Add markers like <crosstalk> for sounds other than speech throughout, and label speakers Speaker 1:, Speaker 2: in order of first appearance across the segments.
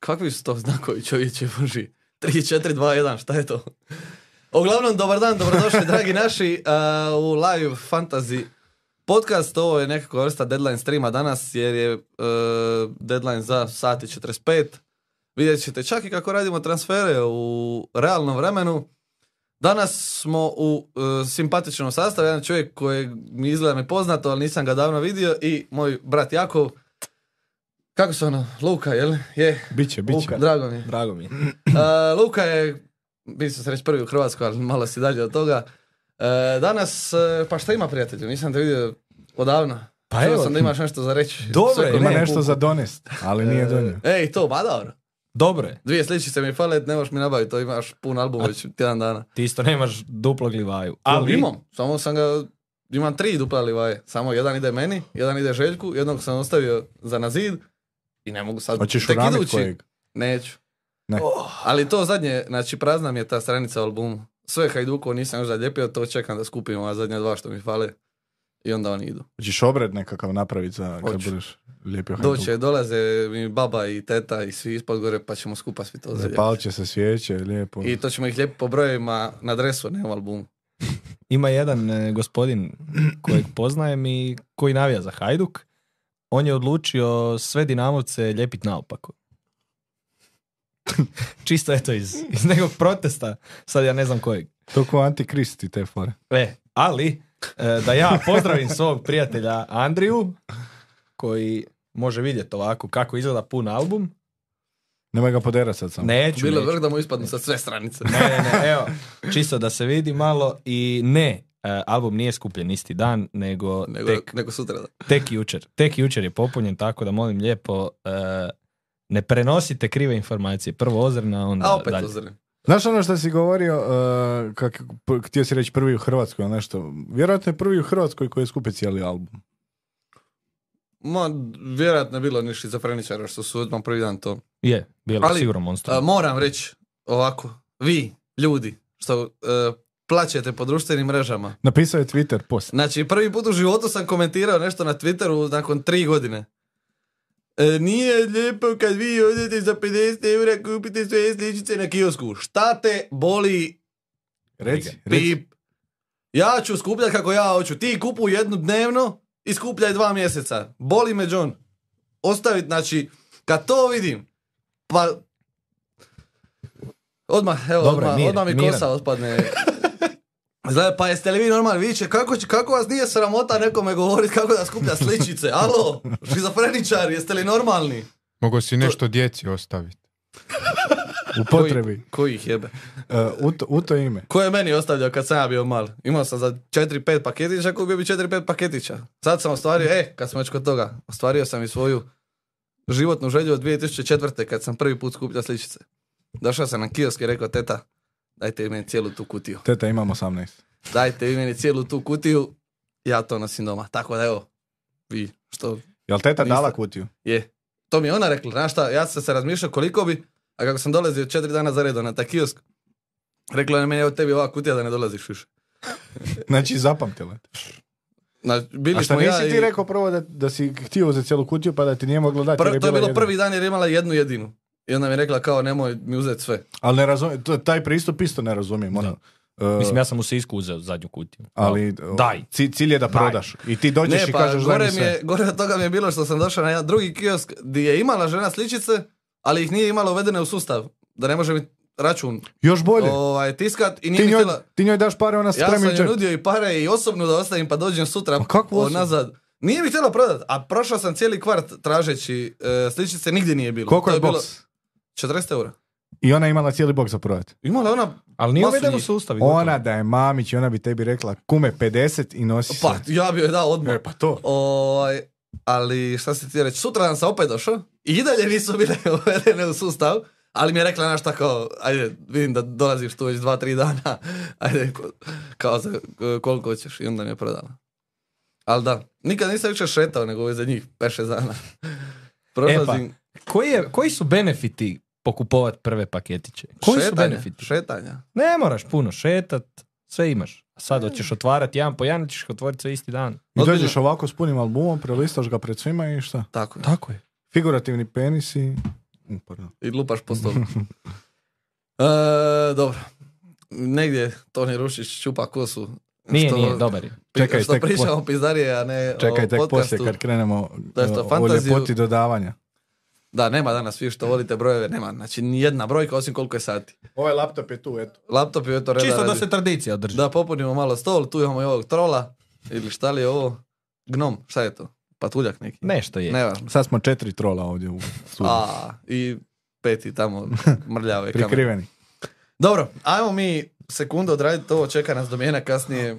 Speaker 1: Kakvi su to znakovi čovječe Boži? 3, 4, 2, 1, šta je to? Uglavnom, dobar dan, dobrodošli dragi naši uh, u live fantasy podcast. Ovo je nekako vrsta deadline streama danas jer je uh, deadline za sati 45. Vidjet ćete čak i kako radimo transfere u realnom vremenu. Danas smo u e, simpatičnom sastavu, jedan čovjek koji mi izgleda me poznato, ali nisam ga davno vidio i moj brat Jakov. Kako se ono? Luka, jel? Je,
Speaker 2: Biće, biće.
Speaker 1: Luka, drago mi je.
Speaker 2: Drago mi je.
Speaker 1: <laughs> E, Luka je, mislim se reći prvi u Hrvatskoj, ali malo si dalje od toga. E, danas, e, pa šta ima prijatelju? Nisam te vidio odavno.
Speaker 2: Pa
Speaker 1: Čuo
Speaker 2: evo.
Speaker 1: sam da imaš nešto za reći.
Speaker 2: Dobro je,
Speaker 1: Sveko
Speaker 2: ima
Speaker 1: ne.
Speaker 2: nešto za donest, ali nije donio.
Speaker 1: E, Ej, to, ma dobro.
Speaker 3: Dobro je.
Speaker 1: Dvije sličice mi fale, ne možeš mi nabaviti, to imaš pun album već tjedan dana.
Speaker 3: Ti isto nemaš duplo glivaju.
Speaker 1: Ali imam, samo sam ga, imam tri dupla livaje. Samo jedan ide meni, jedan ide Željku, jednog sam ostavio za na zid i ne mogu sad
Speaker 2: Hoćeš
Speaker 1: tek
Speaker 2: uramit
Speaker 1: idući.
Speaker 2: kojeg?
Speaker 1: Neću. Oh.
Speaker 2: Ne.
Speaker 1: Ali to zadnje, znači prazna mi je ta stranica u albumu. Sve Hajduko nisam još zalijepio, to čekam da skupim ova zadnja dva što mi fale. I onda oni idu.
Speaker 2: Hoćeš obred nekakav napraviti za kad
Speaker 1: Hoću.
Speaker 2: budeš lijepio hajduku.
Speaker 1: Doće, dolaze mi baba i teta i svi ispod gore pa ćemo skupa svi to zalijepiti.
Speaker 2: Zapalit će se svijeće, lijepo.
Speaker 1: I to ćemo ih lijepo po brojevima na dresu, ne u albumu.
Speaker 3: Ima jedan e, gospodin kojeg poznajem i koji navija za Hajduk. On je odlučio sve Dinamovce ljepit naopako. <laughs> Čisto eto iz, iz nekog protesta, sad ja ne znam kojeg.
Speaker 2: To ko antikristi te fore.
Speaker 3: E, ali e, da ja pozdravim svog prijatelja Andriju koji može vidjeti ovako kako izgleda pun album.
Speaker 2: Nemoj ga poderat sad samo.
Speaker 3: Neću,
Speaker 1: Bilo je
Speaker 3: neću.
Speaker 1: vrh da mu ispadnu sa sve stranice.
Speaker 3: Ne, ne, ne, evo, čisto da se vidi malo i ne, e, album nije skupljen isti dan, nego,
Speaker 1: <laughs> Nego,
Speaker 3: tek,
Speaker 1: nego sutra da.
Speaker 3: tek jučer. Tek jučer je popunjen, tako da molim lijepo, e, ne prenosite krive informacije. Prvo ozrna, onda
Speaker 1: A opet
Speaker 3: dalje.
Speaker 1: uzrem.
Speaker 2: Znaš ono što si govorio, uh, kak, p- htio si reći prvi u Hrvatskoj, ili nešto. Vjerojatno je prvi u Hrvatskoj koji je skupio cijeli album.
Speaker 1: Ma, vjerojatno je bilo ni šizofreničara što su odmah prvi dan to.
Speaker 3: Je, bilo
Speaker 1: Ali,
Speaker 3: sigurno monstrum.
Speaker 1: A, E, moram reći ovako, vi, ljudi, što e, plaćete po društvenim mrežama.
Speaker 2: Napisao je Twitter post.
Speaker 1: Znači, prvi put u životu sam komentirao nešto na Twitteru nakon tri godine. E, nije lijepo kad vi odete za 50 eura kupite sve sličice na kiosku. Šta te boli
Speaker 2: Reci, reci.
Speaker 1: pip? Ja ću skupljati kako ja hoću. Ti kupuj jednu dnevno i skupljaj dva mjeseca. Boli me John. Ostavit, znači, kad to vidim, pa... Odmah, evo,
Speaker 3: Dobro,
Speaker 1: odmah,
Speaker 3: miran,
Speaker 1: odmah mi
Speaker 3: miran.
Speaker 1: kosa otpadne. <laughs> Znači, pa jeste li vi normalni viće, kako, će- kako vas nije sramota nekome govorit kako da skuplja sličice? Alo, šizofreničar, jeste li normalni?
Speaker 4: Mogu si nešto djeci ostaviti.
Speaker 2: U potrebi.
Speaker 1: Koji ih jebe?
Speaker 2: Uh, u, to, u to ime.
Speaker 1: Ko je meni ostavljao kad sam ja bio mal? Imao sam za 4-5 paketića, kupio bi 4-5 paketića. Sad sam ostvario, e, kad smo već kod toga, ostvario sam i svoju životnu želju od 2004. kad sam prvi put skupljao sličice. Došao sam na kiosk i rekao, teta, dajte vi meni cijelu tu kutiju.
Speaker 2: Teta, imam 18.
Speaker 1: Dajte vi meni cijelu tu kutiju, ja to nosim doma. Tako da evo, vi što
Speaker 2: Jel teta
Speaker 1: Niste.
Speaker 2: dala kutiju?
Speaker 1: je. To mi je ona rekla, znaš šta, ja sam se razmišljao koliko bi, a kako sam dolazio četiri dana za redom na taj kiosk, rekla je meni, evo tebi ova kutija da ne dolaziš više.
Speaker 2: Znači, zapamtila je.
Speaker 1: Znači, bili
Speaker 2: A šta
Speaker 1: smo
Speaker 2: nisi
Speaker 1: ja i...
Speaker 2: ti rekao prvo da, da si htio uzeti cijelu kutiju pa da ti nije moglo dati?
Speaker 1: Prvo-
Speaker 2: jer
Speaker 1: to je
Speaker 2: bila
Speaker 1: bilo
Speaker 2: jedna.
Speaker 1: prvi dan jer je imala jednu jedinu. I onda mi je rekla kao nemoj mi uzeti sve.
Speaker 2: Ali ne razumijem, to- taj pristup isto ne razumijem. Ono, e,
Speaker 3: Mislim, ja sam u Sisku uzeo zadnju kutiju.
Speaker 2: ali
Speaker 3: Daj.
Speaker 2: ci- cilj je da
Speaker 3: Daj.
Speaker 2: prodaš. I ti dođeš
Speaker 1: ne,
Speaker 2: i
Speaker 1: pa
Speaker 2: kažeš daj mi
Speaker 1: gore, mi
Speaker 2: sve.
Speaker 1: je, gore od toga mi je bilo što sam došao na jedan drugi kiosk gdje je imala žena sličice, ali ih nije imala uvedene u sustav. Da ne može mi račun
Speaker 2: Još bolje.
Speaker 1: ovaj, tiskat i nije
Speaker 2: ti,
Speaker 1: mi
Speaker 2: njoj,
Speaker 1: htjela...
Speaker 2: ti njoj daš pare, ona
Speaker 1: Ja sam
Speaker 2: spremi
Speaker 1: joj
Speaker 2: džep.
Speaker 1: nudio i pare i osobnu da ostavim pa dođem sutra
Speaker 2: A kakvu osobnu?
Speaker 1: nazad. Nije mi htjela prodat, a prošao sam cijeli kvart tražeći e, sličice, nigdje nije bilo.
Speaker 2: Koliko
Speaker 1: To
Speaker 2: je box?
Speaker 1: 40 eura.
Speaker 2: I ona je imala cijeli box za prodati.
Speaker 1: Imala ona
Speaker 3: Ali nije
Speaker 1: masu
Speaker 3: uvedeno
Speaker 1: njih.
Speaker 3: sustav. i gotovo.
Speaker 2: Ona da je mamić i ona bi tebi rekla kume 50 i nosi
Speaker 1: Pa,
Speaker 2: se.
Speaker 1: ja bi joj dao odmah.
Speaker 2: E, pa to.
Speaker 1: Ovaj, ali šta se ti reći, sutra sam opet došao i dalje nisu bile <laughs> uvedene u sustav, ali mi je rekla naš tako, ajde, vidim da dolaziš tu već dva, tri dana, <laughs> ajde, ko- kao za e, koliko hoćeš i onda mi je prodala. Ali da, nikad nisam više šetao nego za njih 5-6 dana. <laughs>
Speaker 3: E, pa,
Speaker 1: Prošlazim
Speaker 3: koji, je, koji su benefiti pokupovat prve paketiće? Koji su
Speaker 1: šetanja,
Speaker 3: benefiti?
Speaker 1: šetanja.
Speaker 3: Ne moraš puno šetat, sve imaš. A sad hoćeš otvarati jedan po jedan, ćeš ih otvoriti sve isti dan.
Speaker 2: I
Speaker 1: Ozbiljno.
Speaker 2: dođeš ovako s punim albumom, prelistaš ga pred svima i šta?
Speaker 1: Tako je.
Speaker 3: Tako je.
Speaker 2: Figurativni penisi. Mm, pardon.
Speaker 1: I lupaš po
Speaker 3: <laughs>
Speaker 1: stolu. E, dobro. Negdje Toni Rušić čupa kosu.
Speaker 3: Nije,
Speaker 1: Što-
Speaker 3: nije, dobar je.
Speaker 2: Čekaj,
Speaker 1: što
Speaker 2: tek
Speaker 1: pričamo
Speaker 2: poslije.
Speaker 1: o pizdarije, a ne
Speaker 2: Čekaj,
Speaker 1: o
Speaker 2: tek
Speaker 1: podcastu.
Speaker 2: poslije kad krenemo
Speaker 1: To jest
Speaker 2: e,
Speaker 1: to,
Speaker 2: o
Speaker 1: fantaziju-
Speaker 2: ljepoti dodavanja.
Speaker 1: Da, nema danas vi što volite brojeve, nema. Znači, nijedna brojka osim koliko je sati.
Speaker 2: Ovaj laptop je tu, eto.
Speaker 1: Laptop je to reda
Speaker 3: Čisto da
Speaker 1: radi.
Speaker 3: se tradicija održi.
Speaker 1: Da popunimo malo stol, tu imamo i ovog trola. Ili šta li je ovo? Gnom, šta je to? Patuljak neki.
Speaker 3: Nešto je.
Speaker 1: Nevažno.
Speaker 2: Sad smo četiri trola ovdje u studiju.
Speaker 1: A, i peti
Speaker 2: <laughs>
Speaker 1: tamo mrljave kamere.
Speaker 2: Prikriveni.
Speaker 1: Dobro, ajmo mi sekundu odraditi ovo, čeka nas domjena
Speaker 2: <clears throat>
Speaker 1: kasnije,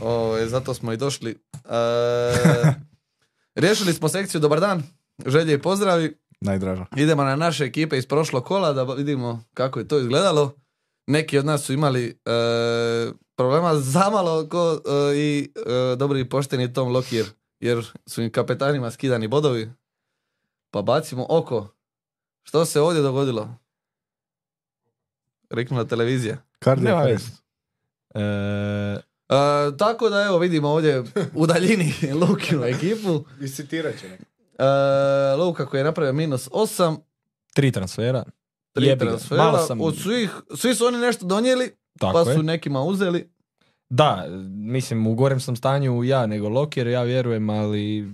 Speaker 1: Ovaj, zato smo i došli. E, <laughs> riješili smo sekciju Dobar dan, želje i pozdravi.
Speaker 2: Najdraža.
Speaker 1: Idemo na naše ekipe iz prošlog kola da vidimo kako je to izgledalo. Neki od nas su imali e, problema zamalo ko e, i e, dobri i pošteni Tom Lokir, jer su im kapetanima skidani bodovi. Pa bacimo oko. Što se ovdje dogodilo? Riknula televizija.
Speaker 2: Cardiac
Speaker 3: Nema
Speaker 2: arrest.
Speaker 3: E,
Speaker 1: E, tako da evo vidimo ovdje u daljini <laughs> Lukinu ekipu.
Speaker 2: Iscitirat će neko.
Speaker 1: E, Luka koji je napravio minus 8,
Speaker 3: tri transfera.
Speaker 1: tri
Speaker 3: Jebi ga, malo
Speaker 1: transfera.
Speaker 3: sam-
Speaker 1: Od svih, svi su oni nešto donijeli,
Speaker 3: Tako
Speaker 1: pa
Speaker 3: je.
Speaker 1: su nekima uzeli.
Speaker 3: Da, mislim, u gorem sam stanju ja nego Lokir, ja vjerujem,
Speaker 1: <laughs>
Speaker 3: ali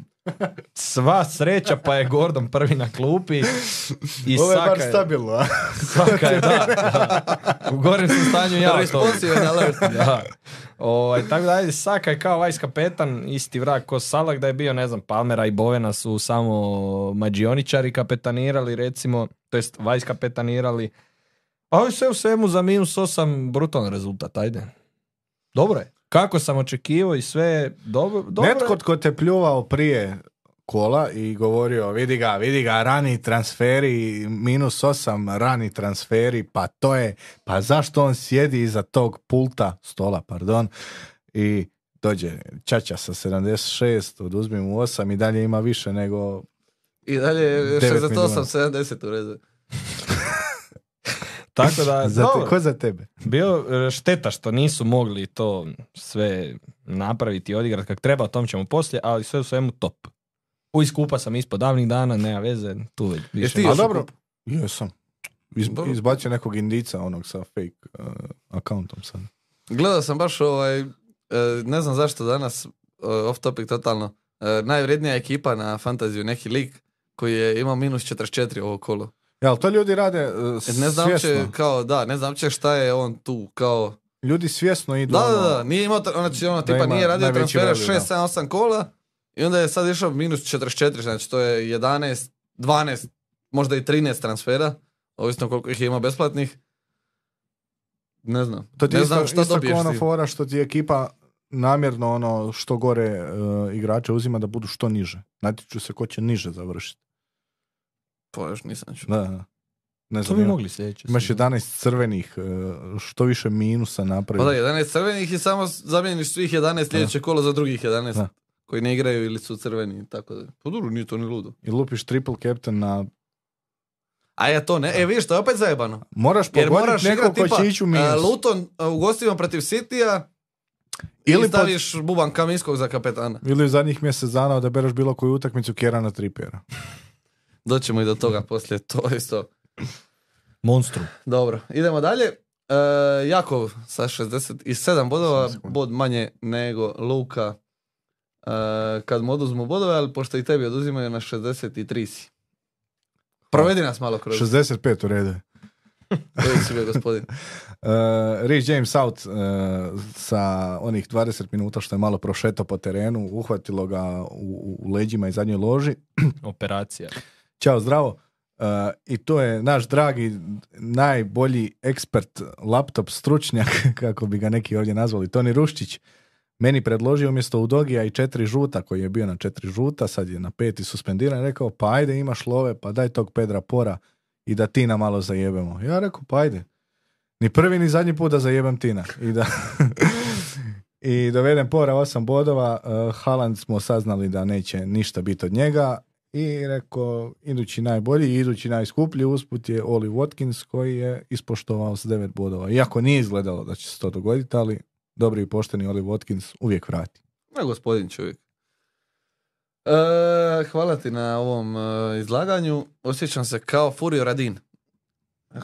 Speaker 3: sva sreća pa je Gordon prvi na klupi i
Speaker 2: Ovo je
Speaker 3: Saka
Speaker 2: bar
Speaker 3: je-
Speaker 2: stabilno, a?
Speaker 3: Saka je, da, da. U gorem sam stanju ja. od toga.
Speaker 1: Responsive alert.
Speaker 3: Da. Ovaj, tako da, ajde, Saka je kao vajs kapetan, isti vrag ko Salak, da je bio, ne znam, Palmera i Bovena su samo mađioničari kapetanirali, recimo, to jest vajs kapetanirali. A ovo je sve u svemu za minus 8 brutalni rezultat, ajde. Dobro je. Kako sam očekivao i sve je dobro. dobro je.
Speaker 2: Netko tko te pljuvao prije kola i govorio, vidi ga, vidi ga, rani transferi, minus osam, rani transferi, pa to je, pa zašto on sjedi iza tog pulta, stola, pardon, i dođe Čača sa 76, oduzmi mu 8 i dalje ima više nego...
Speaker 1: I dalje je
Speaker 2: Devet
Speaker 1: 68,
Speaker 2: milijuna.
Speaker 1: 70 u redu.
Speaker 3: Tako
Speaker 2: <laughs>
Speaker 3: da,
Speaker 2: za te,
Speaker 3: dobro.
Speaker 2: ko za tebe?
Speaker 3: Bio e, šteta što nisu mogli to sve napraviti i odigrati kak treba, o tom ćemo poslije, ali sve u svemu top. U iskupa sam ispod davnih dana, nema veze, tu već više.
Speaker 1: ti
Speaker 3: ne-
Speaker 1: još
Speaker 2: A
Speaker 1: u
Speaker 2: dobro, jesam. Iz,
Speaker 1: Dobro.
Speaker 2: izbacio nekog indica onog sa fake uh, accountom sad.
Speaker 1: Gledao sam baš ovaj, e, ne znam zašto danas, e, off topic totalno, e, najvrednija ekipa na fantaziju, neki lik koji je imao minus 44 ovo kolo.
Speaker 2: Ja, ali to ljudi rade uh,
Speaker 1: E, Ne znam će,
Speaker 2: svjesno.
Speaker 1: kao, da, ne znam će šta je on tu, kao,
Speaker 2: Ljudi svjesno idu.
Speaker 1: Da, da,
Speaker 2: ono-
Speaker 1: da, nije imao, tra- znači ono,
Speaker 2: Da
Speaker 1: tipa
Speaker 2: ima
Speaker 1: nije radio
Speaker 2: najveći
Speaker 1: transfere
Speaker 2: value, da.
Speaker 1: 6, 7, 8 kola i onda je sad išao minus 44, znači to je 11, 12, možda i 13 transfera, ovisno koliko ih je imao besplatnih. Ne znam,
Speaker 2: To ti
Speaker 1: ne
Speaker 2: je
Speaker 1: znam
Speaker 2: isto,
Speaker 1: što
Speaker 2: isto
Speaker 1: dobiješ
Speaker 2: kao ono ona
Speaker 1: ti.
Speaker 2: fora što ti ekipa namjerno ono što gore e, igrače uzima da budu što niže. Natječu se ko će niže završiti.
Speaker 1: Pa još nisam čuo.
Speaker 2: Da, da. Ne
Speaker 3: To
Speaker 2: znam,
Speaker 3: bi
Speaker 2: ima-
Speaker 3: mogli sljedeće.
Speaker 2: imaš 11 crvenih, e, što više minusa
Speaker 1: Pa
Speaker 2: napravi.
Speaker 1: da, 11 crvenih i samo zamijeniš svih 11 sljedeće kolo za drugih 11
Speaker 2: Da.
Speaker 1: koji ne igraju ili su crveni, tako da. Pa dobro, nije to ni ludo.
Speaker 2: I lupiš triple captain na...
Speaker 1: A ja to ne, e vidiš, to je opet zajebano.
Speaker 2: Moraš
Speaker 1: Jer
Speaker 2: pogoditi
Speaker 1: moraš
Speaker 2: nekog
Speaker 1: igrati
Speaker 2: ko
Speaker 1: tipa
Speaker 2: će ići u
Speaker 1: e,
Speaker 2: minus.
Speaker 1: Luton e, u gostima protiv Citya
Speaker 2: Ili
Speaker 1: ili
Speaker 2: pod-
Speaker 1: staviš Buban Kaminskog za kapetana.
Speaker 2: Ili u zadnjih mjesec dana odabereš bilo koju utakmicu kjera na tri pjera.
Speaker 1: Doćemo i do toga poslije, to je isto.
Speaker 3: Monstrum.
Speaker 1: Dobro, idemo dalje. E, Jakov sa 67 bodova, bod manje nego Luka e, kad mu oduzmu bodove, ali pošto i tebi oduzimaju na 63 si. Provedi nas malo kroz
Speaker 2: 65 u redu. je.
Speaker 1: koji si bio
Speaker 2: <laughs>
Speaker 1: gospodin.
Speaker 2: Uh, Rich James out uh, sa onih 20 minuta što je malo prošetao po terenu, uhvatilo ga u, u leđima i zadnjoj loži.
Speaker 3: Operacija.
Speaker 2: Ćao, zdravo. Uh, I to je naš dragi, najbolji ekspert, laptop stručnjak, <laughs> kako bi ga neki ovdje nazvali, Toni Ruščić. Meni predložio umjesto Udogija i četiri žuta, koji je bio na četiri žuta, sad je na pet i suspendiran, rekao, pa ajde imaš love, pa daj tog Pedra Pora i da Tina malo zajebemo. Ja rekao, pa ajde. Ni prvi, ni zadnji put da zajebem Tina. I da... <laughs> I doveden pora osam bodova, uh, Haaland smo saznali da neće ništa biti od njega, i rekao, idući najbolji i idući najskuplji, usput je Oli Watkins koji je ispoštovao s devet bodova. Iako nije izgledalo da će se to dogoditi, ali dobri i pošteni Oli Watkins uvijek vrati.
Speaker 1: Na gospodin čovjek. E, E, hvala ti na ovom e, izlaganju. Osjećam se kao Furio Radin.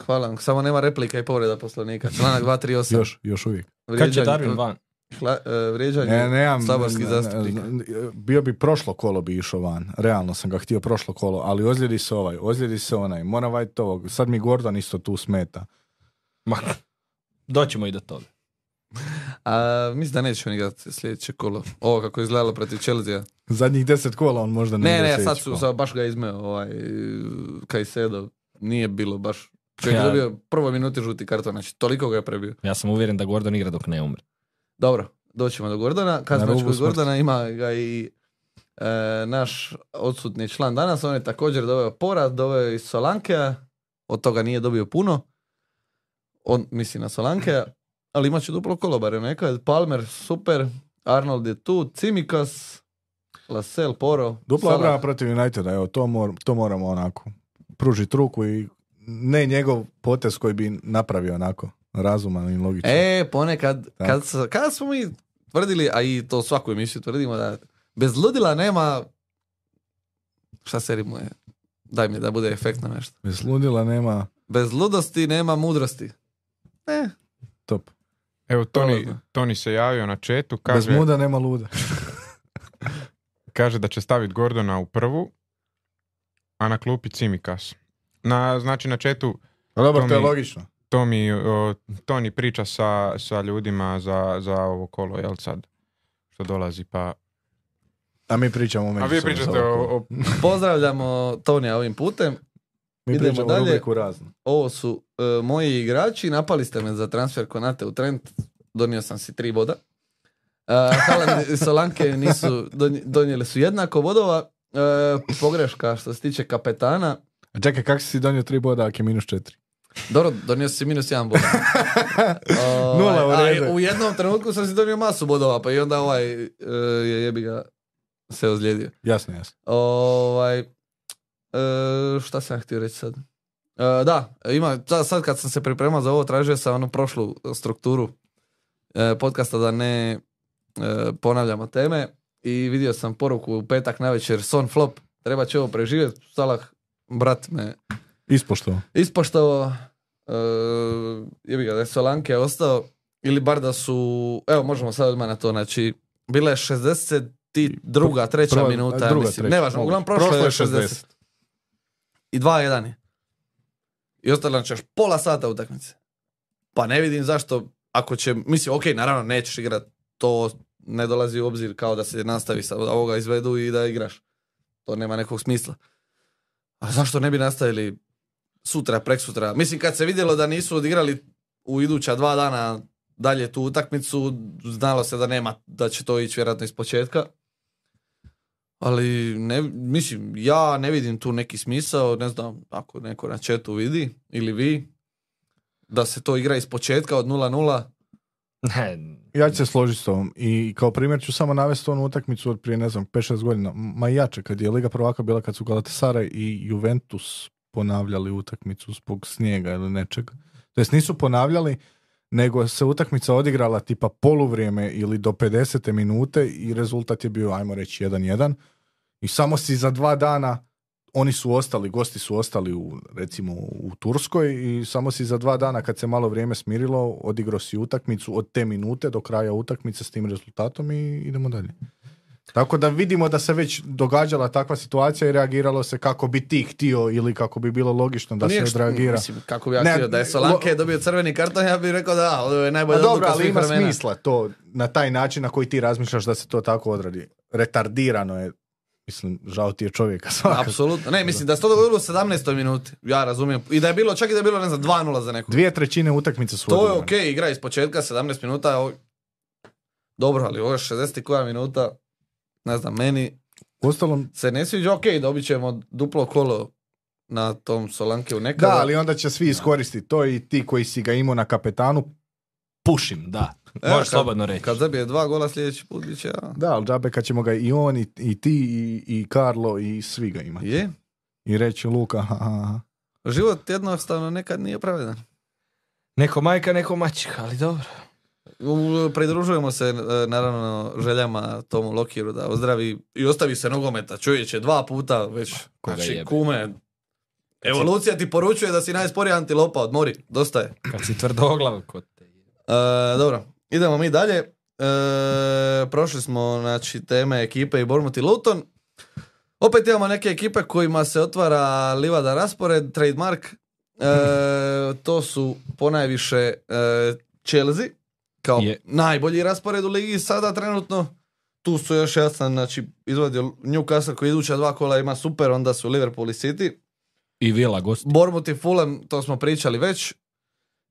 Speaker 1: Hvala, samo nema replika i povreda poslovnika.
Speaker 2: <laughs>
Speaker 1: Članak 238.
Speaker 2: Još, još uvijek.
Speaker 3: Kad će
Speaker 1: Vrijeđanje-
Speaker 3: Darwin van?
Speaker 1: hla- e, vrijeđanje
Speaker 2: Ne, nemam,
Speaker 1: saborskih
Speaker 2: ne, ne,
Speaker 1: zastupnika.
Speaker 2: ne, Bio bi prošlo kolo bi išao van. Realno sam ga htio prošlo kolo, ali ozljedi se ovaj, ozljedi se onaj. Mora vaditi ovog. Sad mi Gordon isto tu smeta.
Speaker 3: Ma, doćemo i do toga.
Speaker 1: A, mislim da neće on igrati sljedeće kolo. Ovo kako je izgledalo protiv Chelsea.
Speaker 2: Zadnjih deset kola on možda ne
Speaker 1: Ne,
Speaker 2: igra
Speaker 1: ne, sad
Speaker 2: sljedeći
Speaker 1: su,
Speaker 2: kolo.
Speaker 1: sad baš ga je izmeo ovaj Kajsedo. Nije bilo baš. Čovjek je
Speaker 3: Ja.
Speaker 1: dobio prvo minuti žuti karton, znači toliko ga je prebio.
Speaker 3: Ja sam uvjeren da Gordon igra dok ne umre.
Speaker 1: Dobro, doćemo do Gordona. Kad
Speaker 2: Na
Speaker 1: smo već
Speaker 2: rubu
Speaker 1: kod
Speaker 2: smrti.
Speaker 1: Gordona, ima ga i e, naš odsutni član danas. On je također doveo poraz, doveo je i Solankea. Od toga nije dobio puno. On misli na Solankea. Ali imat će duplo kolo, barem nekad. Palmer, super. Arnold je tu. Cimikas. Lasel, Poro.
Speaker 2: Dupla
Speaker 1: Salah.
Speaker 2: obrana protiv Uniteda, evo, to, mor, to moramo onako pružiti ruku i ne njegov potez koji bi napravio onako razuman i logičan.
Speaker 1: E, ponekad,
Speaker 2: Tako.
Speaker 1: kad, s- kad smo mi tvrdili, a i to svaku emisiju tvrdimo, da bez ludila nema... Šta se rimuje? Daj mi da bude efekt na nešto.
Speaker 2: Bez ludila nema
Speaker 1: Bez ludosti nema mudrosti. E,
Speaker 2: top.
Speaker 4: Evo, Toni,
Speaker 1: Prolazno.
Speaker 4: Toni se javio na četu,
Speaker 2: Bez
Speaker 4: kaže,
Speaker 2: muda nema luda.
Speaker 4: kaže da će staviti Gordona u prvu, a na klupi Cimikas. Na, znači na četu
Speaker 2: Dobro,
Speaker 4: to
Speaker 2: to je
Speaker 4: mi-
Speaker 2: logično.
Speaker 4: to mi, o, Toni priča sa, sa ljudima za, za ovo kolo, jel sad? Što dolazi, pa...
Speaker 2: A mi pričamo među
Speaker 4: A vi
Speaker 2: sobom
Speaker 4: pričate
Speaker 2: sada.
Speaker 4: o... o-
Speaker 1: pozdravljamo Tonija ovim putem.
Speaker 2: Mi
Speaker 1: idemo
Speaker 2: pričamo
Speaker 1: dalje.
Speaker 2: rubriku razno.
Speaker 1: Ovo su e, moji igrači. Napali ste me za transfer Konate u Trent. Donio sam si tri boda. E, Haaland i Solanke nisu, donj- donijeli su jednako bodova. E, pogreška što se tiče kapetana.
Speaker 2: A čekaj, kako si donio tri boda ako je minus četiri?
Speaker 1: Dobro, donio si minus jedan
Speaker 2: <laughs>
Speaker 1: bod. Ovaj,
Speaker 2: Nula u
Speaker 1: a
Speaker 2: redu.
Speaker 1: u jednom trenutku sam si donio masu bodova, pa i onda ovaj e, je jebi ga se ozlijedio.
Speaker 2: Jasno, jasno.
Speaker 1: Ovaj, e, šta sam ja htio reći sad? E, da, ima, da, sad kad sam se pripremao za ovo, tražio sam onu prošlu strukturu e, podcasta da ne e, ponavljamo teme i vidio sam poruku u petak navečer son flop, treba će ovo preživjeti, Salah, brat me
Speaker 2: Ispoštovao.
Speaker 1: ispoštovao e, jebi ga da je Solanke ostao ili bar da su evo možemo sad odmah na to znači bila je 62. treća
Speaker 2: Prva-
Speaker 1: minuta ja
Speaker 2: druga,
Speaker 1: mislim.
Speaker 2: treća.
Speaker 1: nevažno uglavnom prošlo, je 60 i 2-1 je i ostalo ćeš pola sata utakmice pa ne vidim zašto ako će mislim ok naravno nećeš igrat to ne dolazi u obzir kao da se nastavi sa da ovoga izvedu i da igraš to nema nekog smisla a zašto ne bi nastavili sutra, preksutra. Mislim, kad se vidjelo da nisu odigrali u iduća dva dana dalje tu utakmicu, znalo se da nema, da će to ići vjerojatno iz početka. Ali, ne, mislim, ja ne vidim tu neki smisao, ne znam ako neko na chatu vidi, ili vi, da se to igra iz početka od 0-0.
Speaker 3: Ne,
Speaker 2: Ja ću se složiti s tobom i kao primjer ću samo navesti onu utakmicu od prije, ne znam, 5-6 godina, ma i jače, kad je Liga prvaka bila kad su Galatasaray i Juventus ponavljali utakmicu zbog snijega ili nečeg. To jest nisu ponavljali, nego se utakmica odigrala tipa poluvrijeme ili do 50. minute i rezultat je bio, ajmo reći, 1-1. I samo si za dva dana oni su ostali, gosti su ostali u, recimo u Turskoj i samo si za dva dana kad se malo vrijeme smirilo odigrao si utakmicu od te minute do kraja utakmice s tim rezultatom i idemo dalje. Tako da vidimo da se već događala takva situacija i reagiralo se kako bi ti htio ili kako bi bilo logično da
Speaker 1: Nije
Speaker 2: se
Speaker 1: što-
Speaker 2: odreagira.
Speaker 1: Mislim, kako bi ja
Speaker 2: Ne,
Speaker 1: htio da je Solanke
Speaker 2: lo-
Speaker 1: dobio crveni karton, ja bih rekao da, ovo je
Speaker 2: Pa
Speaker 1: najbolja
Speaker 2: dobro,
Speaker 1: odluka
Speaker 2: ali
Speaker 1: svih
Speaker 2: ima
Speaker 1: vremena.
Speaker 2: smisla to na taj način na koji ti razmišljaš da se to tako odradi. Retardirano je, mislim, žao ti je čovjeka svakako.
Speaker 1: Apsolutno. Ne, mislim da se to dogodilo u 17. minuti. Ja razumijem. I da je bilo, čak i da je bilo, ne znam, 2-0 za nekog.
Speaker 2: Dvije trećine utakmice su
Speaker 1: To je
Speaker 2: odigrane.
Speaker 1: ok, igra iz početka, 17 minuta. ovo- Dobro, ali ovo je 60 i koja minuta. Ne znam, meni
Speaker 2: Uostalom,
Speaker 1: se ne sviđa. Ok, dobit ćemo duplo kolo na tom Solanke u nekada.
Speaker 2: da, ali onda će svi iskoristiti to i ti koji si ga imao na kapetanu.
Speaker 3: pušim, da.
Speaker 1: Evo,
Speaker 3: Možeš
Speaker 1: kad-
Speaker 3: slobodno reći.
Speaker 1: Kad zabije dva gola sljedeći put, bit će... a,
Speaker 2: Da, ali džabe kad ćemo ga i on, i, i ti, i, i Karlo, i svi ga imati.
Speaker 1: Je.
Speaker 2: I reći Luka, ha, ha, ha.
Speaker 1: Život jednostavno nekad nije pravedan.
Speaker 3: Neko majka, neko mačka, ali dobro.
Speaker 1: U- Pridružujemo se, e, naravno, željama Tomu Lokiru da ozdravi i ostavi se nogometa. Čovječe, dva puta već.
Speaker 3: Koga
Speaker 1: Znači,
Speaker 3: jebe.
Speaker 1: kume. Evolucija ti poručuje da si najsporija antilopa, odmori. Dosta je.
Speaker 3: Kad si tvrdoglav kod te.
Speaker 1: E, dobro, idemo mi dalje. E, prošli smo znači, teme ekipe i Bournemouth i Luton. Opet imamo neke ekipe kojima se otvara livada raspored, trademark. E, to su ponajviše e, Chelsea, kao
Speaker 3: Je.
Speaker 1: najbolji raspored u ligi sada trenutno. Tu su još jasan, znači izvadio Newcastle koji iduća dva kola ima super, onda su Liverpool i City.
Speaker 3: I Vila gosti.
Speaker 1: Bournemouth i Fulham, to smo pričali već.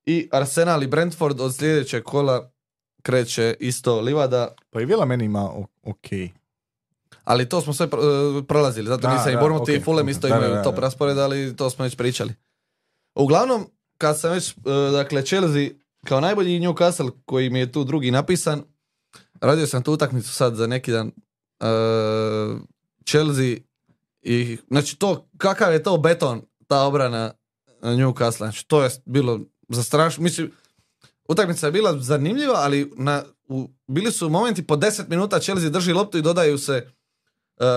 Speaker 1: I Arsenal i Brentford od sljedećeg kola kreće isto Livada,
Speaker 2: Pa i Vila meni ima o- ok.
Speaker 1: ali to smo sve pro- e, prolazili, zato
Speaker 2: Da,
Speaker 1: nisam i
Speaker 2: da,
Speaker 1: Bournemouth i
Speaker 2: ok,
Speaker 1: Fulham
Speaker 2: ok,
Speaker 1: isto
Speaker 2: da, da,
Speaker 1: imaju
Speaker 2: da,
Speaker 1: top
Speaker 2: da.
Speaker 1: raspored, ali to smo već pričali. Uglavnom, kad sam već, e, dakle, Chelsea kao najbolji i Newcastle koji mi je tu drugi napisan, radio sam tu utakmicu sad za neki dan, e, Chelsea i, znači to, kakav je to beton, ta obrana Newcastle, znači to je bilo zastrašno, mislim, utakmica je bila zanimljiva, ali na, u, bili su momenti po 10 minuta Chelsea drži loptu i dodaju se e,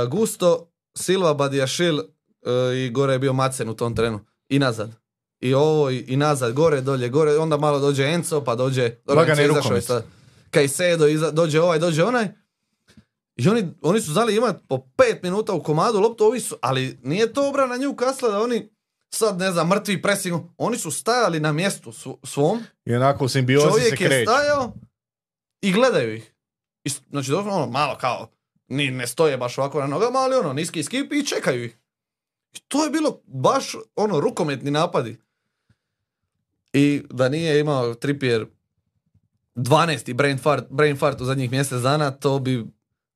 Speaker 1: Gusto, Silva, Badiašil e, i gore je bio Macen u tom trenu. I nazad. I ovo i, i nazad, gore, dolje, gore, onda malo dođe Enco, pa dođe... dobro,
Speaker 2: Lagani
Speaker 1: Enzo je izašao
Speaker 2: rukomet.
Speaker 1: je sad. Kajsedo, iza, dođe ovaj, dođe onaj. I oni, oni su znali imati po pet minuta u komadu loptu, ovi su, ali nije to obrana Newcastle da oni sad, ne znam, mrtvi presingom. Oni su stajali na mjestu sv- svom,
Speaker 2: I onako u simbiozi se
Speaker 1: Čovjek je
Speaker 2: kreće.
Speaker 1: stajao i gledaju ih. I, s- znači, doslovno ono, malo kao, ni, ne stoje baš ovako na nogama, ali ono, niski skip i čekaju ih. I to je bilo baš, ono, rukometni napadi. I da nije imao Trippier 12. brain fart, brain fart u zadnjih mjesec dana, to bi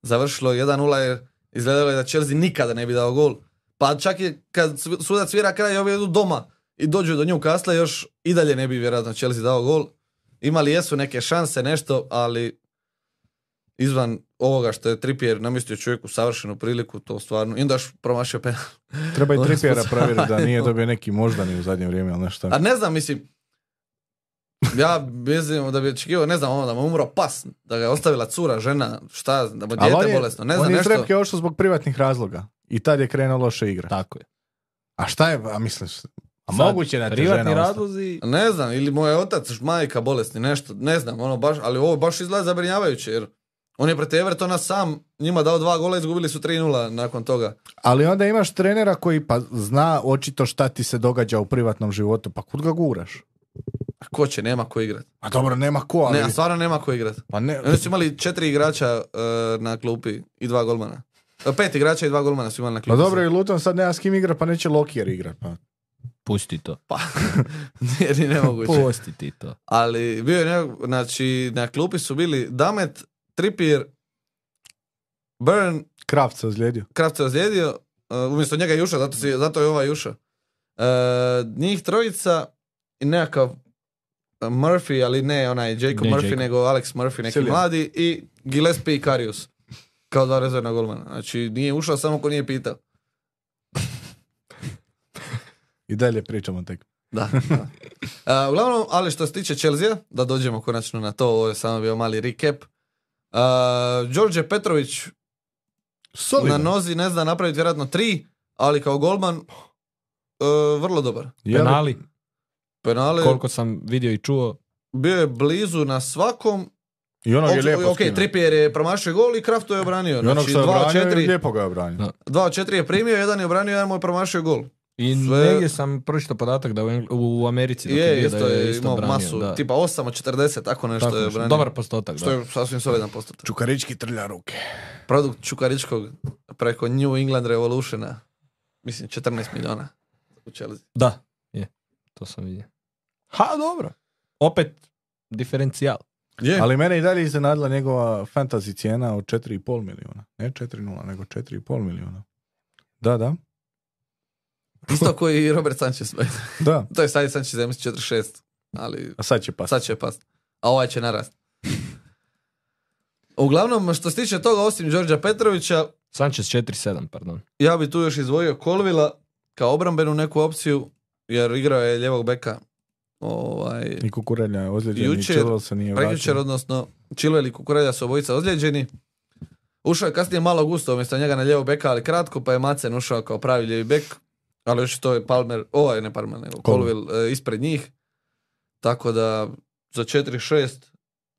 Speaker 1: završilo 1-0 jer izgledalo je da Chelsea nikada ne bi dao gol. Pa čak i kad sv- sudac svira kraj i ovi idu doma i dođu do nju kasle, još i dalje ne bi vjerojatno Chelsea dao gol. Imali jesu neke šanse, nešto, ali izvan ovoga što je Trippier namistio čovjeku savršenu priliku, to stvarno, i onda još promašio penal.
Speaker 2: Treba i
Speaker 1: Ono
Speaker 2: Trippiera
Speaker 1: smo
Speaker 2: provjeriti da
Speaker 1: <laughs>
Speaker 2: nije
Speaker 1: zajedno.
Speaker 2: dobio neki moždani u zadnje vrijeme ili nešto.
Speaker 1: A ne znam, mislim, ja mislim da bi očekivao, ne znam, ono, da mu je umro pas, da ga je ostavila cura, žena, šta, da mu je
Speaker 2: Ali on
Speaker 1: dijete
Speaker 2: je-
Speaker 1: bolesno, ne znam
Speaker 2: on je iz
Speaker 1: nešto.
Speaker 2: Repke ošao zbog privatnih razloga. I tad je krenuo loše igra.
Speaker 3: Tako je.
Speaker 2: A šta je, a misliš, a
Speaker 3: Sad,
Speaker 2: moguće da te
Speaker 3: Privatni
Speaker 2: žena ostavi?
Speaker 3: razlozi.
Speaker 1: Ne znam, ili moj otac, majka bolesni, nešto, ne znam, ono baš, ali ovo baš izgleda zabrinjavajuće, jer on je protiv Evertona sam njima dao dva gola, izgubili su 3-0 nakon toga.
Speaker 2: Ali onda imaš trenera koji pa zna očito šta ti se događa u privatnom životu, pa kud ga guraš?
Speaker 1: A ko će, nema ko igrat.
Speaker 2: A dobro, nema ko, ali...
Speaker 1: Ne, a stvarno nema ko igrat.
Speaker 2: pa ne,
Speaker 1: Oni su imali četiri igrača e, na klupi i dva golmana. E, Pet igrača i dva golmana su imali na klupi.
Speaker 2: pa
Speaker 1: <laughs>
Speaker 2: dobro, i Luton sad nema s kim igra, pa neće Lokier igrat. Pa.
Speaker 3: Pusti to.
Speaker 1: Pa, nije ni nemoguće.
Speaker 3: Pusti ti to.
Speaker 1: Ali bio je, ne- znači, na klupi su bili Damet, Trippier, Burn,
Speaker 2: Kraft se ozlijedio.
Speaker 1: Kraft se ozlijedio, uh, umjesto njega je Juša, zato, si, zato je ova Juša. Uh, njih trojica i nekakav uh, Murphy, ali ne onaj Jacob
Speaker 3: Ne
Speaker 1: Murphy,
Speaker 3: Jacob.
Speaker 1: nego Alex Murphy, neki
Speaker 2: Silva.
Speaker 1: mladi, i Gillespie i Karius. Kao dva rezervna golmana. Znači, nije ušao samo ko nije pitao.
Speaker 2: I dalje pričamo tek.
Speaker 1: Da. da. E, uglavnom, ali što se tiče Chelsea, da dođemo konačno na to, ovo je samo bio mali recap. Uh, Đorđe Petrović na
Speaker 2: Solidan.
Speaker 1: nozi ne zna napraviti vjerojatno tri, ali kao golman e, vrlo dobar.
Speaker 2: Je li-
Speaker 3: Penali,
Speaker 1: Penale
Speaker 3: koliko sam vidio i čuo,
Speaker 1: bio je blizu na svakom.
Speaker 2: I onog je
Speaker 1: Ok,
Speaker 2: lijepo
Speaker 1: ok,
Speaker 2: skinuo.
Speaker 1: Trippier je promašio gol i Krafto je obranio.
Speaker 2: I onog
Speaker 1: Znači,
Speaker 2: što je
Speaker 1: dva od
Speaker 2: obranio,
Speaker 1: četiri-
Speaker 2: lijepo ga je obranio.
Speaker 3: Da.
Speaker 1: dva od četiri je primio, jedan je obranio, jedan mu je promašio gol.
Speaker 3: I
Speaker 1: Sve-
Speaker 3: negdje sam pročitao podatak da u, Engl- u Americi dok
Speaker 1: je,
Speaker 3: bio
Speaker 1: isto
Speaker 3: da
Speaker 1: je,
Speaker 3: isto
Speaker 1: imao
Speaker 3: branio,
Speaker 1: masu,
Speaker 3: da.
Speaker 1: tipa 8 od 40, tako nešto
Speaker 3: Tako
Speaker 1: je
Speaker 3: nešto.
Speaker 1: obranio.
Speaker 3: Dobar postotak,
Speaker 1: Što
Speaker 3: da.
Speaker 1: je sasvim solidan postotak.
Speaker 2: Čukarički trlja ruke.
Speaker 1: Produkt Čukaričkog preko New England Revolutiona, mislim 14 milijuna u Chelsea.
Speaker 3: Da, je. To sam vidio. Ha, dobro. Opet diferencijal.
Speaker 1: Je,
Speaker 2: E. Ali mene i dalje iznenadila njegova fantasy cijena od 4,5 milijuna. Ne 4,0, nego 4,5 milijuna. Da, da.
Speaker 1: isto koji i Robert Sanchez. <laughs>
Speaker 2: Da.
Speaker 1: to je sad je Sanchez, ja mislim 46, ali
Speaker 2: A sad će pasti.
Speaker 1: Sad će past. A ovaj će narast. Uglavnom, što se tiče toga, osim Đorđa Petrovića,
Speaker 3: Sanchez 4-7, pardon.
Speaker 1: ja bi tu još izdvojio Kolvila kao obrambenu neku opciju, jer igrao je ljevog beka Ovaj,
Speaker 2: I kukurelja je ozlijeđen i
Speaker 1: Jučer,
Speaker 2: Chilwell se nije
Speaker 1: prekjučer,
Speaker 2: vratio.
Speaker 1: odnosno Chilwell i Kukurelja su obojica ozlijeđeni. Ušao je kasnije malo gusto umjesto njega na lijevo beka, ali kratko, pa je Macen ušao kao pravi lijevi bek. Ali još to je Palmer, ovaj ne Palmer, nego
Speaker 2: Colwell.
Speaker 1: Colwell, e, ispred njih. Tako da za 4-6, e,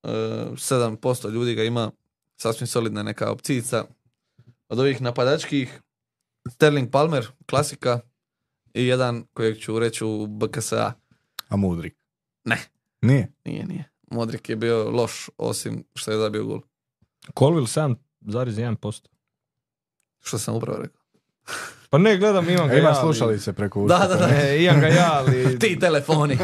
Speaker 1: 7% ljudi ga ima sasvim solidna neka opcijica. Od ovih napadačkih, Sterling Palmer, klasika, i jedan kojeg ću reći u BKSA.
Speaker 2: A Mudrik?
Speaker 1: Ne.
Speaker 2: Nije?
Speaker 1: Nije, nije. Modrik je bio loš, osim što je zabio gol.
Speaker 3: Colville 7,1%.
Speaker 1: Što sam upravo rekao.
Speaker 3: Pa ne, gledam, imam ga
Speaker 2: E, ima
Speaker 3: ja, ali-
Speaker 2: slušalice preko
Speaker 1: Da,
Speaker 2: usta.
Speaker 1: da, da.
Speaker 3: E, imam ga ja, ali...
Speaker 1: <laughs> Ti telefoni.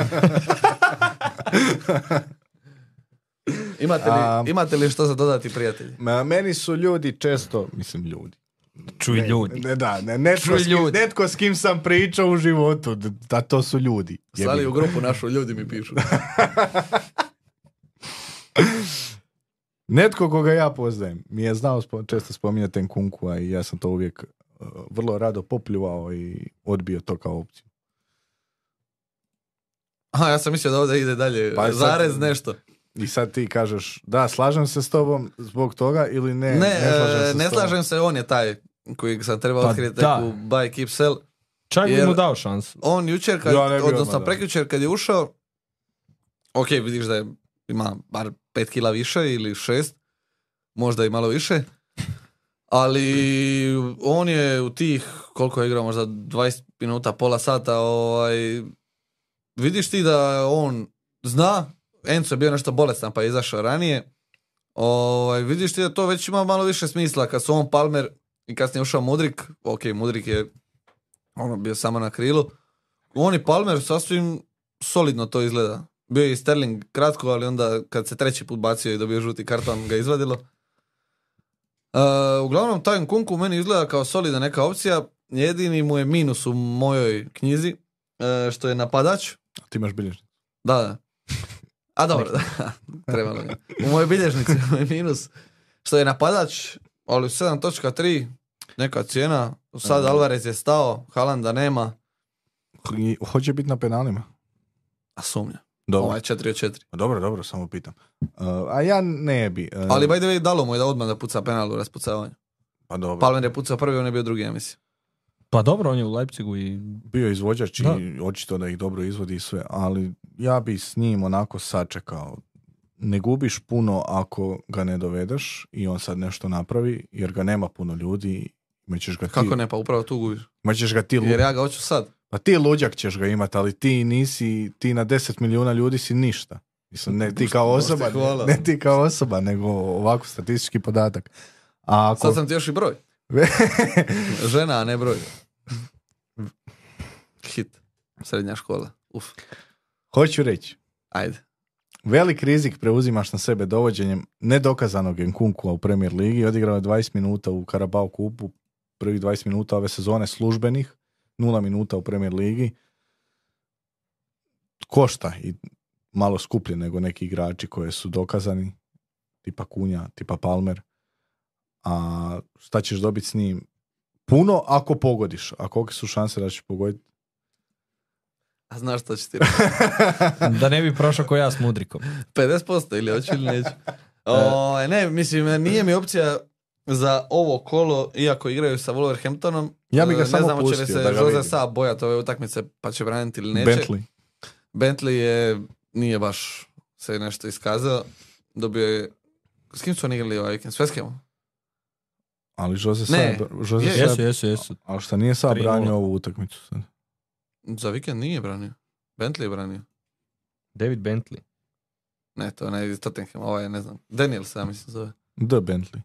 Speaker 1: imate,
Speaker 2: A-
Speaker 1: li, imate li što za dodati, prijatelji?
Speaker 2: Ma, meni su ljudi često, mislim ljudi.
Speaker 3: Čuj
Speaker 2: Ne, Ne, da, ne, netko,
Speaker 3: Čuj
Speaker 2: s kim,
Speaker 3: ljudi.
Speaker 2: netko s kim sam pričao u životu, d- da to su ljudi.
Speaker 1: Slali
Speaker 2: Jebi
Speaker 1: u
Speaker 2: ga.
Speaker 1: grupu našu, ljudi mi pišu.
Speaker 2: Netko koga ja poznajem mi je znao spo- često spominjati Nkunku, a i ja sam to uvijek uh, vrlo rado popljuvao i odbio to kao opciju.
Speaker 1: Aha, ja sam mislio da ovdje ide dalje.
Speaker 2: Pa je sad-
Speaker 1: Zarez nešto.
Speaker 2: I sad ti kažeš, da, slažem se s tobom zbog toga ili ne,
Speaker 1: Ne,
Speaker 2: ne slažem
Speaker 1: e,
Speaker 2: se
Speaker 1: ne
Speaker 2: s tobom.
Speaker 1: slažem se, on je taj kojeg sam trebao
Speaker 3: Pa
Speaker 1: otkriti
Speaker 3: da.
Speaker 1: tek u By Keep Sell.
Speaker 3: Čak bi
Speaker 1: Jer-
Speaker 3: mu dao šansu.
Speaker 1: On jučer, kad,
Speaker 2: Ja ne bi odmah,
Speaker 1: odnosno
Speaker 2: da.
Speaker 1: prekjučer kad je ušao, ok, vidiš da je, ima bar 5 kila više ili 6, možda i malo više, ali on je u tih, koliko je igrao, možda 20 minuta, pola sata, ovaj, vidiš ti da on zna, Enzo je bio nešto bolestan pa je izašao ranije, ovaj, vidiš ti da to već ima malo više smisla, kad su on Palmer i kasnije ušao Mudrik, ok, Mudrik je ono bio samo na krilu, on i Palmer sasvim solidno to izgleda. Bio je i Sterling kratko, ali onda kad se treći put bacio i dobio žuti karton ga izvadilo. E, uglavnom, taj Kunku meni izgleda kao solidna neka opcija. Jedini mu je minus u mojoj knjizi, e, što je napadač.
Speaker 2: Ti imaš bilježnicu.
Speaker 1: Da, da. A dobro, da. <laughs> Trebalo je. U mojoj bilježnici mu je minus. Što je napadač, ali u 7.3, neka cijena. Sad Alvarez je stao, Halanda nema,
Speaker 2: I Hoće biti na penalima.
Speaker 1: a sumnja.
Speaker 2: Dobro. Pa
Speaker 1: Ovaj 4 od 4.
Speaker 2: Dobro, dobro, samo pitam. Uh, a ja ne bi. uh,
Speaker 1: Ali by the way, dalo mu je da odmah da puca penal u raspucavanju.
Speaker 2: pa dobro.
Speaker 1: Palmer je pucao prvi, on je bio drugi, ja mislim.
Speaker 3: Pa dobro, on je u Leipzigu i...
Speaker 2: bio je izvođač
Speaker 3: Da.
Speaker 2: i očito da ih dobro izvodi i sve, ali ja bi s njim onako sačekao. Ne gubiš puno ako ga ne dovedeš i on sad nešto napravi, jer ga nema puno ljudi, imat ćeš ga ti,
Speaker 1: Kako ne, pa upravo tu gubiš.
Speaker 2: imat ćeš ga ti, lu-
Speaker 1: Jer ja ga hoću sad.
Speaker 2: pa ti luđak ćeš ga imat, ali ti nisi, ti na 10 milijuna ljudi si ništa. Mislim, ne ti kao
Speaker 1: Bože,
Speaker 2: osoba,
Speaker 1: hvala.
Speaker 2: ne, ne ti kao osoba, nego ovako statistički podatak. A ako...
Speaker 1: Sad sam ti još i broj. <laughs> Žena, a ne broj. Hit. Srednja škola. Uf.
Speaker 2: Hoću reći,
Speaker 1: Ajde.
Speaker 2: Velik rizik preuzimaš na sebe dovođenjem nedokazanog Nkunkua u Premier Ligi. Odigrao je 20 minuta u Karabao kupu, prvih 20 minuta ove sezone službenih, 0 minuta u Premier Ligi. Košta i malo skuplje nego neki igrači koji su dokazani, tipa Kunja, tipa Palmer. A šta ćeš dobiti s njim? Puno ako pogodiš. A kolike su šanse da ćeš pogoditi?
Speaker 1: A znaš što ću ti
Speaker 2: <laughs>
Speaker 1: reći?
Speaker 3: Da ne bi prošao ko ja s
Speaker 1: <laughs>
Speaker 3: Mudrikom.
Speaker 1: 50% ili hoću ili
Speaker 2: <laughs>
Speaker 1: neću.
Speaker 2: E.
Speaker 1: O, ne, mislim, nije mi opcija za ovo kolo, iako igraju sa Wolverhamptonom. E,
Speaker 2: Ja bi ga
Speaker 1: ne
Speaker 2: samo
Speaker 1: znamo će li
Speaker 2: pustio
Speaker 1: se
Speaker 2: da ga
Speaker 1: Jose
Speaker 2: vidim.
Speaker 1: Sa bojati ove utakmice, pa će braniti ili neće.
Speaker 2: Bentley.
Speaker 1: Bentley je, nije baš se nešto iskazao. Dobio je, s kim su oni igrali ovaj vikend? S West Hamom?
Speaker 2: Ali Jose Sa...
Speaker 1: Ne,
Speaker 2: Jose
Speaker 1: je-
Speaker 2: Sa-
Speaker 3: Jesu, jesu, jesu.
Speaker 2: Ali šta nije sad
Speaker 3: 3:0.
Speaker 2: branio ovu utakmicu sad?
Speaker 1: Za vikend nije branio. Bentley je branio.
Speaker 3: David Bentley.
Speaker 1: Ne, to ne iz Tottenham, ovaj, ne znam. Daniel se, ja mislim, zove.
Speaker 2: The Bentley.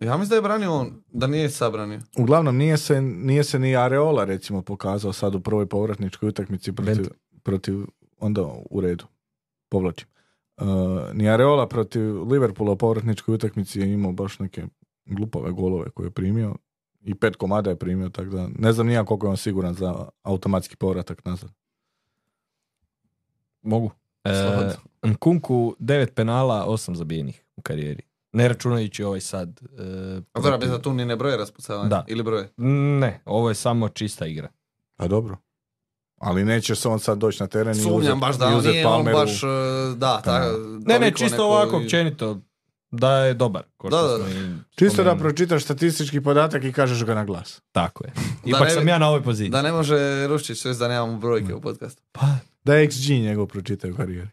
Speaker 1: Ja mislim da je branio on, da nije sabranio.
Speaker 2: Uglavnom, nije se, nije se ni Areola recimo pokazao sad u prvoj povratničkoj utakmici protiv, protiv onda u redu, povlačim. Uh, ni Areola protiv Liverpoola u povratničkoj utakmici je imao baš neke glupave golove koje je primio i pet komada je primio, tako da ne znam nija koliko je on siguran za automatski povratak nazad.
Speaker 3: Mogu.
Speaker 1: Slobodno.
Speaker 3: E, Nkunku 9 penala, 8 zabijenih u karijeri. Ne računajući ovaj sad. e,
Speaker 1: A to
Speaker 3: protiv-
Speaker 1: da tu ni ne broje raspucavanje.
Speaker 3: Da.
Speaker 1: Ili broje.
Speaker 3: Ne, ovo je samo čista igra.
Speaker 2: Pa dobro. Ali neće se on sad doći na teren i uzet,
Speaker 1: Sumnjam baš da
Speaker 2: i
Speaker 1: on
Speaker 2: uzet
Speaker 1: nije on
Speaker 2: Palmeru.
Speaker 1: baš, e, da, ta,
Speaker 3: Ne, ne,
Speaker 1: toliko
Speaker 3: čisto
Speaker 1: neko
Speaker 3: ovako
Speaker 1: i-
Speaker 3: općenito. Da je dobar. ko što
Speaker 1: Da, da, da.
Speaker 3: smo i
Speaker 2: Čisto da
Speaker 3: spomenuli.
Speaker 2: pročitaš statistički podatak i kažeš ga na glas.
Speaker 3: Tako je.
Speaker 1: Da
Speaker 3: Ipak
Speaker 1: ne-
Speaker 3: sam ja na ovoj poziciji. <laughs>
Speaker 1: Da ne može Ruščić sve da nemamo brojke u podcastu.
Speaker 3: Pa,
Speaker 2: Da je XG njegov pročitaju u karijeri.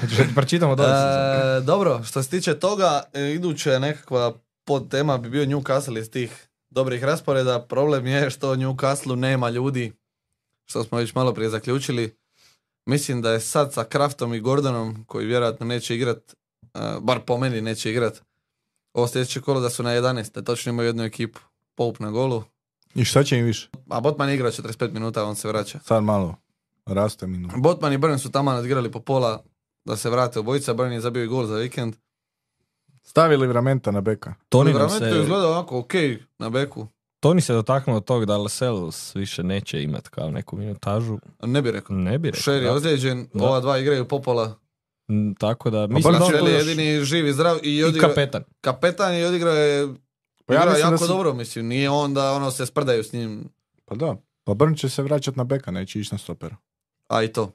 Speaker 3: hoćeš da ti pročitamo od ove sezone?
Speaker 1: E, dobro, što se tiče toga, e, iduća nekakva podtema bi bio Newcastle iz tih dobrih rasporeda. Problem je što u Newcastle nema ljudi, što smo već malo prije zaključili. Mislim da je sad sa Kraftom i Gordonom, koji vjerojatno neće igrat, e, bar po meni neće igrat, ovo sljedeće kolo da su na 11, da točno imaju jednu ekipu. Poup na golu,
Speaker 2: I šta će im više?
Speaker 1: a Botman igra 45 minuta, on se vraća.
Speaker 2: Sad malo raste minut.
Speaker 1: Botman i Brn su tamo nadigrali po pola da se vrate obojica. Brn je zabio i gol za vikend.
Speaker 2: Stavi Livramenta na beka.
Speaker 3: Toni, nam
Speaker 1: Livramento je
Speaker 3: se,
Speaker 1: izgledao onako ok na beku.
Speaker 3: Toni se dotaknuo tog da Lascelles više neće imat kao neku minutažu.
Speaker 1: Ne bi rekao.
Speaker 3: Ne bi rekao.
Speaker 1: Šer je
Speaker 3: da.
Speaker 1: ozlijeđen,
Speaker 3: Da.
Speaker 1: ova dva igraju popola.
Speaker 3: Mm, Tako da mislim da
Speaker 1: Znači,
Speaker 3: on
Speaker 1: on
Speaker 3: tu
Speaker 1: je
Speaker 3: još
Speaker 1: jedini živ i zdrav i,
Speaker 3: i
Speaker 1: odigra,
Speaker 3: kapetan.
Speaker 1: kapetan je i odigrao je
Speaker 2: Pa ja
Speaker 1: igrao
Speaker 2: mislim da
Speaker 1: jako
Speaker 2: su-
Speaker 1: dobro, mislim. Nije on da ono se sprdaju s njim,
Speaker 2: Pa da. Pa Brn će se vraćati na beka, neće ići na stopera.
Speaker 1: a i to.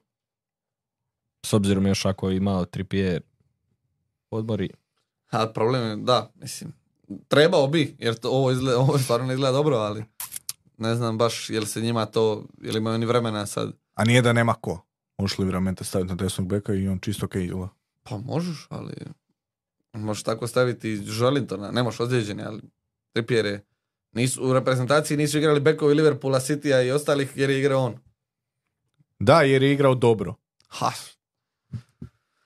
Speaker 3: S obzirom još ako je imao tripije odmori.
Speaker 1: A problem je, da, mislim. Trebao bi, jer to, ovo, izgleda, <laughs> ovo stvarno ne izgleda dobro, ali ne znam baš jel se njima to, jel imaju oni vremena sad.
Speaker 2: A nije da nema ko. Možeš Livramenta staviti na desnog beka i on čisto kejla.
Speaker 1: Pa možeš, ali možeš tako staviti i Žalintona, ne možeš ozlijeđeni, ali Trippier je. Nisu, u reprezentaciji nisu igrali bekovi Liverpoola, Citya i ostalih jer je igrao on.
Speaker 2: Da, jer je igrao dobro.
Speaker 1: Ha,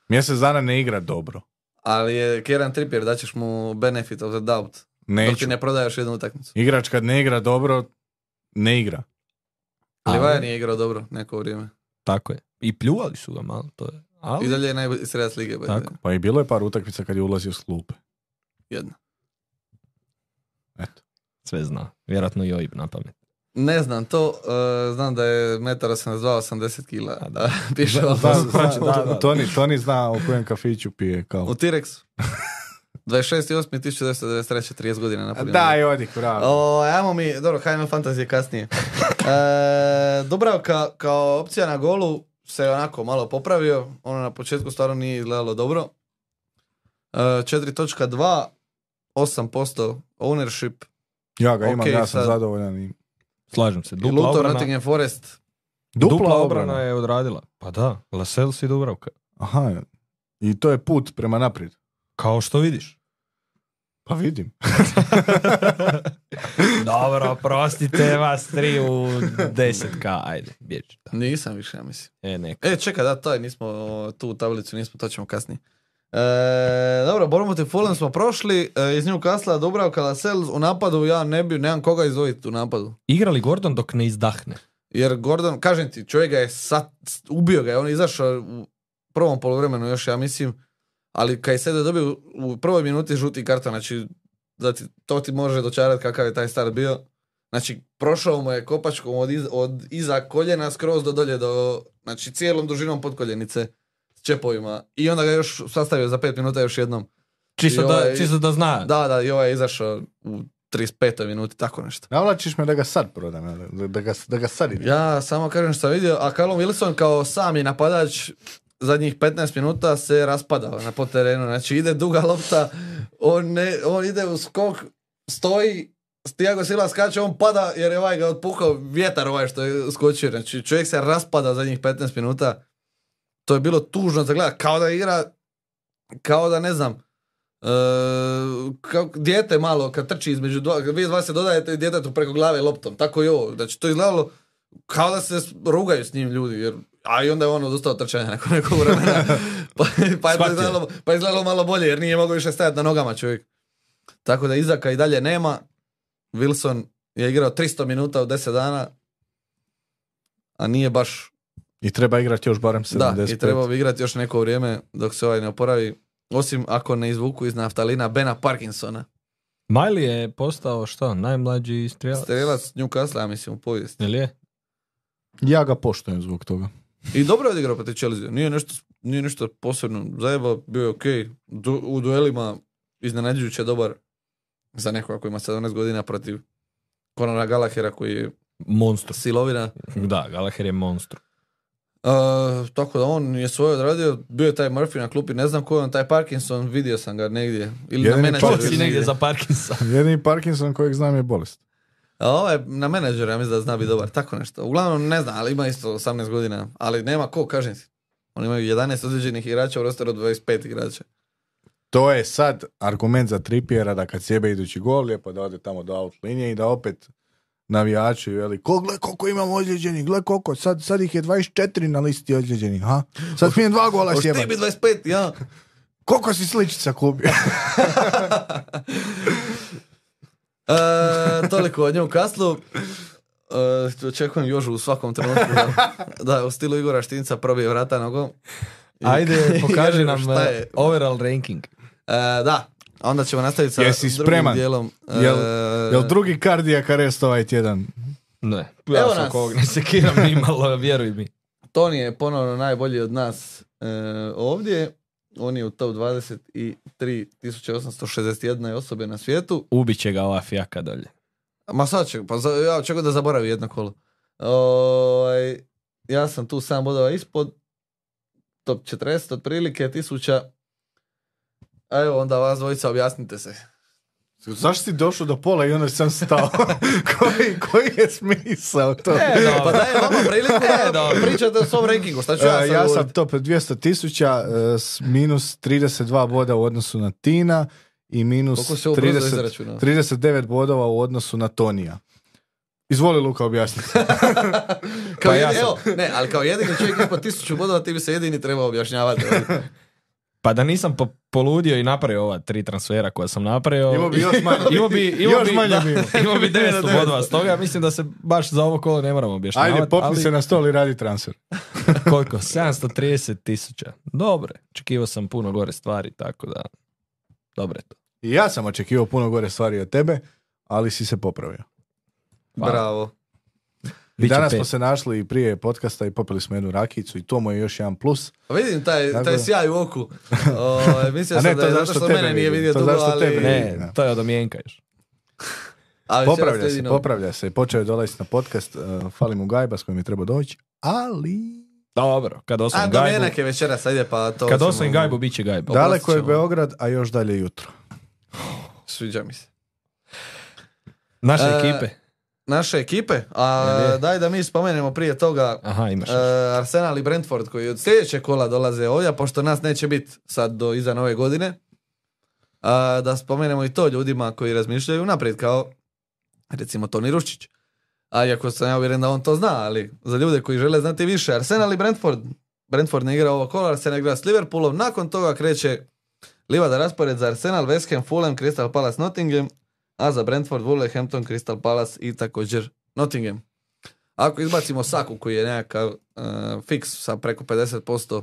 Speaker 2: Mjesec dana ne igra dobro.
Speaker 1: ali je Kieran Trippier, da ćeš mu benefit of the doubt. Dok ti
Speaker 2: Neću.
Speaker 1: ne prodaješ jednu utakmicu.
Speaker 2: Igrač kad ne igra dobro, ne igra.
Speaker 3: Ali-
Speaker 1: Livaja nije igrao dobro neko vrijeme.
Speaker 3: Tako je. I pljuvali su ga malo. To je. Ali,
Speaker 1: I dalje je najbolji sredac lige. by the
Speaker 3: Tako.
Speaker 1: way.
Speaker 2: Pa i bilo je par utakmica kad je ulazio s klupe.
Speaker 1: Jedna.
Speaker 2: Eto.
Speaker 3: sve zna. Vjerojatno i OIB na pamet.
Speaker 1: Ne znam to, eh, znam da je metar 82, 80 kila.
Speaker 3: A, da.
Speaker 1: <laughs> Piše
Speaker 2: Da,
Speaker 1: ovako.
Speaker 2: zna-
Speaker 3: Da, da, da.
Speaker 2: Toni, Toni zna u kojem kafiću pije
Speaker 1: U
Speaker 2: kao.
Speaker 3: <laughs>
Speaker 1: T-Rexu. 26.8.1993, 30 godina napunio.
Speaker 2: Da, i odi kurava.
Speaker 1: O, ajmo mi, dobro, HNL Fantasy je kasnije. E, Dubravka kao opcija na golu se je onako malo popravio. Ono na početku stvarno nije izgledalo dobro. E, 4.2, 8% ownership.
Speaker 2: Ja ga imam,
Speaker 1: Ok,
Speaker 2: ja sam
Speaker 1: sad.
Speaker 2: zadovoljan. i-
Speaker 3: Slažem se.
Speaker 1: Dupla
Speaker 3: Dupla
Speaker 1: Luton,
Speaker 3: obrana,
Speaker 1: Nottingham Forest.
Speaker 3: dupla obrana je odradila. Pa da. Lascelles i Dubravka.
Speaker 2: Aha, i to je put prema naprijed.
Speaker 3: Kao što vidiš.
Speaker 2: Pa vidim.
Speaker 3: <laughs> Dobro, prostite vas tri u 10k. Ajde, bježi. Da.
Speaker 1: Nisam više, ja mislim.
Speaker 3: E, neka.
Speaker 1: E, čekaj, da, taj, nismo o, tu tablicu, nismo, to ćemo kasnije. E, dobro, Bournemouth i Fulham smo prošli, e, iz nju kasla Dubravka Lascelles u napadu, ja ne bi, nemam koga izdvojiti u napadu.
Speaker 3: Igrali Gordon dok ne izdahne.
Speaker 1: Jer Gordon, kažem ti, čovjek ga je sat, ubio ga je, on je izašao u prvom poluvremenu još, ja mislim, ali kaj se da dobio u- u prvoj minuti žuti karton, znači da ti, to ti može dočarati kakav je taj start bio. Znači, prošao mu je kopačkom od, iz- od iza koljena skroz do dolje, do, znači cijelom dužinom podkoljenice s čepovima. I onda ga još sastavio za pet minuta još jednom.
Speaker 3: Čisto,
Speaker 1: I
Speaker 3: da,
Speaker 1: ovaj-
Speaker 3: čisto da zna.
Speaker 1: Da, da, i ovaj je izašao u 35. minuti, tako nešto.
Speaker 2: Navlačiš me da ga sad prodam, jel? da, da ga, da ga sad idem.
Speaker 1: Ja samo kažem što sam vidio, a Callum Wilson kao sami napadač zadnjih 15 minuta se raspadao na po terenu. Znači ide duga lopta, on, ne, on ide u skok, stoji, Tiago Silva skače, on pada jer je ovaj ga otpukao vjetar ovaj što je skočio. Znači čovjek se raspada zadnjih 15 minuta. To je bilo tužno za gledat, kao da igra, kao da ne znam, e, kao dijete malo kad trči između dva, kad vi dva se dodajete djetetu preko glave loptom, tako i ovo. Znači to je izgledalo kao da se s- rugaju s njim ljudi, jer, a i onda je on odustao od trčanja nakon nekog vremena. pa, pa, je to
Speaker 3: Shvatio.
Speaker 1: izgledalo, pa je izgledalo malo bolje, jer nije mogao više stajati na nogama čovjek. Tako da Izaka i dalje nema. Wilson je igrao 300 minuta u 10 dana, a nije baš
Speaker 2: I treba igrati još barem 75.
Speaker 1: da, i trebao bi igrati još neko vrijeme dok se ovaj ne oporavi. Osim ako ne izvuku iz naftalina Bena Parkinsona.
Speaker 3: Miley je postao što? Najmlađi strijelac?
Speaker 1: Strelac Newcastle, ja mislim, u povijesti.
Speaker 3: Jel je?
Speaker 2: Ja ga poštujem zbog toga. <laughs>
Speaker 1: I dobro je odigrao protiv Chelsea. Nije nešto, nije nešto posebno zajebao, bio je okej. Du- u duelima iznenađujuće dobar za nekoga koji ima 17 godina protiv Conora Galahera koji je
Speaker 3: Monstru.
Speaker 1: silovina.
Speaker 3: Da, Gallagher je monstru.
Speaker 1: E, tako da on je svoje odradio, bio je taj Murphy na klupi, ne znam ko je on, taj Parkinson, vidio sam ga negdje. Ili
Speaker 2: Jedini
Speaker 1: na menadžeru.
Speaker 2: čovjek
Speaker 1: ili
Speaker 3: negdje
Speaker 1: negdje.
Speaker 3: za Parkinsa.
Speaker 2: Jedini Parkinson kojeg znam je bolest.
Speaker 1: A ovaj na menadžera ja mislim da zna biti dobar, tako nešto. Uglavnom ne znam, ali ima isto 18 godina, ali nema ko, kažem ti. Oni imaju 11 određenih igrača u rosteru od 25 igrača.
Speaker 2: To je sad argument za Trippiera da kad sjebe idući gol, lijepo da ode tamo do out linije i da opet navijači veli, ko gle koliko imamo ozlijeđenih, gle koliko, sad, sad ih je 24 na listi ozlijeđenih, ha? Sad smijem dva
Speaker 1: <laughs>
Speaker 2: gola
Speaker 1: Hoš ti
Speaker 2: sjebati.
Speaker 1: biti 25, ja.
Speaker 2: Koliko si sličica kupio?
Speaker 1: E, toliko o njemu kaslu. E, očekujem Jožu u svakom trenutku. Da, da, u stilu Igora Štinca probije vrata nogom. I- <laughs>
Speaker 3: Ajde,
Speaker 1: i
Speaker 3: pokaži
Speaker 1: kaže
Speaker 3: nam
Speaker 1: šta
Speaker 2: e,
Speaker 1: je.
Speaker 3: eh, overall ranking.
Speaker 1: E, da, a onda ćemo nastaviti sa
Speaker 2: Jesi
Speaker 1: drugim
Speaker 2: spreman?
Speaker 1: dijelom. E,
Speaker 2: Jel, jel drugi kardijak arest ovaj tjedan?
Speaker 3: Ne,
Speaker 1: Evo
Speaker 3: ja se
Speaker 1: nas.
Speaker 3: oko ovog ne sekiram ni malo, vjeruj mi.
Speaker 1: Toni je ponovno najbolji od nas e, ovdje. On je u top 23.861 osobe na svijetu.
Speaker 3: Ubit će ga ova fijaka dolje.
Speaker 1: Ma sad će, pa za, ja očekujem da zaboravi jedno kolo. Ovaj, ja sam tu 7 bodova ispod, top 40 otprilike, tisuća. A evo onda vas dvojica objasnite se.
Speaker 3: E,
Speaker 2: Zašto si došao do pola i onda si sam stao? koji, koji je smisao to?
Speaker 1: Pa daj vama priliku
Speaker 3: E,
Speaker 1: da
Speaker 3: dobro.
Speaker 1: pričate o svom rankingu, šta ću ja
Speaker 2: E,
Speaker 1: sad
Speaker 2: ja sam
Speaker 1: govorit?
Speaker 2: top 200 tisuća, e, minus 32 boda u odnosu na Tina i minus
Speaker 1: Koliko se ovo brzo
Speaker 2: 30,
Speaker 1: izračuna?
Speaker 2: 39 bodova u odnosu na Tonija. Izvoli Luka objasniti.
Speaker 1: Kao
Speaker 3: Pa ja
Speaker 1: jedini,
Speaker 3: sam.
Speaker 1: evo, ne, ali kao jedini čovjek ispod tisuću bodova ti bi se jedini trebao objašnjavati. ovaj.
Speaker 3: Pa da nisam po- poludio i napravio ova tri transfera koja sam napravio.
Speaker 2: Imao bi još manje.
Speaker 3: Imao bi,
Speaker 2: <laughs>
Speaker 3: imao
Speaker 2: Još
Speaker 3: bi-
Speaker 2: manje
Speaker 3: da,
Speaker 2: bi imao.
Speaker 3: <laughs> imao bi 900
Speaker 1: 900.
Speaker 3: bodova, stoga mislim da se baš za ovo kolo ne moramo objašnjavati.
Speaker 2: Ajde, popni
Speaker 3: ali
Speaker 2: se na stol i radi transfer.
Speaker 3: <laughs> Koliko? 730 tisuća. Dobre, očekivao sam puno gore stvari, tako da... Dobre to.
Speaker 2: I ja sam očekivao puno gore stvari od tebe, ali si se popravio.
Speaker 3: Hvala.
Speaker 1: Bravo.
Speaker 2: I
Speaker 3: Biće
Speaker 2: danas smo
Speaker 3: pet.
Speaker 2: se našli i prije podcasta i popili smo jednu rakijicu i to mu je još jedan plus.
Speaker 1: Vidim taj,
Speaker 2: Tako
Speaker 1: taj
Speaker 2: da.
Speaker 1: sjaj u oku. O, e, mislio
Speaker 2: <laughs> A ne,
Speaker 1: sam da
Speaker 2: to
Speaker 1: je zato
Speaker 2: zašto
Speaker 1: što
Speaker 2: tebe
Speaker 1: mene nije
Speaker 2: vidim,
Speaker 1: vidio
Speaker 2: to
Speaker 1: dugo,
Speaker 2: zašto
Speaker 1: ali...
Speaker 2: tebe vidim.
Speaker 3: Ne, to je od omjenka još.
Speaker 1: ali večeras
Speaker 2: Popravlja se,
Speaker 1: jedino-
Speaker 2: popravlja se. Počeo je dolaziti na podcast, eh, fali mu gajba s kojim je trebao doći, ali...
Speaker 3: Dobro, kad
Speaker 1: A
Speaker 3: osvojim gajbu...
Speaker 1: domjenak je večeras, ajde pa to
Speaker 3: Kad
Speaker 1: ćemo-
Speaker 3: osvojim gajbu, bit će gajba.
Speaker 2: Daleko je
Speaker 1: ćemo.
Speaker 2: Beograd, a još dalje jutro.
Speaker 1: Sviđa mi se.
Speaker 3: Naše
Speaker 1: E,
Speaker 3: ekipe.
Speaker 1: Naše ekipe, a
Speaker 3: Jel je?
Speaker 1: daj da mi spomenemo prije toga
Speaker 3: Aha, imaš.
Speaker 1: e, Arsenal i Brentford koji od sljedećeg kola dolaze ovdje, a pošto nas neće biti sad do iza nove godine. a, da spomenemo i to ljudima koji razmišljaju naprijed kao recimo Toni Ruščić. A iako sam ja uvjeren da on to zna, ali za ljude koji žele znati više, Arsenal i Brentford. Brentford ne igra ovo kolo, Arsenal igra s Liverpoolom, nakon toga kreće Livada raspored za Arsenal, West Ham, Fulham, Crystal Palace, Nottingham, a za Brentford, Wolverhampton, Crystal Palace i također Nottingham. Ako izbacimo Saku koji je nekakav e, fiks sa preko 50%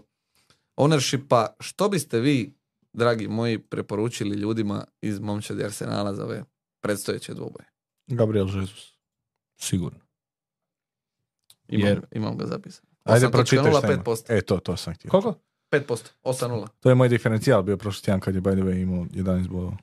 Speaker 1: ownershipa, što biste vi, dragi moji, preporučili ljudima iz momčadi Arsenala za ove predstojeće dvoboje?
Speaker 2: Gabriel Jesus.
Speaker 3: Sigurno.
Speaker 1: Imam,
Speaker 3: Jer-
Speaker 1: imam ga zapisan.
Speaker 2: Ajde, pročitaj šta ima.
Speaker 1: 5%.
Speaker 2: E, to, to sam htio.
Speaker 3: Koliko?
Speaker 1: 5%, 8-0.
Speaker 2: To je moj diferencijal bio prošli tjedan kad je by the way imao 11 bodova.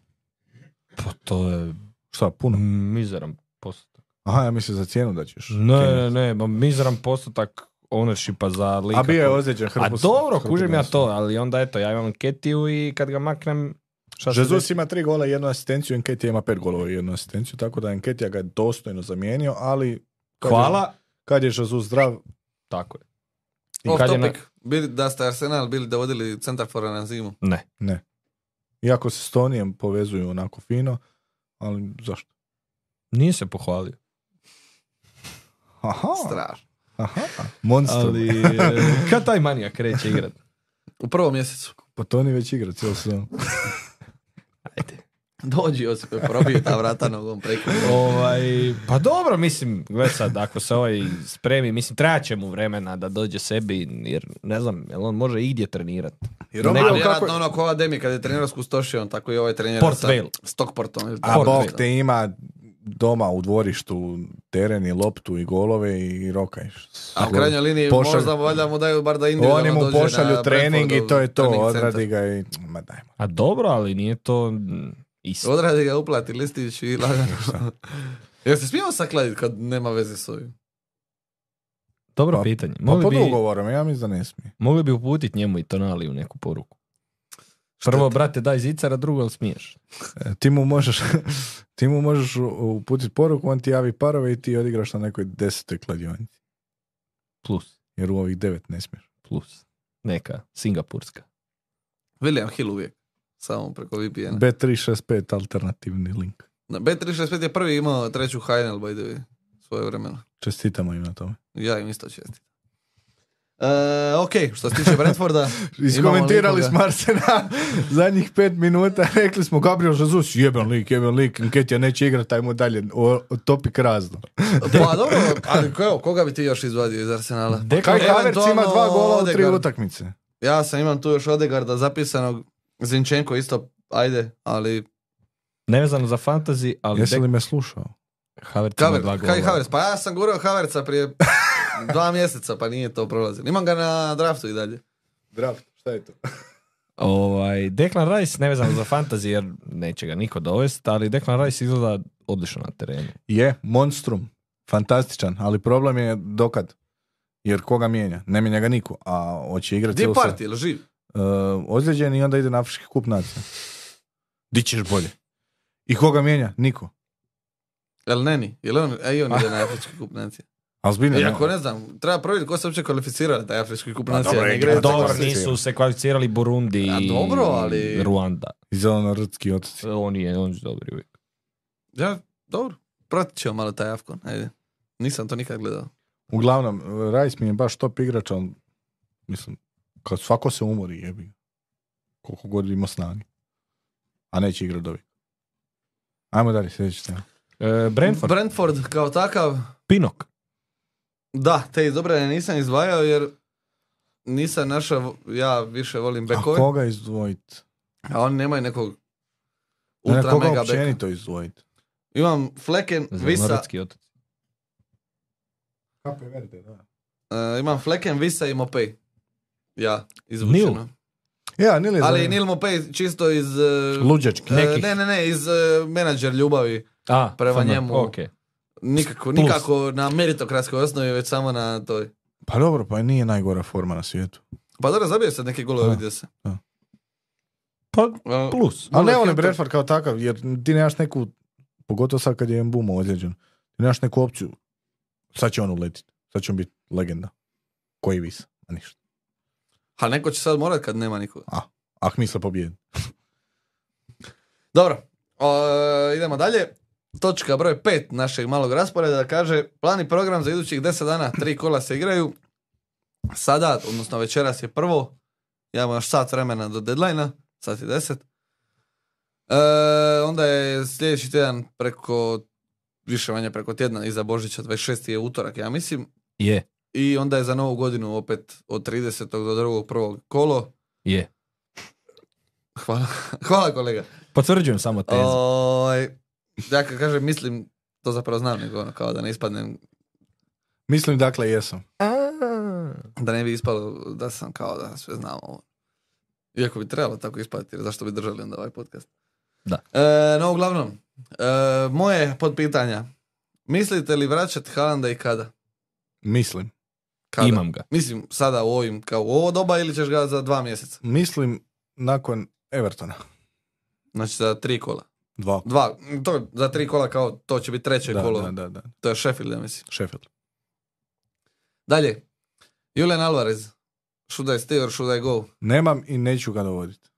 Speaker 3: Pa to je
Speaker 2: Šta, puno?
Speaker 3: mizeran postotak.
Speaker 2: Aha, ja mislim za cijenu da ćeš.
Speaker 3: Ne,
Speaker 2: Cijenu.
Speaker 3: ne, ne, ma mizeran postotak ownershipa za lika.
Speaker 2: A bio je
Speaker 3: koji-
Speaker 2: ozlijeđen
Speaker 3: A
Speaker 2: Hrbu-
Speaker 3: dobro,
Speaker 2: Hrbu-
Speaker 3: kužim ja
Speaker 2: Hrbu-
Speaker 3: to, ali onda eto, ja imam Ketiju i kad ga maknem... Šta se
Speaker 2: Jesus
Speaker 3: desi?
Speaker 2: ima tri gola i jednu asistenciju, Enketija ima pet golova i jednu asistenciju, tako da Enketija ga je dostojno zamijenio, ali... kad je-
Speaker 3: Hvala.
Speaker 2: Kad je Jesus zdrav,
Speaker 3: Tako je. I
Speaker 1: Off
Speaker 3: kad je na-
Speaker 1: topic, bili, da ste Arsenal bili dovodili centarfora na zimu.
Speaker 3: Ne.
Speaker 2: iako se s Tonijem povezuju onako fino, ali zašto?
Speaker 3: Nije se pohvalio.
Speaker 2: Aha,
Speaker 1: Strašno.
Speaker 2: aha, monster.
Speaker 3: Ali, e, <laughs>
Speaker 2: ehm,
Speaker 3: kad taj manijak kreće igrat?
Speaker 1: U prvom mjesecu.
Speaker 2: Pa Toni već igra cijelo sezonu.
Speaker 1: Dođi Josipe, probije ta vrata nogom
Speaker 2: <laughs>
Speaker 1: preko.
Speaker 3: Ovaj, pa dobro, mislim, gle sad, ako se ovaj spremi, mislim, trebat će mu vremena da dođe sebi, jer ne znam, jel on može igdje trenirat.
Speaker 2: Jer on
Speaker 3: Ne,
Speaker 1: Pa
Speaker 2: bio
Speaker 3: ali
Speaker 1: vjerojatno
Speaker 2: kako...
Speaker 1: ono kola Demi kad je trenirao s Kustošijom, tako i ovaj trenira
Speaker 3: Port
Speaker 1: sa
Speaker 3: Vale.
Speaker 1: Stockportom. ili
Speaker 2: A
Speaker 1: Port
Speaker 2: Bog
Speaker 1: Vale.
Speaker 2: te ima doma u dvorištu teren i loptu i golove i rokaj.
Speaker 1: A u krajnjoj liniji
Speaker 2: Pošalj-
Speaker 1: možda valjda mu daju bar da individualno
Speaker 2: Oni mu
Speaker 1: dođe
Speaker 2: pošalju
Speaker 1: na
Speaker 2: trening i to je to,
Speaker 1: Brentfordov trening
Speaker 2: odradi ga i... Ma dajmo.
Speaker 3: A dobro, ali nije to mm,
Speaker 2: <laughs>
Speaker 3: isto.
Speaker 1: centar. Odradi ga, uplati listić i lagano. Jel se smijemo sakladit kad nema veze s ovim?
Speaker 3: Dobro
Speaker 2: Pa-
Speaker 3: pitanje.
Speaker 2: Pa
Speaker 3: Mogli
Speaker 2: pod
Speaker 3: bi,
Speaker 2: ugovorom, ja mislim da ne smije.
Speaker 3: mogli bi uputiti njemu i tonaliju neku poruku. Prvo, brate, daj zicara, drugo, jel smiješ.
Speaker 2: E, Ti mu možeš, <laughs> ti mu možeš u- uputiti poruku, on ti javi parove i ti odigraš na nekoj desetoj kladionici.
Speaker 3: Plus,
Speaker 2: Jer u ovih devet ne smiješ.
Speaker 3: plus. Neka, singapurska.
Speaker 1: William Hill uvijek. Samo preko VPN-a.
Speaker 2: B365 alternativni link.
Speaker 1: Na B365 je prvi imao treću Heinel, by the way, svoje vremena.
Speaker 2: Čestitamo im na tome.
Speaker 1: Ja im isto čestim. E, ok, što se tiče
Speaker 2: <laughs>
Speaker 1: Brentforda,
Speaker 2: Iskomentirali
Speaker 1: Imamo
Speaker 2: smo Arsena <laughs> zadnjih pet minuta, <laughs> rekli smo Gabriel Jesus, jeben lik, jeben lik, Nketija neće igrat, ajmo dalje, o, topik razno.
Speaker 1: pa dobro, ali ko, evo, koga bi ti još izvadio iz Arsenala? Pa
Speaker 2: Kaj Havertz ima dva gola u tri
Speaker 1: Odegaard.
Speaker 2: utakmice.
Speaker 1: Ja sam imam tu još Odegarda zapisanog, Zinčenko isto, ajde, ali...
Speaker 3: Nevezano za fantasy, ali
Speaker 2: Jesi
Speaker 3: Dek-
Speaker 2: li me slušao?
Speaker 3: Havertz ima
Speaker 1: Haver,
Speaker 3: dva
Speaker 1: kaj
Speaker 3: gola.
Speaker 1: Havertz, pa ja sam gurao Havertza
Speaker 2: <laughs>
Speaker 1: prije dva mjeseca, pa nije to prolazilo. Imam ga na draftu i dalje.
Speaker 2: Draft, šta je to?
Speaker 3: Ovaj, Declan Rice nevezano za fantasy jer neće ga niko dovesti, ali Declan Rice izgleda odlično na terenu.
Speaker 2: Je, monstrum, fantastičan, ali problem je dokad. Jer koga mijenja? Ne mijenja ga niko, a hoće igrati
Speaker 1: Di
Speaker 2: cijelu
Speaker 1: parti, ili živ?
Speaker 2: uh, ozlijeđen i onda ide na Afrički kup nacija. Di ćeš bolje? I koga mijenja? Niko.
Speaker 1: Jel Neni? Jel on, e, i on ide na Afrički kup
Speaker 2: <laughs>
Speaker 1: nacija.
Speaker 2: A zbiljno, ne.
Speaker 1: Iako ne znam, treba provjeriti ko se uopće kvalificira na taj Afrički kup
Speaker 2: Pa
Speaker 1: nacija.
Speaker 2: dobro,
Speaker 1: ne
Speaker 2: igra.
Speaker 1: igraju
Speaker 2: Dobro,
Speaker 1: tako.
Speaker 3: Dobro,
Speaker 2: kvalificirali.
Speaker 3: nisu se kvalificirali Burundi
Speaker 1: A
Speaker 3: i
Speaker 1: dobro, ali-
Speaker 3: Ruanda.
Speaker 2: Zelenorodski otoci.
Speaker 3: On je, on je dobri uvijek.
Speaker 1: Ja, dobro. Pratit ćemo malo taj Afkon, ajde. Nisam to nikad gledao.
Speaker 2: Uglavnom, Rajs mi je baš top igrač, ali mislim, kad svako se umori, jebi. ga. Koliko god ima snage. A neće igrat dobi. Ajmo dalje, sljedeći tema.
Speaker 3: E, Brentford,
Speaker 1: Brentford kao takav,
Speaker 3: Pinok.
Speaker 1: da, te iz obrane nisam izdvajao jer nisam našao, ja više volim
Speaker 2: A
Speaker 1: bekove,
Speaker 2: koga izdvojit?
Speaker 1: a oni nemaju nekog
Speaker 2: Ne,
Speaker 1: ultra
Speaker 2: koga
Speaker 1: mega beka.
Speaker 2: općenito izdvojit?
Speaker 1: Imam Flecken, Visa,
Speaker 3: Zelenorodski otok.
Speaker 2: Kape Verde, da.
Speaker 1: e, imam Flecken, Visa i Mopey. Ja,
Speaker 3: Nil.
Speaker 1: izvučeno.
Speaker 2: Ja, Nil je
Speaker 1: Ali
Speaker 2: zanimljiv.
Speaker 1: Nil Mopey čisto iz... e,
Speaker 2: Luđački.
Speaker 1: e,
Speaker 3: nekih.
Speaker 1: ne, ne, ne, iz e, menadžer ljubavi.
Speaker 3: A,
Speaker 1: Prema
Speaker 3: fajno.
Speaker 1: njemu.
Speaker 3: Ok.
Speaker 1: Nikako,
Speaker 3: Plus.
Speaker 1: nikako na meritokratskoj osnovi, već samo na toj.
Speaker 2: Pa dobro, pa nije najgora forma na svijetu.
Speaker 1: Pa dobro, zabio se neke golove,
Speaker 2: Da.
Speaker 1: vidio se.
Speaker 3: Pa,
Speaker 1: E,
Speaker 3: plus.
Speaker 2: Ali ne, on je
Speaker 1: Wolverhampton-
Speaker 2: Brentford kao takav, jer ti nemaš neku, pogotovo sad kad je Mbuma ozlijeđen, ti nemaš neku opciju, sad će on uletit, sad će on biti legenda. Koji vis, a ništa.
Speaker 1: Ha, neko će sad morat kad nema nikoga.
Speaker 2: Ah, misle pobijedi.
Speaker 1: Dobro, o, idemo dalje. Točka broj 5 našeg malog rasporeda kaže plan i program za idućih 10 dana, tri kola se igraju. Sada, odnosno večeras je prvo, ja imam još sat vremena do deadline sat je 10. E, onda je sljedeći tjedan preko, više manje preko tjedna iza Božića, 26. je utorak, ja mislim.
Speaker 3: Je,
Speaker 1: I onda je za novu godinu opet od 30. do 2. prvog kolo. <laughs>
Speaker 3: je.
Speaker 1: Hvala, hvala kolega.
Speaker 3: Potvrđujem samo tezu.
Speaker 1: Oj, Ovaj, ja kad kažem mislim, to zapravo znam, nego ono, kao da ne ispadnem,
Speaker 2: Mislim, dakle, jesam.
Speaker 1: da ne bi ispalo da sam kao da sve znam ovo. Iako bi trebalo tako ispati, jer zašto bi držali onda ovaj podcast.
Speaker 3: Da.
Speaker 1: E, no, uglavnom, e, moje podpitanja. Mislite li vraćati Halanda i kada?
Speaker 2: Mislim.
Speaker 1: kada?
Speaker 3: Imam ga.
Speaker 1: Mislim, sada u ovim, kao u ovo doba ili ćeš ga za dva mjeseca?
Speaker 2: Mislim, nakon Evertona.
Speaker 1: Znači za tri kola.
Speaker 2: Dva.
Speaker 1: Dva, to, za tri kola kao to će biti treće
Speaker 2: Da,
Speaker 1: kolo.
Speaker 2: da, da, da.
Speaker 1: To je Sheffield, ja mislim.
Speaker 2: Sheffield.
Speaker 1: Dalje, Julian Alvarez. Should I stay or should I go?
Speaker 2: Nemam i neću ga dovoditi.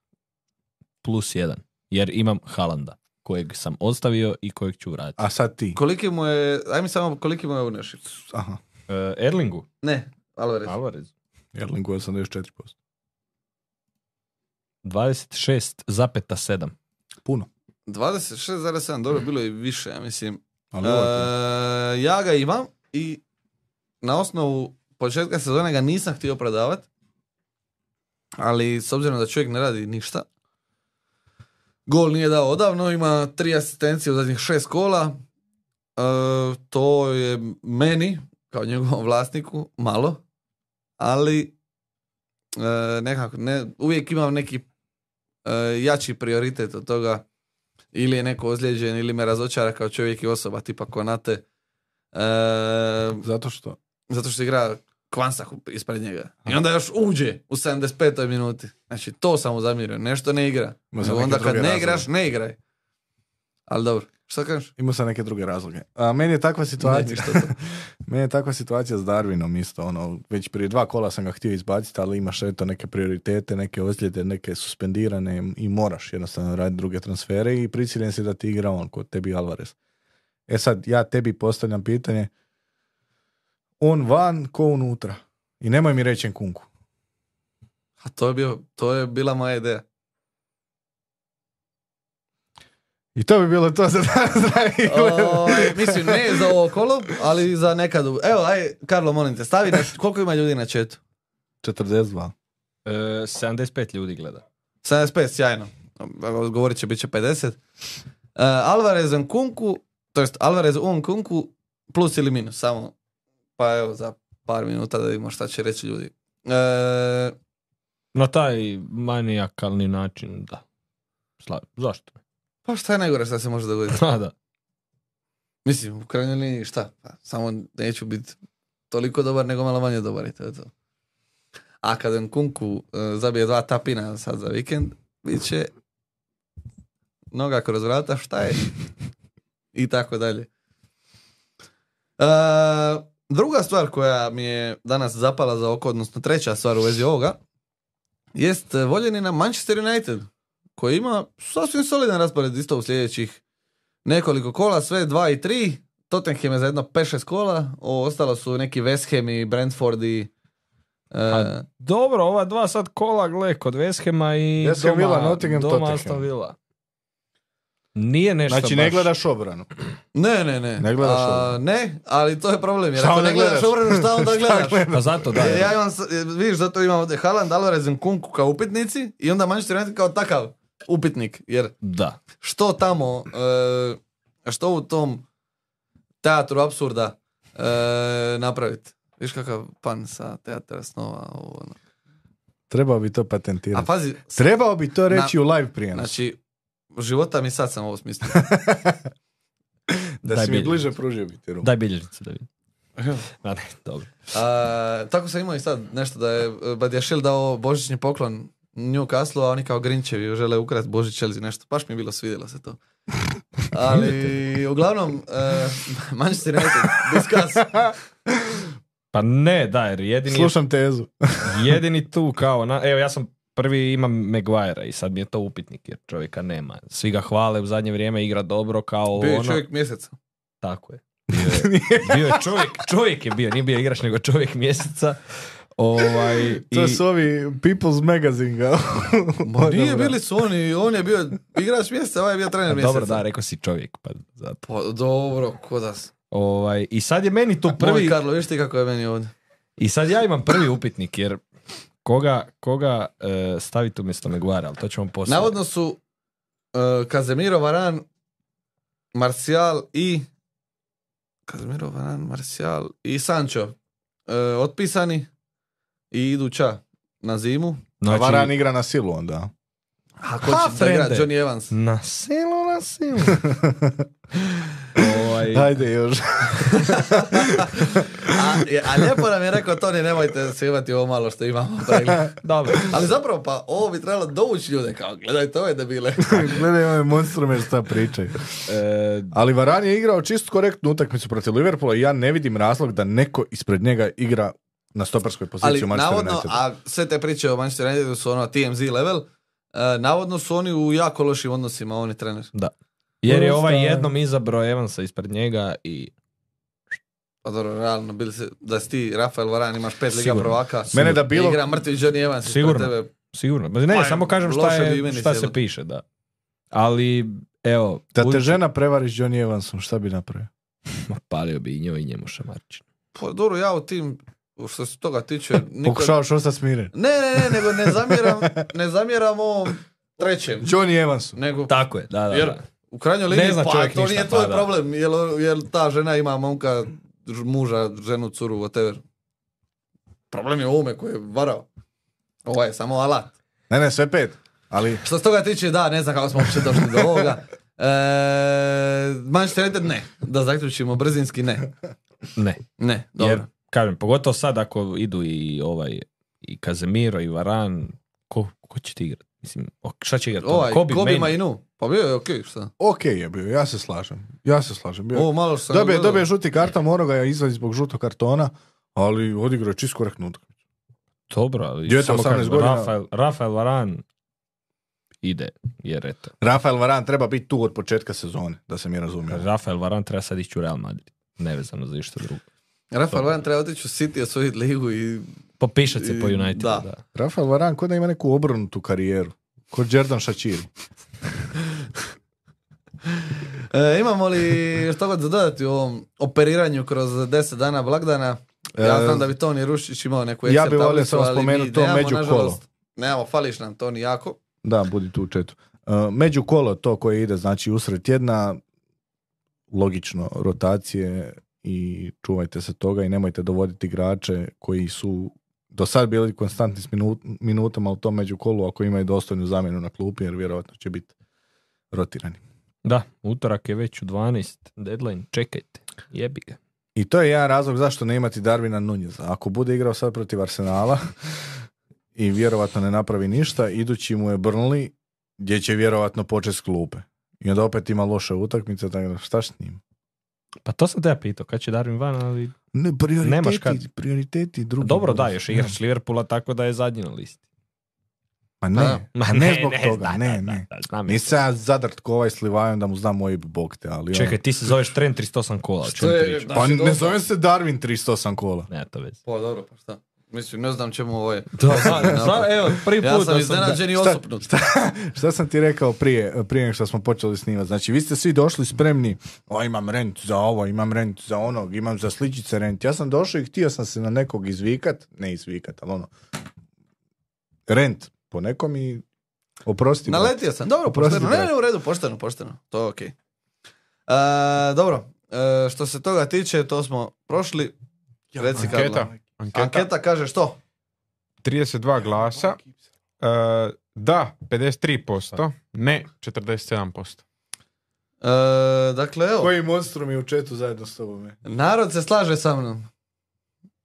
Speaker 3: Plus jedan. Jer imam Halanda, kojeg sam ostavio i kojeg ću vratiti.
Speaker 2: A sad ti.
Speaker 1: Koliki mu je, aj mi samo koliki mu je ownership?
Speaker 2: Aha.
Speaker 3: E, Erlingu?
Speaker 1: Ne, Alvarez.
Speaker 3: Alvarez.
Speaker 2: Erlingu 84%.
Speaker 3: 26,7.
Speaker 2: Puno.
Speaker 1: 26,7, dobro, bilo je i više, ja mislim.
Speaker 2: Ali
Speaker 1: E,
Speaker 2: ovo je
Speaker 1: ja ga imam i na osnovu početka sezone ga nisam htio prodavat, ali s obzirom da čovjek ne radi ništa, gol nije dao odavno, ima tri asistencije u zadnjih šest kola, E, to je meni, kao njegovom vlasniku, malo, ali e, nekako, ne, uvijek imam neki e, jači prioritet od toga ili je neko ozlijeđen ili me razočara kao čovjek i osoba tipa Konate e,
Speaker 2: Zato što...
Speaker 1: zato što igra Kvansak ispred njega. I onda još uđe u 75. minuti. Znači, to sam mu zamirio. Nešto ne igra.
Speaker 2: Ma, za
Speaker 1: Nego
Speaker 2: neke
Speaker 1: onda kad
Speaker 2: druge
Speaker 1: ne
Speaker 2: razloge.
Speaker 1: igraš, ne igraj. Ali dobro, šta kažeš?
Speaker 2: Imao sam neke druge razloge. A meni je takva
Speaker 1: Ne,
Speaker 2: situacija...
Speaker 1: ništa to.
Speaker 2: <laughs> Meni je takva situacija s Darwinom isto, ono, već prije dva kola sam ga htio izbaciti, ali imaš eto neke prioritete, neke ozljede, neke suspendirane i moraš jednostavno raditi druge transfere i prisiljen si da ti igra on kod tebi Alvarez. E sad, ja tebi postavljam pitanje, on van, ko unutra? I nemoj mi reći kunku.
Speaker 1: A to je, bio, to je bila moja ideja.
Speaker 2: I to bi bilo to za danas, <laughs> dragi
Speaker 1: Ovaj, mislim, ne za ovo kolo, ali za nekad. u- Evo, aj, Karlo, molim te, stavi na, koliko ima ljudi na chatu?
Speaker 2: 42.
Speaker 3: E, 75 ljudi gleda.
Speaker 1: 75, sjajno. Govorit će, bit će 50. Uh, Alvarez on Kunku, to jest Alvarez on Kunku, plus ili minus, samo. Pa evo, za par minuta da vidimo šta će reći ljudi. E,
Speaker 3: Na taj manijakalni način, da. Sla- Zašto?
Speaker 1: <laughs> pa šta je najgore šta se može dogoditi?
Speaker 3: A, da.
Speaker 1: Mislim, u krajnjoj liniji šta? Pa, samo neću biti toliko dobar, nego malo manje dobar i to je to. A kad Nkunku eh, zabije dva tapina sad za vikend, bit će noga kroz vrata, šta je? I tako dalje. Eh, druga stvar koja mi je danas zapala za oko, odnosno treća stvar u vezi ovoga, jest eh, voljenina Manchester United, koji ima sasvim solidan raspored isto u sljedećih nekoliko kola, sve dva i tri. Tottenham je za jedno 5-6 kola, o, ostalo su neki West Ham i Brentford i... e,
Speaker 3: A, dobro, ova dva sad kola, gle, kod West Hama i
Speaker 2: West Ham
Speaker 3: doma,
Speaker 2: Villa, Nottingham,
Speaker 3: doma
Speaker 2: Tottenham.
Speaker 3: Aston Villa. Nije nešto
Speaker 2: Znači, ne
Speaker 3: baš-
Speaker 2: gledaš obranu.
Speaker 1: ne, ne, ne.
Speaker 2: Ne gledaš
Speaker 1: A,
Speaker 2: obranu.
Speaker 1: Ne, ali to je problem. Jer
Speaker 2: Šta
Speaker 1: ako
Speaker 2: onda
Speaker 1: ne gledaš
Speaker 2: gledaš?
Speaker 1: obranu, šta
Speaker 2: <laughs>
Speaker 1: onda gledaš?
Speaker 3: Pa zato da.
Speaker 1: E, ja imam, s- e, vidiš, zato imam ovdje Haaland, Alvarez i Kunku kao upitnici i onda Manchester United kao takav upitnik. Jer
Speaker 3: Da.
Speaker 1: što tamo, e, što u tom teatru apsurda e, napraviti? Viš kakav pan sa teatra snova, ovo, ono.
Speaker 2: Trebao bi to
Speaker 1: A
Speaker 2: patentirati.
Speaker 1: pazi,
Speaker 2: Trebao bi to reći u live prijenosu.
Speaker 1: Znači, života mi sad sam ovo
Speaker 3: <laughs>
Speaker 1: smislio.
Speaker 2: Da
Speaker 3: Daj
Speaker 2: si mi
Speaker 3: bilježnicu.
Speaker 2: bliže pružio bi ti ruku.
Speaker 3: Daj bilježnicu
Speaker 2: <laughs>
Speaker 3: da vidim. A ne, dobro.
Speaker 1: A, tako sam imao i sad nešto da je e, Badjašil dao božićni poklon Newcastle, a oni kao Grinčevi žele ukrat Božić Chelsea nešto. Baš mi je bilo svidjelo se
Speaker 3: <laughs>
Speaker 1: to. Ali, uglavnom, e, Manchester United,
Speaker 3: <laughs>
Speaker 1: discuss.
Speaker 3: Pa ne, da, jer jedini,
Speaker 2: Slušam tezu.
Speaker 3: jedini tu kao, na, evo ja sam prvi imam Maguire i sad mi je to upitnik jer čovjeka nema. Svi ga hvale u zadnje vrijeme, igra dobro kao
Speaker 1: Bio je
Speaker 3: ono.
Speaker 1: čovjek
Speaker 3: <laughs>
Speaker 1: mjeseca.
Speaker 3: Tako je.
Speaker 2: <laughs>
Speaker 3: Bio je, bio je čovjek, čovjek je bio, nije bio igrač nego čovjek
Speaker 2: <laughs>
Speaker 3: mjeseca. Ovaj,
Speaker 2: To
Speaker 3: i-
Speaker 2: su ovi People's Magazine ga.
Speaker 1: Ma nije
Speaker 2: Dobro.
Speaker 1: bili su oni, on je bio igrač mjeseca, ovaj je bio trener
Speaker 3: A
Speaker 1: mjeseca.
Speaker 3: Dobro, da, rekao si čovjek, pa zato.
Speaker 1: Pa, dobro, ko da s-
Speaker 3: Ovaj, I sad je meni tu
Speaker 1: Moj
Speaker 3: prvi,
Speaker 1: Karlo, viš ti kako je meni ovdje.
Speaker 3: i sad ja imam prvi upitnik, jer koga, koga e, staviti umjesto Meguara, ali to ćemo poslije.
Speaker 1: Navodno su uh, Kazemiro Varan, Marcial i Kazemiro Varan, Marcial i Sancho uh, otpisani i iduća na zimu.
Speaker 2: A
Speaker 3: Znači,
Speaker 2: Varan igra na silu onda.
Speaker 1: A ko
Speaker 3: Ha,
Speaker 1: će sad igrat?
Speaker 3: frende.
Speaker 1: Johnny Evans.
Speaker 3: Na silu, na
Speaker 1: <laughs>
Speaker 3: silu. ovaj,
Speaker 2: Ajde <laughs> još.
Speaker 1: A, a lijepo nam je rekao Toni, nemojte se imati ovo malo što imamo.
Speaker 3: dobro.
Speaker 1: Ali zapravo, pa ovo bi trebalo dovući ljude, kao gledajte ove debile.
Speaker 2: Gledaj ove monstrume šta pričaju.
Speaker 3: E,
Speaker 2: Ali Varan je igrao čisto korektnu utakmicu protiv Liverpoola i ja ne vidim razlog da neko ispred njega igra na stoperskoj
Speaker 1: Ali
Speaker 2: poziciji u Manchester
Speaker 1: navodno,
Speaker 2: Unitedu.
Speaker 1: a sve te priče o Manchester Unitedu su ono TMZ level, e, navodno su oni u jako lošim odnosima, oni trener.
Speaker 3: jer je
Speaker 2: Dosta.
Speaker 3: ovaj jednom izabrao Evansa ispred njega i...
Speaker 1: Pa dobro, realno, bili se, da si ti Rafael Varan, imaš pet liga
Speaker 3: Sigurno.
Speaker 1: prvaka.
Speaker 2: Mene da
Speaker 1: i
Speaker 2: bilo...
Speaker 1: Igra mrtvi Johnny Evans ispred
Speaker 3: Sigurno.
Speaker 1: tebe.
Speaker 3: Sigurno. Ma Ne,
Speaker 1: Pa,
Speaker 3: samo kažem šta,
Speaker 1: loše bi
Speaker 3: je,
Speaker 1: imeni
Speaker 3: šta se
Speaker 1: cijelo.
Speaker 3: piše, da. Ali, evo...
Speaker 2: Da te
Speaker 3: budući-
Speaker 2: žena prevari s Johnny Evansom, šta bi napravio?
Speaker 3: Ma, palio bi i njoj i njemu šamarčin.
Speaker 1: Pa dobro, ja u tim, što se toga tiče, nikad...
Speaker 2: Pokušavaš ostati smiren.
Speaker 1: Ne, ne, ne, nego ne zamjeram, ne zamjeram ovom trećem.
Speaker 2: Johnny Evansom.
Speaker 1: Nego,
Speaker 3: Tako je, da, da.
Speaker 1: Jer-
Speaker 3: da.
Speaker 1: u krajnjoj liniji,
Speaker 3: zna
Speaker 1: pa
Speaker 3: čovjek
Speaker 1: to
Speaker 3: ništa,
Speaker 1: nije
Speaker 3: pa
Speaker 1: tvoj
Speaker 3: da.
Speaker 1: problem, jer, jer ta žena ima momka, ž- muža, ženu, curu, whatever. Problem je u ovome koji je varao. Ovo je samo alat.
Speaker 2: Ne, ne, sve pet. Ali
Speaker 1: Pa Što se toga tiče, da, ne znam kako smo uopće došli do ovoga. E, Manchester United ne. Da zaključimo brzinski ne.
Speaker 3: Ne.
Speaker 1: Ne, dobro.
Speaker 3: Jer, kažem, pogotovo sad ako idu i ovaj, i Kazemiro, i Varan, ko, ko će ti igrat? Mislim, o, šta će Ono, igrat?
Speaker 1: Ovaj,
Speaker 3: Kobe,
Speaker 1: Kobe
Speaker 3: Mainu?
Speaker 1: Mainu. Pa bio je okej, šta?
Speaker 2: Ok je bio, ja se slažem. Ja se slažem. Bio.
Speaker 1: Ovo malo što sam
Speaker 2: Dobio,
Speaker 1: gledao.
Speaker 2: dobio je žuti karton, morao ga je izvaditi zbog žutog kartona, ali odigrao je čist korektnu utakmicu.
Speaker 3: Dobro, ali
Speaker 2: Dijete
Speaker 3: samo
Speaker 2: 18
Speaker 3: kažem,
Speaker 2: godina.
Speaker 3: Rafael, Rafael Varan ide, jer eto.
Speaker 2: Rafael Varan treba biti tu od početka sezone, da se mi razumije.
Speaker 3: Rafael Varan treba sad ići u Real Madrid. Nevezano za ništa drugo.
Speaker 1: Rafael Varane treba otići u City osvojiti ligu i...
Speaker 3: Popišat se po
Speaker 1: I,
Speaker 3: Unitedu,
Speaker 1: da.
Speaker 3: da.
Speaker 2: Rafael Varan kod da ima neku obrnutu karijeru. Kod Jordan Shaqiri.
Speaker 1: E, imamo li što god za dodati u ovom operiranju kroz 10 dana blagdana? Ja
Speaker 2: E,
Speaker 1: znam da bi Toni Rušić imao neku
Speaker 2: ja
Speaker 1: Excel
Speaker 2: bi volio
Speaker 1: tablicu,
Speaker 2: samo
Speaker 1: ali mi
Speaker 2: spomenut to
Speaker 1: nemamo,
Speaker 2: među
Speaker 1: nažalost.
Speaker 2: kolo.
Speaker 1: Nemamo, fališ nam Toni jako.
Speaker 2: Da, budi tu u četu. E, među kolo to koje ide, znači usred tjedna, logično, rotacije i čuvajte se toga i nemojte dovoditi igrače koji su do sad bili konstantni s minu- minutama u tom među kolu ako imaju dostojnu zamjenu na klupi jer vjerojatno će biti rotirani.
Speaker 3: Da, utorak je već u 12. Deadline, čekajte. Jebi ga.
Speaker 2: I to je jedan razlog zašto ne imati Darvina Nunjeza. Ako bude igrao sad protiv Arsenala i vjerovatno ne napravi ništa, idući mu je Brnli gdje će vjerovatno početi s klupe. I onda opet ima loše utakmice, tako da šta s njim?
Speaker 3: Pa to sam te ja pitao, kad će Darwin van, ali...
Speaker 2: Ne, prioriteti,
Speaker 3: Nemaš kad.
Speaker 2: prioriteti drugi.
Speaker 3: Dobro, da,
Speaker 2: odnos.
Speaker 3: još igrač Liverpoola, tako da je zadnji na listi.
Speaker 2: Ma ne,
Speaker 3: <laughs> Ma
Speaker 2: ne, zbog toga,
Speaker 3: da,
Speaker 2: ne,
Speaker 3: da,
Speaker 2: ne.
Speaker 3: da, znam ja
Speaker 2: Nisam ja zadrt ko ovaj slivajom da mu znam moj bog te, ali... ono-
Speaker 3: Čekaj, ti se zoveš Trent 308 kola, o
Speaker 1: Što
Speaker 3: čemu
Speaker 1: je-
Speaker 3: pričaš?
Speaker 1: da.
Speaker 2: pa
Speaker 1: Znači,
Speaker 2: ne
Speaker 1: dobro.
Speaker 2: zovem se Darwin 308 kola.
Speaker 3: Ne, to vez.
Speaker 1: Pa dobro, pa šta? Mislim, ne znam čemu ovo je.
Speaker 3: Da, evo, prvi put
Speaker 1: ja
Speaker 3: da
Speaker 1: sam
Speaker 3: sam-
Speaker 1: iznenađen i osupnut.
Speaker 2: Šta sam ti rekao prije, prije nego što smo počeli snimati? Znači, vi ste svi došli spremni, o, imam rent za ovo, imam rent za onog, imam za sličice rent. Ja sam došao i htio sam se na nekog izvikat, ne izvikat, ali ono, rent po nekom i oprosti. brate.
Speaker 1: Naletio sam. Dobro,
Speaker 2: Oprosti,
Speaker 1: pošteno. Ne,
Speaker 2: brate.
Speaker 1: ne, u redu, pošteno, pošteno. To je okej. E, dobro, E, što se toga tiče, to smo prošli. Reci, Karlo.
Speaker 4: Anketa. Anketa.
Speaker 1: Anketa kaže što?
Speaker 4: 32 glasa. E, da, 53%. Ne, 47%.
Speaker 1: E, dakle, evo.
Speaker 2: Koji monstrum je u četu zajedno s tobom? eh? je?
Speaker 1: Narod se slaže sa mnom.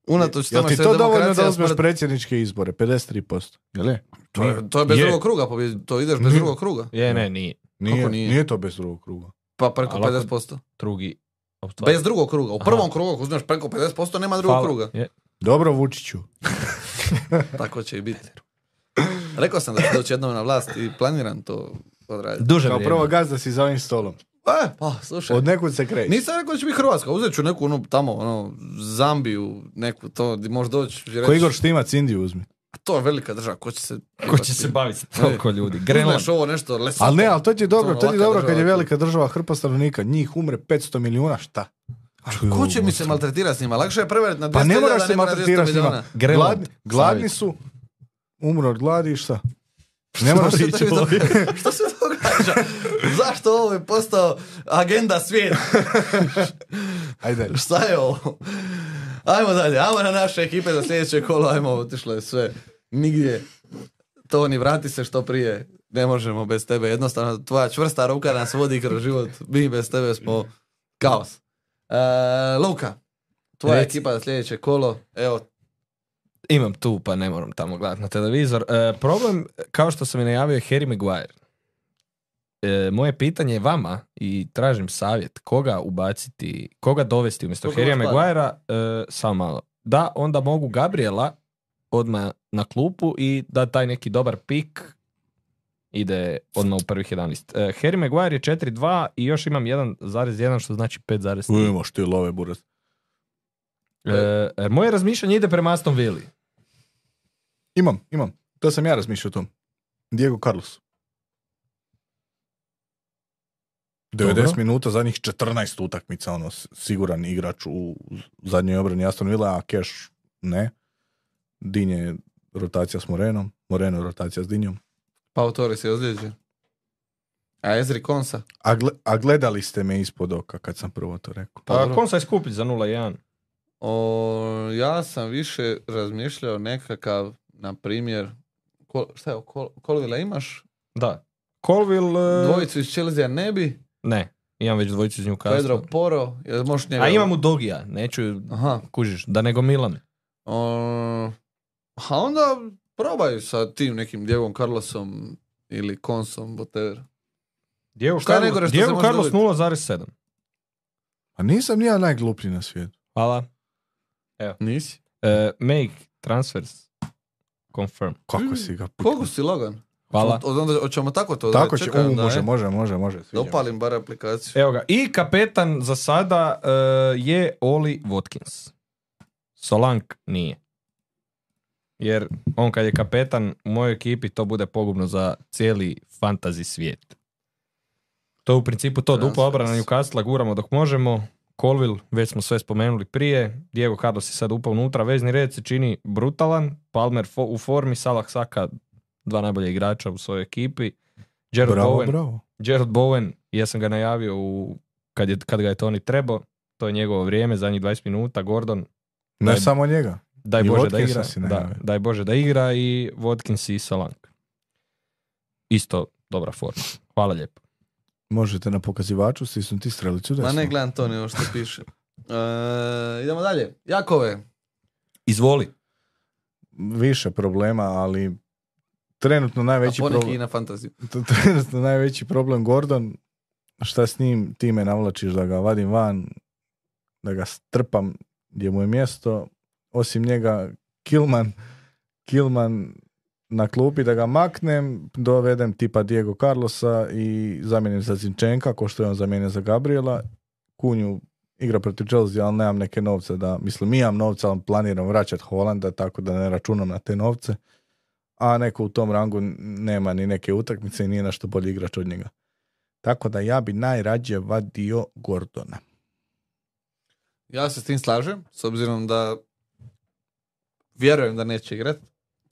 Speaker 1: Unatoč
Speaker 2: Jel
Speaker 1: tome
Speaker 2: ti
Speaker 1: što
Speaker 2: to
Speaker 1: je
Speaker 2: dovoljno da
Speaker 1: demokracija
Speaker 2: uzmeš
Speaker 1: smrt-
Speaker 2: predsjedničke izbore? 53%. Jel je?
Speaker 1: To je, to je bez
Speaker 3: Je.
Speaker 1: drugog kruga, pobjedi- to ideš bez
Speaker 2: Nije.
Speaker 1: drugog kruga.
Speaker 3: Je, ne, nije.
Speaker 2: Nije,
Speaker 1: Kako
Speaker 2: nije?
Speaker 1: nije?
Speaker 2: nije to bez drugog kruga.
Speaker 1: Pa preko
Speaker 3: Ali ako-
Speaker 1: 50%.
Speaker 3: Drugi. a u stvari-
Speaker 1: Bez drugog kruga. U
Speaker 3: Aha.
Speaker 1: prvom krugu ako uzmeš preko 50% nema drugog
Speaker 3: Hvala.
Speaker 1: kruga.
Speaker 3: Je.
Speaker 2: Dobro, Vučiću.
Speaker 1: Tako će i biti. Rekao sam da ću doći jednom na vlast i planiram to odraditi.
Speaker 3: Duže
Speaker 2: Kao
Speaker 3: vrijeme.
Speaker 2: prvo gazda si za ovim stolom.
Speaker 1: E, pa, slušaj.
Speaker 2: Od nekud se kreće.
Speaker 1: Nisam rekao da će biti Hrvatska, uzet ću neku ono, tamo, ono, Zambiju, neku to, di možeš doći i reći,
Speaker 2: Ko Igor Štimac Indiju uzmi.
Speaker 1: to je velika država, ko će se...
Speaker 3: Ko će se baviti s toliko ljudi? Grenland.
Speaker 1: Uzmeš ovo nešto, Lesotho.
Speaker 2: Ali ne, ali to ti je dobro,
Speaker 1: To
Speaker 2: to ti je
Speaker 1: laka
Speaker 2: dobro
Speaker 1: država,
Speaker 2: kad je
Speaker 1: to.
Speaker 2: velika država hrpa stanovnika, njih umre 500 milijuna, šta?
Speaker 1: A Ko će mi se maltretirati s njima? Lakše je prevariti na 200
Speaker 2: Pa ne
Speaker 1: hiljada,
Speaker 2: moraš se
Speaker 1: nego na 200
Speaker 2: maltretirati s njima.
Speaker 1: miliona.
Speaker 3: Grenland,
Speaker 2: Gladni, gladni
Speaker 3: savjet.
Speaker 2: su, umru od gladi i šta? Ne moraš se
Speaker 1: Što se događa? <laughs> Što se događa? Zašto ovo je postao agenda svijeta?
Speaker 2: Ajde.
Speaker 1: Šta je ovo? Ajmo dalje, ajmo na naše ekipe za sljedeće kolo, ajmo, otišlo je sve. Nigdje. To ni vrati se što prije. Ne možemo bez tebe. Jednostavno, tvoja čvrsta ruka nas vodi kroz život. Mi bez tebe smo kaos. E, Luka, tvoja
Speaker 3: Reci.
Speaker 1: ekipa za sljedeće kolo. Evo,
Speaker 3: Imam tu, pa ne moram tamo gledati na televizor. E, problem, kao što sam i najavio, je Harry Maguire. E, moje pitanje je vama i tražim savjet koga ubaciti, koga dovesti umjesto
Speaker 1: Koga
Speaker 3: Harrya
Speaker 1: imaš
Speaker 3: Maguirea, e, samo malo. Da, onda mogu Gabriela odmah na klupu i da taj neki dobar pik ide odmah u prvih 11. E, Harry Maguire je 4-2 i još imam 1.1 što znači 5.3.
Speaker 2: Ujmo što je love buras.
Speaker 3: E, e, moje razmišljanje ide prema Aston Villa.
Speaker 2: Imam, imam. To sam ja razmišljao o tom. Diego Carlos. 90
Speaker 3: Dobro.
Speaker 2: minuta, zadnjih 14 utakmica, ono, s- siguran igrač u zadnjoj obrani Aston Villa, a Cash ne. Dinje je rotacija s Morenom, Moreno je rotacija s Dinjom.
Speaker 1: Pau Torres je ozlijeđen. A Ezri Konsa?
Speaker 2: A, gle- a gledali ste me ispod oka kad sam prvo to rekao.
Speaker 1: Pa dobro.
Speaker 3: Pa, Konsa je skuplji za 0-1.
Speaker 1: O, ja sam više razmišljao nekakav, na primjer, kol, šta je, ovo, kol, kolvila imaš?
Speaker 3: Da. Colville... e,
Speaker 1: Dvojicu iz Chelsea ne bi,
Speaker 3: Ne, imam već dvojicu iz Newcastle.
Speaker 1: Pedro Poro, jel možeš njega...
Speaker 3: A imam u Dogija, neću,
Speaker 1: Aha.
Speaker 3: kužiš, da nego Milan.
Speaker 1: O, a onda probaj sa tim nekim Diegom Carlosom ili Konsom, whatever.
Speaker 4: Diego
Speaker 1: Šta je
Speaker 4: Carlos,
Speaker 1: najgore što se
Speaker 3: Diego
Speaker 1: može
Speaker 3: Carlos
Speaker 1: dobiti?
Speaker 3: 0,7.
Speaker 2: A Pa nisam ni ja najgluplji na svijetu.
Speaker 3: Hvala.
Speaker 1: Nisi?
Speaker 3: E, make transfers. Confirm.
Speaker 1: Hmm.
Speaker 2: Kako si ga putka.
Speaker 1: Koliko si logan?
Speaker 3: Hvala.
Speaker 1: Od- od onda- Hoćemo tako to?
Speaker 2: Tako
Speaker 1: da,
Speaker 2: će,
Speaker 1: Pa čekam
Speaker 2: u,
Speaker 1: da,
Speaker 2: može,
Speaker 1: e,
Speaker 2: može, može, može.
Speaker 1: da
Speaker 2: sviđa mi se.
Speaker 1: upalim bar aplikaciju.
Speaker 3: Evo ga. I kapetan za sada e, je Oli Watkins. Solank nije. Jer on kad je kapetan u mojoj ekipi to bude pogubno za cijeli fantazi svijet. To je u principu to. Dupla
Speaker 1: Transfers.
Speaker 3: obrana Newcastle guramo dok možemo. Colville, već smo sve spomenuli prije. Diego Carlos je sad upao unutra. Vezni red se čini brutalan. Palmer fo- u formi. Salah Saka, dva najbolja igrača u svojoj ekipi. Gerald
Speaker 2: Bravo,
Speaker 3: Bowen,
Speaker 2: bravo.
Speaker 3: Gerald Bowen, ja sam ga najavio u, kad, je, kad ga je Toni trebao, to je njegovo vrijeme, zadnjih 20 minuta, Gordon,
Speaker 2: Ne
Speaker 3: Daj-
Speaker 2: samo njega.
Speaker 3: daj
Speaker 2: I
Speaker 3: Bože da
Speaker 2: Watkinsa
Speaker 3: igra,
Speaker 2: si
Speaker 3: da,
Speaker 2: najavio.
Speaker 3: daj Bože da igra i Watkins i Solank. Isto dobra forma. Hvala lijepo.
Speaker 2: Možete na pokazivaču stisnuti strelicu
Speaker 1: Ma
Speaker 2: E, desno.
Speaker 1: ne gledam to ni ovo što piše. E, idemo dalje. Jakove.
Speaker 3: Izvoli.
Speaker 2: Više problema, ali trenutno
Speaker 1: a
Speaker 2: najveći
Speaker 1: poneki
Speaker 2: problem...
Speaker 1: i na fantaziju.
Speaker 2: To je trenutno najveći problem Gordon. Šta s njim? Ti me navlačiš da ga vadim van, da ga strpam gdje mu je mjesto. Osim njega Kilman, Kilman na klupi da ga maknem, dovedem tipa Diego Carlosa i zamijenim za Zinčenka, ko što je on zamijenio za Gabriela. Kunju igra protiv Chelsea, ali nemam neke novce da, mislim, imam novce, ali planiram vraćati Holanda, tako da ne računam na te novce a neko u tom rangu n- nema ni neke utakmice i nije našto bolji igrač od njega. Tako da ja bi najrađe vadio Gordona.
Speaker 1: Ja se s tim slažem, s obzirom da vjerujem da neće igrat.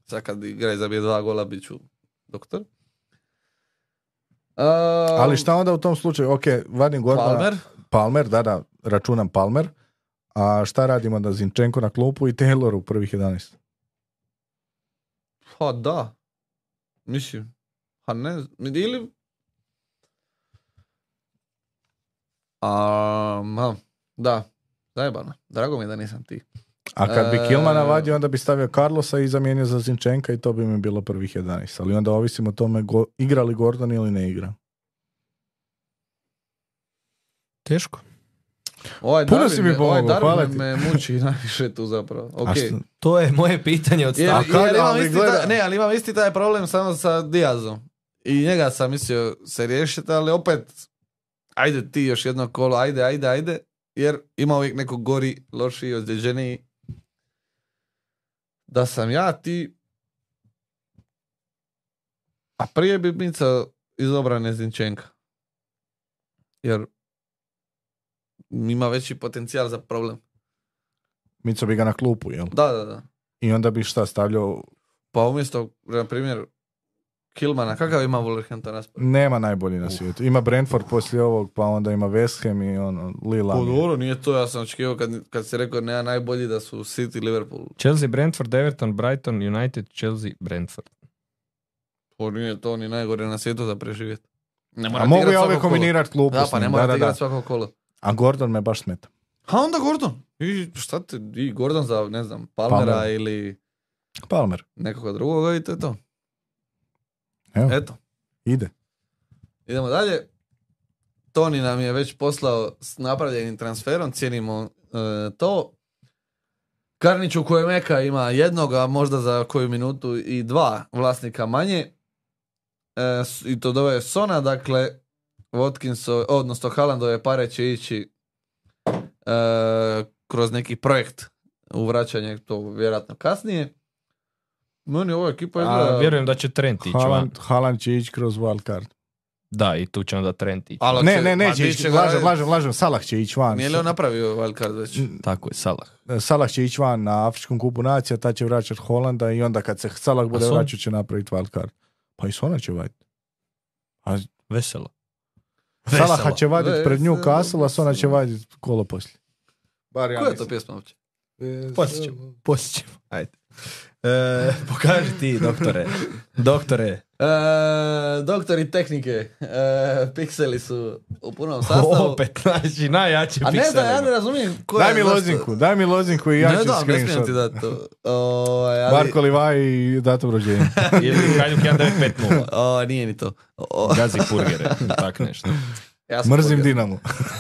Speaker 1: Sad kad igra i zabije dva gola, bit ću doktor. A,
Speaker 2: Ali šta onda u tom slučaju? Ok, vadim Gordona.
Speaker 1: Palmer?
Speaker 2: Palmer, da, da, računam Palmer. A šta radimo da Zinčenko na klupu i Taylor u prvih 11?
Speaker 1: Pa da. Mislim. Pa ne, znam. ili... A, ma, Ehm, da. Zajebano. Drago mi je da nisam ti.
Speaker 2: A kad bi
Speaker 1: E,
Speaker 2: Kilmana vadio, onda bi stavio Carlosa i zamijenio za Zinčenka i to bi mi bilo prvih 11. Ali onda ovisimo o tome go, igra li Gordon ili ne igra.
Speaker 3: Teško.
Speaker 1: Ovaj
Speaker 2: Puno
Speaker 1: Darwin
Speaker 2: si mi
Speaker 1: me- ovaj
Speaker 2: pomogao,
Speaker 1: Darwin
Speaker 2: hvala ti.
Speaker 1: me muči <laughs> najviše tu zapravo.
Speaker 2: A
Speaker 1: Okej.
Speaker 2: šta-
Speaker 3: To je moje pitanje od
Speaker 1: Jer,
Speaker 2: A
Speaker 3: starta.
Speaker 2: kad-
Speaker 1: jer imam
Speaker 2: ali
Speaker 1: isti
Speaker 2: gleda-
Speaker 1: taj- ne, ali imam isti taj problem samo sa Diazom. I njega sam mislio se riješiti, ali opet, ajde ti još jedno kolo, ajde, ajde, ajde. Jer ima uvijek neko gori, lošiji, ozljeđeniji. Da sam ja ti... A prije bi mica iz obrane Zinčenka. Jer ima veći potencijal za problem.
Speaker 2: Mico bi ga na klupu, jel?
Speaker 1: Da, da, da.
Speaker 2: I onda bi šta stavljao?
Speaker 1: Pa umjesto, na primjer, Kilmana, kakav ima Wolverhampton raspored?
Speaker 2: Nema najbolji na svijetu. Ima Brentford poslije ovog, pa onda ima West Ham i ono, Lila.
Speaker 1: Pa dobro, nije to, ja sam očekivao kad, kad si rekao nema najbolji da su City i Liverpool.
Speaker 3: Chelsea, Brentford, Everton, Brighton, United, Chelsea, Brentford.
Speaker 1: Pa nije to ni najgore na svijetu za preživjeti. Ne
Speaker 2: A
Speaker 1: morate
Speaker 2: mogu
Speaker 1: igrat
Speaker 2: ja ove
Speaker 1: svako kolo.
Speaker 2: kombinirat klupu
Speaker 1: Da,
Speaker 2: s
Speaker 1: pa ne
Speaker 2: njim,
Speaker 1: morate
Speaker 2: da, da, da.
Speaker 1: igrat svako kolo.
Speaker 2: A Gordon me baš smeta.
Speaker 1: A onda Gordon. I šta ti, i Gordon za, ne znam, Palmera
Speaker 2: Palmer.
Speaker 1: ili
Speaker 2: Palmer,
Speaker 1: nekoga drugoga i to je to.
Speaker 2: Evo.
Speaker 1: Eto,
Speaker 2: ide.
Speaker 1: idemo dalje. Toni nam je već poslao s napravljenim transferom, cijenimo e, to. Karnić u kojem Eka ima jednoga, možda za koju minutu i dva vlasnika manje. E, s- I to dove Sona, dakle, Watkinso, odnosno Haalandove pare će ići e, kroz neki projekt u vraćanje, to vjerojatno kasnije. Meni ova ekipa
Speaker 3: A,
Speaker 1: izgleda...
Speaker 3: vjerujem da će Trent ići van.
Speaker 2: Haaland, Haaland će ići kroz wildcard.
Speaker 3: Da, i tu će onda Trent ići.
Speaker 1: Ali
Speaker 2: Ne,
Speaker 1: će-
Speaker 2: ne,
Speaker 1: ma
Speaker 2: neće
Speaker 1: di
Speaker 2: ići,
Speaker 1: će ga
Speaker 2: lažem,
Speaker 1: radit?
Speaker 2: lažem, lažem. Salah će ići van. E,
Speaker 1: Nije li on napravio wildcard već?
Speaker 2: Mm.
Speaker 3: Tako je, Salah.
Speaker 2: Salah će ići van na Afričkom kupu nacija, ta će vraćati Holanda i onda kad se Salah bude
Speaker 3: Son?
Speaker 2: vraćao će napraviti wildcard. Pa i Sona
Speaker 1: <laughs>
Speaker 2: će vaditi. A
Speaker 3: Veselo.
Speaker 2: Salaha će vaditi pred nju
Speaker 1: Veselo,
Speaker 2: Castle, a Sona će
Speaker 1: veselo.
Speaker 2: vaditi kolo poslije. Bar
Speaker 1: Koja je to pjesma uopće?
Speaker 2: E,
Speaker 3: Poslije ćemo. Poslije ćemo. Ajde. E, <laughs> pokaži ti, doktore. Doktore.
Speaker 1: E, doktori tehnike, e, pikseli su u
Speaker 2: <laughs>
Speaker 1: punom sastavu.
Speaker 3: Opet, znači, najjači
Speaker 1: A ne da, ja ne
Speaker 3: pikselima.
Speaker 1: razumijem koja
Speaker 2: Daj mi
Speaker 1: je zašto-
Speaker 2: lozinku, daj mi lozinku i ja
Speaker 1: ne
Speaker 2: ću
Speaker 1: dam, ne smijem
Speaker 2: screenshot.
Speaker 1: ti dati to.
Speaker 2: <laughs>
Speaker 1: Ovaj, ali- <laughs>
Speaker 2: Barko Livaj i datum rođenja.
Speaker 3: Ili Kaljuk 1950.
Speaker 1: O, nije ni to. O,
Speaker 3: Gazi purgere, tak nešto.
Speaker 1: ja sam
Speaker 2: Mrzim
Speaker 1: pobjegao.
Speaker 2: Dinamo. <laughs>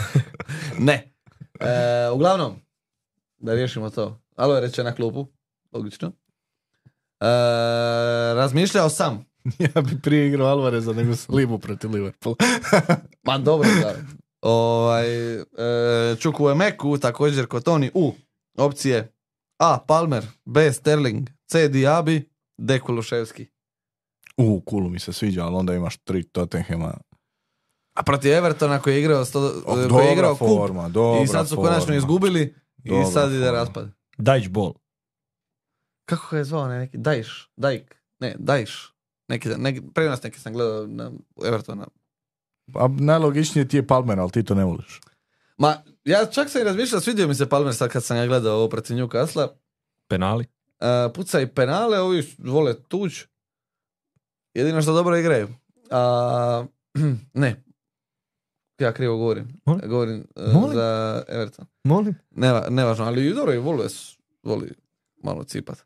Speaker 1: Ne. E, uglavnom, da riješimo to. Alo je rečena klupu, logično. E, razmišljao sam.
Speaker 2: ja bi prije igrao Alvareza nego Slimu protiv Liverpoola.
Speaker 1: Ma Pa dobro, da. Ovaj, e, Čuku Emeku, također Kotoni u opcije A. Palmer, B. Sterling, C. Diaby, D. Kuluševski.
Speaker 2: U, kulu mi se sviđa, ali onda imaš tri Tottenhema.
Speaker 1: A protiv Evertona koji je igrao, sto,
Speaker 2: O,
Speaker 1: koji Pa je
Speaker 2: dobra
Speaker 1: igrao kup
Speaker 2: forma, dobra
Speaker 1: i sad su
Speaker 2: forma.
Speaker 1: konačno izgubili
Speaker 2: Dobra
Speaker 1: i sad ide
Speaker 2: forma.
Speaker 1: raspad.
Speaker 3: Dajć bol.
Speaker 1: Kako ga je zvao onaj neki? Dajš, Dajk, ne, Dajš. Neki, dan- neki, prije nas neki sam gledao na Evertona.
Speaker 2: A najlogičnije ti je Palmer, ali ti to ne voliš.
Speaker 1: Ma, ja čak sam i razmišljao, svidio mi se Palmer sad kad sam ja gledao ovo protiv Newcastle.
Speaker 3: Penali.
Speaker 1: E, puca i penale, ovi vole tuć. Jedino što dobro igraju. A, <clears throat> ne. Ja krivo govorim.
Speaker 3: Molim?
Speaker 1: Govorim e,
Speaker 3: Molim?
Speaker 1: za Everton.
Speaker 3: Molim.
Speaker 1: Neva, nevažno, ali i dobro i vole, s- voli malo cipat. O,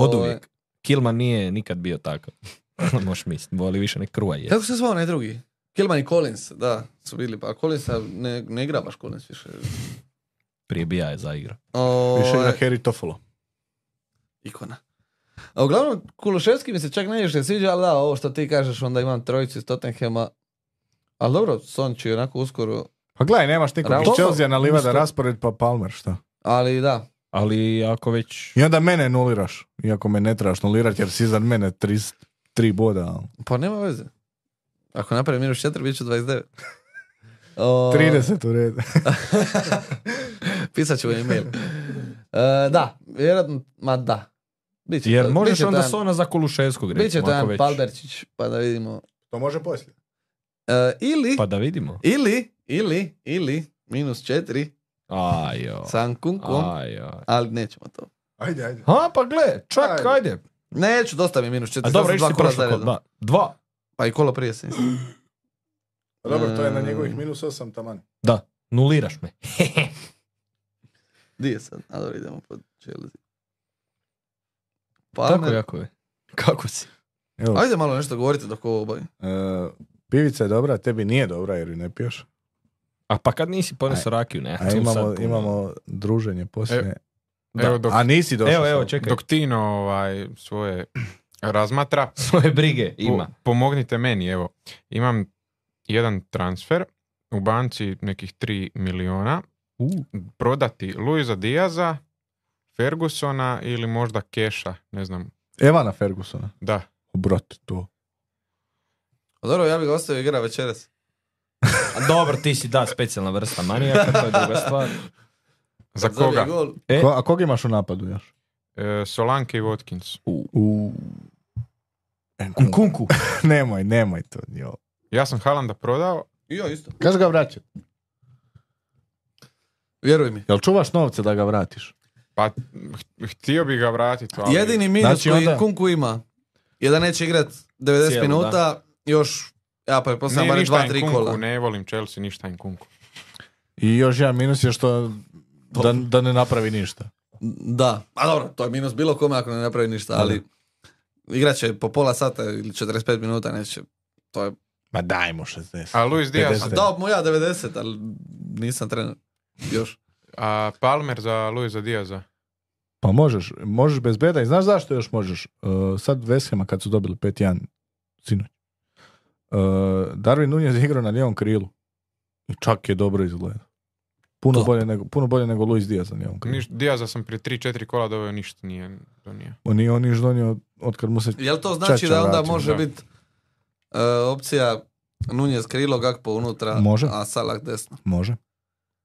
Speaker 1: e,
Speaker 3: Od uvijek. Kilman nije nikad bio takav. <laughs> Možeš misliti, voli više nek kruva je.
Speaker 1: Kako se zvao onaj drugi? Kilman i Collins, da, su bili. Pa Collinsa ne, ne igra baš Collins više.
Speaker 3: Prije bija je za igra.
Speaker 1: O,
Speaker 2: Više igra Harry Toffolo.
Speaker 1: ikona. A uglavnom, Kuloševski mi se čak najviše sviđa, ali da, ovo što ti kažeš, onda imam trojicu iz Tottenhama. Ali dobro, Son će onako uskoro,
Speaker 2: Pa gledaj, nemaš nikog
Speaker 1: Raul-
Speaker 2: iz Chelsea na livada
Speaker 3: Isto.
Speaker 2: raspored pa Palmer, šta?
Speaker 1: ali da.
Speaker 3: Ali ako već...
Speaker 2: I onda mene nuliraš, iako me ne trebaš nulirati jer si iznad mene tri, tri boda. ali.
Speaker 1: Pa nema veze. Ako napravim minus 4, bit će 29.
Speaker 3: <laughs>
Speaker 1: O,
Speaker 2: 30 u redu. <laughs>
Speaker 1: Pisat ću vam e-mail. E, da, vjerojatno, ma da. Biće
Speaker 3: Jer
Speaker 1: to-
Speaker 3: možeš
Speaker 1: biće to
Speaker 3: onda
Speaker 1: jedan-
Speaker 3: Sona za Kuluševskog
Speaker 1: Biće
Speaker 3: recimo,
Speaker 1: to
Speaker 3: ako
Speaker 1: jedan
Speaker 3: već.
Speaker 1: Palberčić, pa da vidimo.
Speaker 2: To može poslije.
Speaker 1: E, ili,
Speaker 3: Pa da vidimo.
Speaker 1: ili, ili, ili, minus 4,
Speaker 3: Ajo.
Speaker 1: sa Ankunkom,
Speaker 3: Ajo.
Speaker 1: ali nećemo to.
Speaker 2: Ajde, ajde.
Speaker 3: A pa gle, čak,
Speaker 2: Ajde.
Speaker 3: ajde.
Speaker 1: Neću, dosta mi je minus 4.
Speaker 3: A dobro, išli prošlo kod dva. Dva.
Speaker 1: Pa i kolo prije sam. isto.
Speaker 2: Pa Dobro, to je na
Speaker 1: Mm.
Speaker 2: njegovih minus 8 taman.
Speaker 3: Da, nuliraš me.
Speaker 1: Di je sad? A dobro, idemo pod Chelsea.
Speaker 3: Tako
Speaker 1: Palmer.
Speaker 3: jako je. Kako si?
Speaker 2: Evo,
Speaker 1: Ajde malo nešto govorite dok ovo obavi.
Speaker 2: e, pivica je dobra, tebi nije dobra jer ju ne piješ.
Speaker 3: A pa kad nisi ponesu rakiju, ne.
Speaker 2: A
Speaker 3: tu
Speaker 2: imamo,
Speaker 3: sad puno.
Speaker 2: imamo druženje poslije.
Speaker 3: Da.
Speaker 4: Evo, dok,
Speaker 2: A nisi došao.
Speaker 3: Evo, evo,
Speaker 2: sad.
Speaker 3: čekaj.
Speaker 4: dok Tino ovaj, svoje razmatra,
Speaker 3: <laughs> Svoje brige
Speaker 4: Po-
Speaker 3: ima.
Speaker 4: pomognite meni, evo. Imam jedan transfer u banci nekih 3 miliona. Prodati Luisa Diaza, Fergusona ili možda Keša, ne znam.
Speaker 2: Evana Fergusona.
Speaker 4: Da.
Speaker 2: Obrat to.
Speaker 1: A Pa Dobro, ja bih ga ostavio igra večeras.
Speaker 3: A dobro, ti si da specijalna vrsta manijaka, to je druga stvar.
Speaker 4: Za
Speaker 1: Kad zabije
Speaker 4: koga?
Speaker 1: Gol,
Speaker 3: E.
Speaker 2: Ko- a koga imaš u napadu još?
Speaker 4: E, Solanke i Watkins.
Speaker 2: U...
Speaker 3: Kunkunku.
Speaker 2: <laughs> nemoj, nemoj to. Jo.
Speaker 4: Ja sam Haalanda prodao.
Speaker 1: I ja isto.
Speaker 2: Kad ga vraćat?
Speaker 1: Vjeruj mi.
Speaker 2: Jel čuvaš novce da ga vratiš?
Speaker 4: Pa h- htio bi ga vratiti. ali-
Speaker 1: Jedini minus
Speaker 2: Znači
Speaker 1: koji
Speaker 2: onda-
Speaker 1: Kunku ima je da neće igrat 90
Speaker 3: Cijelu,
Speaker 1: minuta, još, ja pa
Speaker 4: Nije
Speaker 1: pretpostavljam barem
Speaker 4: ništa
Speaker 1: 2-3
Speaker 4: Nkunku,
Speaker 1: kola.
Speaker 4: Ne volim Chelsea, ništa Nkunku.
Speaker 2: I još jedan minus je što da, da ne napravi ništa.
Speaker 1: Da, a dobro, to je minus bilo kome ako ne napravi ništa, ali igrat će po pola sata ili 45 minuta, neće. To je...
Speaker 2: Ma daj mu 60.
Speaker 4: A Luis Diaz,
Speaker 1: A
Speaker 2: 50.
Speaker 1: dao mu ja 90, ali nisam trener. Još.
Speaker 4: a Palmer za Luisa Diaza.
Speaker 2: Pa možeš, možeš bez beda i znaš zašto još možeš? Uh, sad Veshema kad su dobili 5-1 sinoć. Uh, Darwin Nunez je igrao na lijevom krilu. I čak je dobro izgleda. Puno,
Speaker 1: Top.
Speaker 2: bolje nego, puno bolje nego Luis Diaz na lijevom krilu.
Speaker 4: Niš, Diaza sam prije 3-4 kola doveo, ništa nije donio.
Speaker 2: On nije on niš donio od kad mu se...
Speaker 1: Jel to znači
Speaker 2: Čača
Speaker 1: da onda
Speaker 2: vratio,
Speaker 1: može
Speaker 4: da.
Speaker 1: biti e, opcija Nunez krilo, Gakpo unutra,
Speaker 2: Može.
Speaker 1: a Salah desno?
Speaker 2: Može.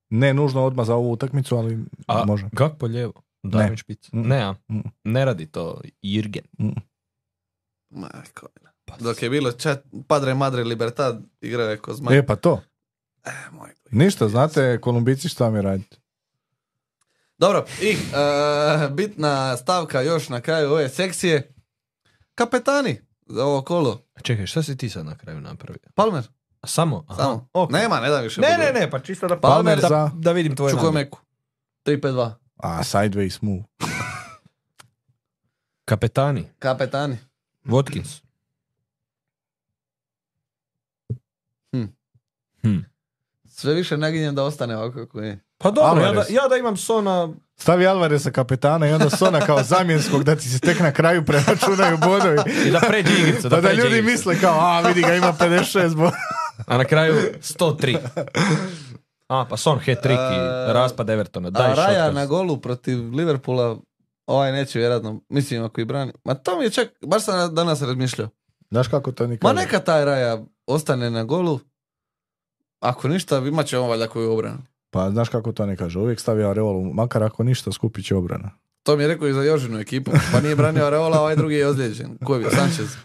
Speaker 2: Ne nužno odmah za ovu utakmicu, ali
Speaker 3: A
Speaker 2: može.
Speaker 3: Gak po lijevo? Daj
Speaker 2: Ne.
Speaker 3: mi špicu.
Speaker 2: Mm.
Speaker 3: Ne, a?
Speaker 2: Mm.
Speaker 3: ne radi to Jirgen.
Speaker 1: Majko.
Speaker 3: Pa
Speaker 1: Dok je bilo čet, Padre Madre Libertad, igrao je Kozma.
Speaker 2: E pa to.
Speaker 1: E, moj Bog.
Speaker 2: Ništa, znate, kolumbici šta mi raditi.
Speaker 1: Dobro, i e, bitna stavka još na kraju ove sekcije. Kapetani za ovo kolo.
Speaker 3: Čekaj, šta si ti sad na kraju napravio?
Speaker 1: Palmer,
Speaker 3: A Samo? Aha,
Speaker 1: samo.
Speaker 3: ok.
Speaker 1: Nema, ne da više.
Speaker 3: Ne,
Speaker 1: bude.
Speaker 3: ne, ne, pa čisto da
Speaker 2: Palmer
Speaker 3: Palmer, da,
Speaker 2: za-
Speaker 3: da vidim tvoje namjere.
Speaker 1: Čukomeku. 3-5-2.
Speaker 2: A, sideways move.
Speaker 3: Kapetani,
Speaker 1: Kapetani.
Speaker 3: Watkins. Hm.
Speaker 1: Sve više naginjem da ostane ovako kako je.
Speaker 3: Pa dobro, ja da,
Speaker 2: Alvarez.
Speaker 3: ja da imam Sona,
Speaker 2: Stavi Alvareza kapetana i onda Sona kao zamjenskog da ti se tek na kraju preračunaju bodovi.
Speaker 3: I da
Speaker 1: <laughs>
Speaker 3: pređe igricu.
Speaker 2: Pa da
Speaker 3: pređe
Speaker 2: ljudi
Speaker 3: igricu.
Speaker 2: misle kao, a vidi ga ima 56 bodova.
Speaker 3: A na kraju
Speaker 1: <laughs>
Speaker 3: 103. A, pa son hat trick
Speaker 1: A,
Speaker 3: i raspad Evertona. Daj
Speaker 1: A Raja
Speaker 3: šotkast.
Speaker 1: na golu protiv Liverpoola ovaj neće vjerojatno, mislim ako i brani. Ma to mi je čak, baš sam danas razmišljao.
Speaker 2: <laughs> Znaš kako to
Speaker 1: Ma
Speaker 2: nikad...
Speaker 1: neka taj Raja ostane na golu. Ako ništa, imat će on valjda koju obranu.
Speaker 2: Pa znaš kako to ne kaže, uvijek stavi Areolu, makar ako ništa skupit će obrana.
Speaker 1: To mi je rekao i za Jožinu ekipu. Pa nije branio Areola, ovaj drugi je ozlijeđen. Ko je bio?
Speaker 2: <laughs>
Speaker 1: Sanchez.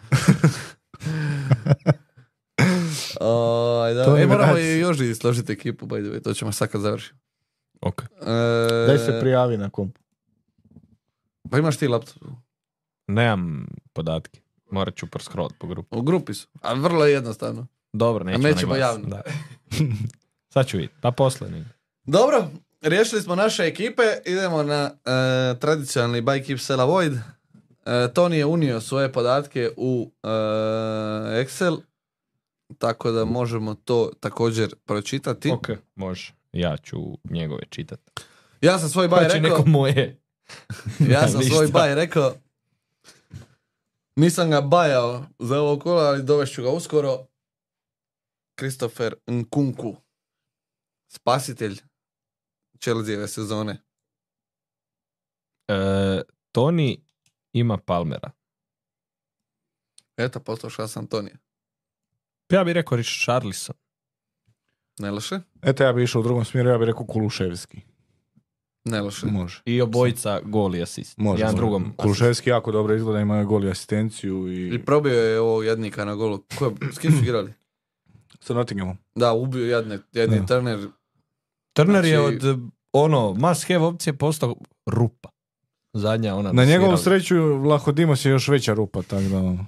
Speaker 1: Oj, da.
Speaker 2: To
Speaker 1: E,
Speaker 2: je
Speaker 1: moramo
Speaker 2: vrag.
Speaker 1: i Joži složiti ekipu, by the way. To ćemo sad kad završimo.
Speaker 3: Ok.
Speaker 1: E,
Speaker 2: Daj se prijavi na kompu.
Speaker 1: Pa imaš ti laptop.
Speaker 3: Nemam podatke. Morat ću proskrolat po grupu.
Speaker 1: U grupi su. A vrlo je jednostavno.
Speaker 3: Dobro, nećemo,
Speaker 1: nećemo
Speaker 3: na glas.
Speaker 1: javno.
Speaker 3: Da. <laughs> Sad ću vidjeti. Pa posle. ne.
Speaker 1: Dobro, riješili smo naše ekipe. Idemo na e, tradicionalni By Keep Sell Avoid. E, Toni je unio svoje podatke u e, Excel. Tako da možemo to također pročitati.
Speaker 3: Ok, može. Ja ću njegove čitat.
Speaker 1: Ja sam svoj
Speaker 3: Pa
Speaker 1: baj
Speaker 3: će
Speaker 1: rekao.
Speaker 3: neko moje.
Speaker 1: <laughs> Ja
Speaker 3: <laughs>
Speaker 1: sam
Speaker 3: Ništa.
Speaker 1: svoj baj rekao. Nisam ga bajao za ovo kolo, ali dovešću ga uskoro. Kristofer Nkunku. Spasitelj Chelsea sezone.
Speaker 3: E, Toni ima Palmera.
Speaker 1: Eto, poslušao sam Tonija.
Speaker 3: Pa Ja bih rekao Richarlison.
Speaker 1: Ne loše?
Speaker 2: Eto ja bi išao u drugom smjeru, ja bi rekao Kuluševski.
Speaker 1: Ne loše.
Speaker 2: Može.
Speaker 3: I obojica gol i asist.
Speaker 2: Može.
Speaker 3: Jedan
Speaker 2: može.
Speaker 3: drugom.
Speaker 2: Kuluševski jako dobro izgleda, ima gol i asistenciju i...
Speaker 1: I pa- probio je ovog jadnika na golu. Ko je- s kim su igrali?
Speaker 2: Sa Nottinghamom.
Speaker 1: Da, ubio jadne, jedni
Speaker 2: Da.
Speaker 1: trener.
Speaker 3: Turner je
Speaker 1: Znači-
Speaker 3: od ono must have opcije postao rupa. Zadnja ona.
Speaker 2: Na njegovu
Speaker 3: svirala.
Speaker 2: sreću Lahodimos je još veća rupa, tako da... ono,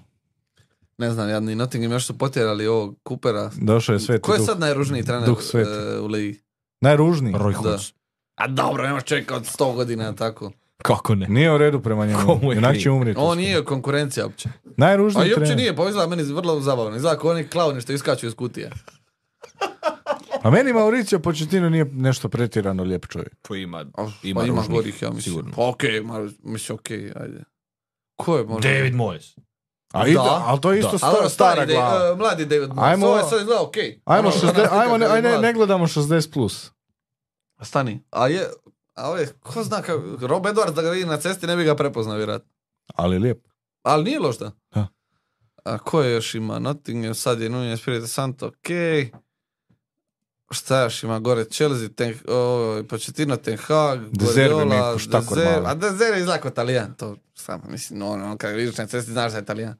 Speaker 1: Ne znam, jadni Nottingham još su potjerali ovog Kupera.
Speaker 2: Došao je sveti
Speaker 1: Ko je
Speaker 2: duh.
Speaker 1: sad najružniji trener
Speaker 2: Duh sveti.
Speaker 1: e, u ligi?
Speaker 2: Najružniji.
Speaker 3: Roy
Speaker 1: Da.
Speaker 3: Hodgson.
Speaker 1: A dobro, nemaš čovjeka od 100 godina tako.
Speaker 3: Kako ne?
Speaker 2: Nije u redu prema
Speaker 3: Komu
Speaker 2: njemu,
Speaker 3: je
Speaker 2: Inak
Speaker 3: kriv?
Speaker 2: će umrijeti.
Speaker 1: On nije konkurencija uopće. A
Speaker 2: Najružniji
Speaker 1: i uopće
Speaker 2: trener.
Speaker 1: nije, pa izgleda meni vrlo zabavno. Izgleda kao oni klauni što iskaču iz kutije.
Speaker 2: A meni Mauricio Početino nije nešto pretjerano lijep čovjek.
Speaker 3: Pa ima,
Speaker 1: A,
Speaker 3: ima,
Speaker 1: pa ima
Speaker 3: ružnih,
Speaker 1: gorih, ja mislim.
Speaker 3: sigurno.
Speaker 1: Pa okej, okay, mislim okej, ajde. Ko je možda?
Speaker 3: David Moyes.
Speaker 2: A
Speaker 1: Da.
Speaker 2: ide- ali to je isto
Speaker 3: Da.
Speaker 2: sta-
Speaker 1: Ali ono,
Speaker 2: stara
Speaker 1: stari Dave-
Speaker 2: glava.
Speaker 1: e, mladi David Moyes.
Speaker 2: Ajmo-
Speaker 1: Ovo je sad izgleda okej.
Speaker 2: Ajmo,
Speaker 1: Ono,
Speaker 2: 60,
Speaker 1: ona
Speaker 2: ajmo ne,
Speaker 1: slika
Speaker 2: aj ne,
Speaker 1: David
Speaker 2: ne
Speaker 1: Moyes.
Speaker 2: gledamo 60 plus.
Speaker 1: A Stani, a je... A ovo je, ko zna kako... Rob Edwards da ga vidi na cesti ne bi ga prepoznao vjerojatno.
Speaker 2: Ali lijep.
Speaker 1: Ali nije loš da.
Speaker 2: Da.
Speaker 1: A ko je još ima? Nottingham, sad je Nunez, Spirit Santo, okej. Šta još ima gore? Chelsea, ten, ovaj, pa o, Pochettino, Ten Hag,
Speaker 2: De Zerbi mi je
Speaker 1: Guardiola,
Speaker 2: ko štakor
Speaker 1: Dezer,
Speaker 2: mali.
Speaker 1: a Dezer je izlako talijan, to samo, mislim, ono, ono, kad ga vidiš na cesti znaš da je talijan.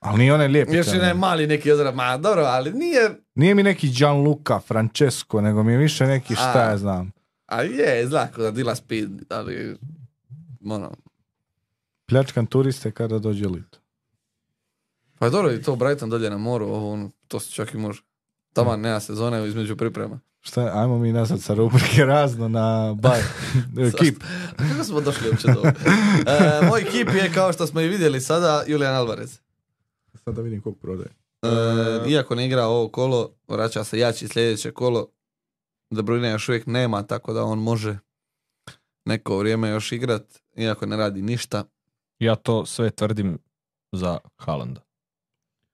Speaker 2: Ali nije onaj lijep.
Speaker 1: Još i onaj
Speaker 2: Italijan.
Speaker 1: mali neki ozdrav, ma dobro, ali nije,
Speaker 2: Nije mi neki Gianluca Francesco, nego mi je više neki šta
Speaker 1: A.
Speaker 2: ja znam.
Speaker 1: a je, izlako da dila speed, ali, ono,
Speaker 2: Pljačkan turiste kada dođe lito.
Speaker 1: Pa dobro, i to Brighton dolje na moru, ovo, ono, to se čak i može. Tamo nema sezone između priprema.
Speaker 2: Šta, je, ajmo mi nazad sa rubrike razno na <laughs> baj. e,
Speaker 1: <laughs>
Speaker 2: Kip.
Speaker 1: Kako smo došli uopće do ovoga? E, moj kip je, kao što smo i vidjeli sada, Julian Alvarez.
Speaker 2: Sad da vidim kog prodaje.
Speaker 1: E, iako ne igra ovo kolo, vraća se jači sljedeće kolo. De Bruyne još uvijek nema, tako da on može neko vrijeme još igrat, iako ne radi ništa.
Speaker 3: Ja to sve tvrdim za Haalanda.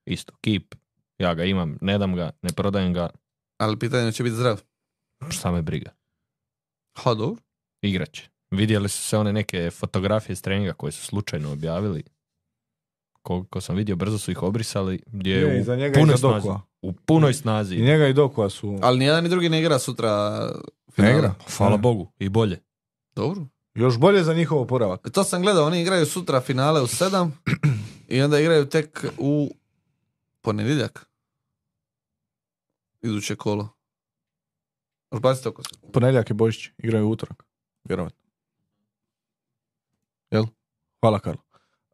Speaker 3: Isto, keep. Ja ga imam, ne dam ga, ne prodajem ga,
Speaker 1: Ali pitanje će biti zdrav.
Speaker 3: šta me briga.
Speaker 1: Ha, dobro.
Speaker 3: Igraće. Vidjeli su se one neke fotografije s treninga koje su slučajno objavili. Koliko sam vidio, brzo su ih obrisali, gdje je,
Speaker 2: Je,
Speaker 3: u,
Speaker 2: i za njega i
Speaker 3: punoj
Speaker 2: za
Speaker 3: snazi,
Speaker 2: Dokua.
Speaker 3: u punoj snazi.
Speaker 2: I njega i Dokua su...
Speaker 1: Ali nijedan ni drugi ne igra sutra.
Speaker 2: Ne
Speaker 1: finale.
Speaker 2: igra.
Speaker 3: Hvala Bogu, i bolje.
Speaker 1: Dobro.
Speaker 2: Još bolje za njihov oporavak.
Speaker 1: To sam gledao, oni igraju sutra finale u sedam i onda igraju tek u ponedjeljak. Iduće kolo. Možeš baciti oko se.
Speaker 2: Ponedjeljak je Božić, igraju utorak. Vjerovatno. Hvala, Karlo.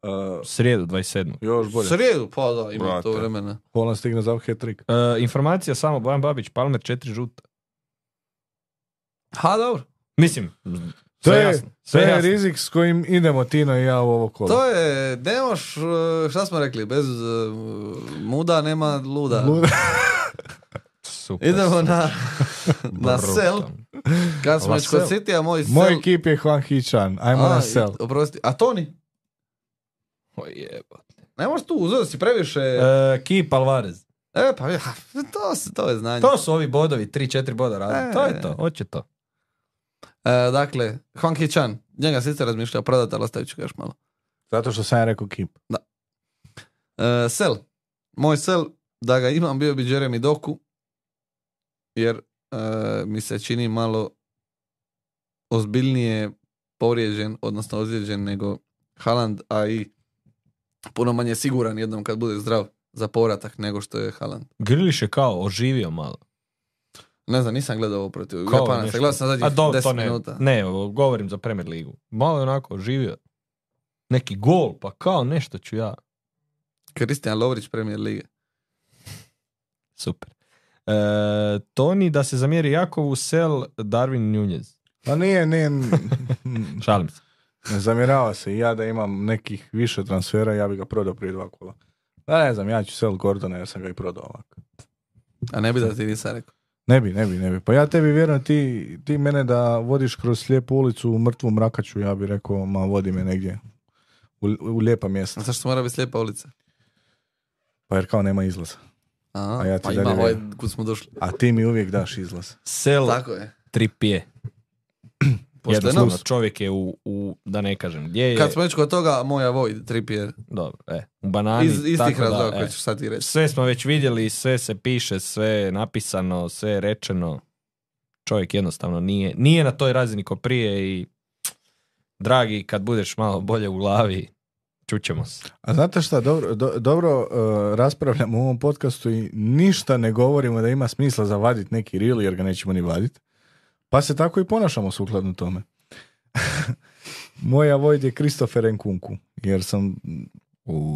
Speaker 2: Uh,
Speaker 3: Srijedu 27.
Speaker 2: još bolje.
Speaker 1: Srijedu, pa da, ima to
Speaker 2: Brate.
Speaker 1: vremena.
Speaker 2: Holand stigne za hat-trick.
Speaker 3: E, informacija samo Bojan Babić, Palmer 4 žuta.
Speaker 1: Ha, dobro.
Speaker 3: Mislim,
Speaker 2: To
Speaker 3: sve
Speaker 2: je-
Speaker 3: jasno.
Speaker 2: To
Speaker 3: Sve
Speaker 2: je
Speaker 3: jasno.
Speaker 2: rizik s kojim idemo Tino i ja u ovo kolo.
Speaker 1: To je, nemoš, e, šta smo rekli, bez e, muda nema luda.
Speaker 2: Luda.
Speaker 3: Super.
Speaker 1: Idemo na,
Speaker 2: <laughs>
Speaker 1: na
Speaker 3: Brutalno.
Speaker 1: sel, kad smo
Speaker 3: Na
Speaker 1: već kod
Speaker 3: sel.
Speaker 1: City, a moj sel...
Speaker 2: Moj ekip je Juan Hićan. Ajmo
Speaker 1: a,
Speaker 2: na
Speaker 1: i-
Speaker 2: sel.
Speaker 1: Oprosti, a Toni?
Speaker 3: O jebote.
Speaker 1: Ne možeš tu uzeo si previše... E,
Speaker 3: E, Kip Alvarez.
Speaker 1: pa, ha, to, se- to je znanje.
Speaker 3: To su ovi bodovi, 3-4 boda razlike. To je to, hoće to.
Speaker 1: E, dakle, Hwang Hee Chan, njega se isto razmišlja prodati, ali ostavit ću ga još malo.
Speaker 2: Zato što sam ja rekao kip.
Speaker 1: E, sel, moj sel, da ga imam, bio bi Jeremy Doku, jer e, mi se čini malo ozbiljnije povrijeđen, odnosno ozlijeđen nego Haaland, a i puno manje siguran jednom kad bude zdrav za povratak nego što je Haaland.
Speaker 3: Griliš je kao oživio malo.
Speaker 1: Ne znam, nisam gledao ovo protiv
Speaker 3: Kao
Speaker 1: Japana,
Speaker 3: nešto.
Speaker 1: gledao sam zadnjih
Speaker 3: A do,
Speaker 1: 10
Speaker 3: to ne,
Speaker 1: minuta.
Speaker 3: Ne, ovo, govorim za Premier Ligu. Malo je onako oživio. Neki gol, pa kao nešto ću ja.
Speaker 1: Kristijan Lovrić, premijer lige.
Speaker 3: Super. E, Toni da se zamjeri Jakovu sel Darwin Nunez.
Speaker 2: Pa nije, nije...
Speaker 3: Šalim se.
Speaker 2: <laughs> ne zamjerava se. I ja da imam nekih više transfera, ja bi ga prodao prije dva kola. Da ne znam, ja ću sel Gordona jer sam ga i prodao ovako.
Speaker 1: A ne bi da ti nisam rekao.
Speaker 2: Ne bi, ne bi, ne bi. Pa ja tebi vjerujem, ti, ti mene da vodiš kroz slijepu ulicu u mrtvu mrakaču, ja bi rekao, ma vodi me negdje u, u lijepa mjesta.
Speaker 1: A zašto mora biti slijepa ulica?
Speaker 2: Pa jer kao nema izlaza.
Speaker 1: A,
Speaker 2: A ja ti
Speaker 1: pa
Speaker 2: dalje
Speaker 1: ima ovaj
Speaker 2: vjerujem.
Speaker 1: kud smo došli.
Speaker 2: A ti mi uvijek daš izlaz.
Speaker 3: Sel
Speaker 1: Tako je.
Speaker 3: Tripije.
Speaker 1: Pošteno.
Speaker 2: znači,
Speaker 3: Jednostavno, čovjek je u, u, da ne kažem, gdje je,
Speaker 1: Kad smo već kod toga, moja Void, Trippier.
Speaker 3: dobro, e, u banani,
Speaker 1: Iz istih
Speaker 3: tako da,
Speaker 1: razloga
Speaker 3: e.
Speaker 1: koje ćeš sad ti reći.
Speaker 3: Sve smo već vidjeli, sve se piše, sve je napisano, sve je rečeno. Čovjek jednostavno nije, nije na toj razini ko prije i dragi, kad budeš malo bolje u glavi, čućemo se.
Speaker 2: A znate šta, dobro, do- dobro e, raspravljamo u ovom podcastu i ništa ne govorimo da ima smisla za vadit neki reel jer ga nećemo ni vadit. Pa se tako i ponašamo sukladno tome. <laughs> Moja vojd je Kristofer Nkunku, jer sam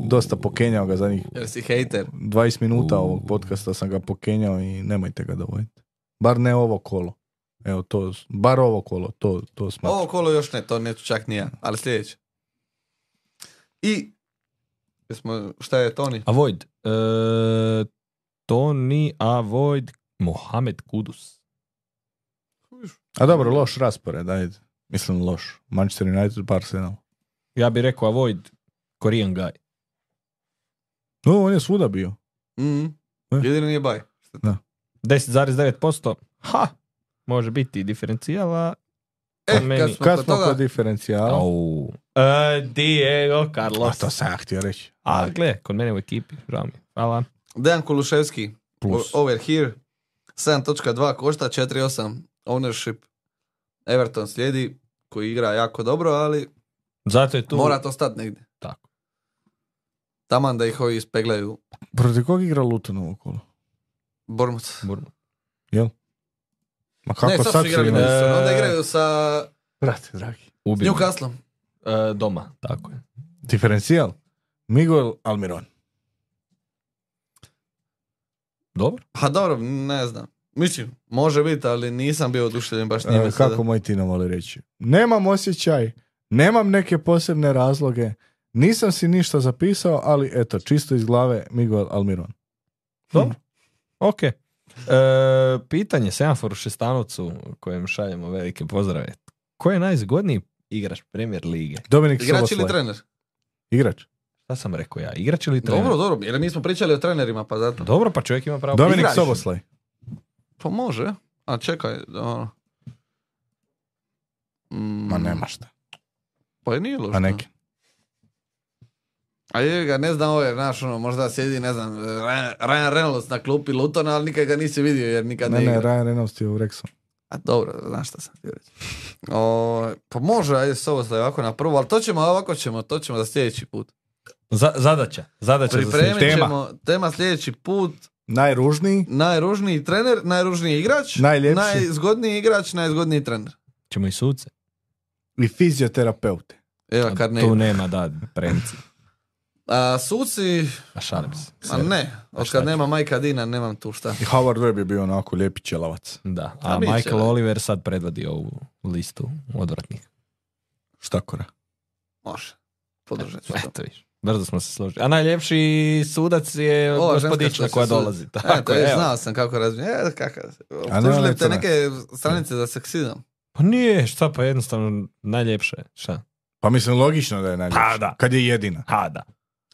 Speaker 2: dosta pokenjao ga zadnjih
Speaker 1: Jer si hejter.
Speaker 2: 20 minuta
Speaker 3: U.
Speaker 2: ovog podcasta sam ga pokenjao i nemojte ga dovoditi. Bar ne ovo kolo. Evo to, bar ovo kolo, to, to smatram.
Speaker 1: Ovo kolo još ne, to neću čak ni ja, ali sljedeće. I, jesmo, šta je Toni?
Speaker 3: Avoid. E, Toni Avoid Mohamed Kudus.
Speaker 2: A dobro, loš raspored, ajde. Mislim loš. Manchester United, Arsenal.
Speaker 3: Ja bih rekao Avoid Korean guy.
Speaker 2: No, on je svuda bio.
Speaker 1: Mm.
Speaker 2: E.
Speaker 1: Jedini nije baj.
Speaker 3: 10,9%. Ha! Može biti i diferencijala.
Speaker 1: E,
Speaker 3: meni.
Speaker 1: kad smo
Speaker 2: Kad
Speaker 1: kod
Speaker 2: smo
Speaker 1: toga,
Speaker 2: kod diferencijala,
Speaker 3: Au. E, Diego
Speaker 2: a
Speaker 3: Carlos.
Speaker 2: to sam ja htio reći.
Speaker 3: A gle, kod mene u ekipi, žao mi. je. Hvala.
Speaker 1: Dejan Kuluševski,
Speaker 3: Plus.
Speaker 1: o- over here, 7.2 košta, 4.8 ownership. Everton slijedi, koji igra jako dobro, ali
Speaker 3: Zato je tu...
Speaker 1: mora to stat negdje.
Speaker 3: Tako.
Speaker 1: Taman da ih ovi ispeglaju.
Speaker 2: Protiv kog igra Luton ovo kolo?
Speaker 1: Bormut.
Speaker 3: Burma.
Speaker 2: Ma kako
Speaker 1: ne, sad, su igrali
Speaker 2: igrali?
Speaker 1: Nelson, onda
Speaker 3: E,
Speaker 1: igraju sa
Speaker 2: Brate, dragi.
Speaker 3: Ubi.
Speaker 1: Newcastle.
Speaker 3: E, doma, tako je.
Speaker 2: Diferencijal? Miguel Almiron.
Speaker 3: Dobro.
Speaker 1: Ha Pa dobro, ne znam. Mislim, može biti, ali nisam bio oduševljen baš njime
Speaker 2: E,
Speaker 1: sada.
Speaker 2: kako moj Tino voli reći. Nemam osjećaj, nemam neke posebne razloge, nisam si ništa zapisao, ali eto, čisto iz glave Miguel Almiron. Hmm.
Speaker 3: Dobro. Ok. E, pitanje Seanforu Šestanovcu, kojem šaljemo velike pozdrave. Ko je najzgodniji igrač Premier lige?
Speaker 2: Dominik
Speaker 1: Igrač ili
Speaker 2: Soboslaj.
Speaker 1: trener?
Speaker 2: Igrač.
Speaker 3: Šta sam rekao ja? Igrač ili trener?
Speaker 1: Dobro, dobro, jer mi smo pričali o trenerima, pa zato.
Speaker 3: Dobro, pa čovjek ima pravo.
Speaker 2: Dominik
Speaker 1: Igrač.
Speaker 2: Soboslaj.
Speaker 1: Pa može. A čekaj, ono. Mm,
Speaker 2: Ma nema šta.
Speaker 1: Pa i nije lošo.
Speaker 2: A neki.
Speaker 1: A je ga, ne znam ovo je, znaš, ono, možda sjedi, ne znam, Ryan- Ryan Reynolds na klupi Lutona, ali nikad ga nisi vidio jer nikad
Speaker 2: Ne,
Speaker 1: nije
Speaker 2: ne,
Speaker 1: igrao.
Speaker 2: Ryan Reynolds je u Rexu.
Speaker 1: A dobro, znaš šta sam ti reći. O, pa može, ajde, s ovo ovako na prvo, ali to ćemo, ovako ćemo, to ćemo za sljedeći put.
Speaker 3: Za- zadaća. Zadaća za
Speaker 1: Pripremit
Speaker 3: sljedeći-
Speaker 2: Tema.
Speaker 1: ćemo tema sljedeći put,
Speaker 2: Najružniji.
Speaker 1: najružniji trener, najružniji igrač,
Speaker 2: Najljepši.
Speaker 1: najzgodniji igrač, najzgodniji trener.
Speaker 3: Ćemo i suce.
Speaker 2: I fizioterapeute.
Speaker 1: Evo, kad ne.
Speaker 3: Tu nema, da, premci.
Speaker 1: A, suci,
Speaker 3: A šalim se.
Speaker 1: a ne, od
Speaker 3: šta
Speaker 1: kad
Speaker 3: ti?
Speaker 1: nema Majka Dina, nemam tu šta.
Speaker 2: I Howard Webb je bio onako lijepi ćelavac.
Speaker 3: Da,
Speaker 1: A
Speaker 3: a
Speaker 1: bit će,
Speaker 3: Michael
Speaker 1: da.
Speaker 3: Oliver sad predvodi ovu listu odvratnih.
Speaker 2: Štakora.
Speaker 1: Može, podržat ću to.
Speaker 3: Eto viš. Brzo smo se složili. A najljepši sudac je
Speaker 1: Ova ženska
Speaker 3: gospodična
Speaker 1: što se
Speaker 3: koja
Speaker 1: sudi.
Speaker 3: dolazi.
Speaker 1: Eto,
Speaker 3: Tako,
Speaker 1: je,
Speaker 3: evo.
Speaker 1: znao sam kako razmišljam. E, kakav.
Speaker 2: nema
Speaker 1: Optužili te
Speaker 2: crne.
Speaker 1: neke stranice za seksizam.
Speaker 3: Pa nije, šta pa jednostavno najljepše. Šta?
Speaker 2: Pa mislim, logično da je najljepši.
Speaker 3: Pa da.
Speaker 2: Kad je jedina.
Speaker 3: Ha, da.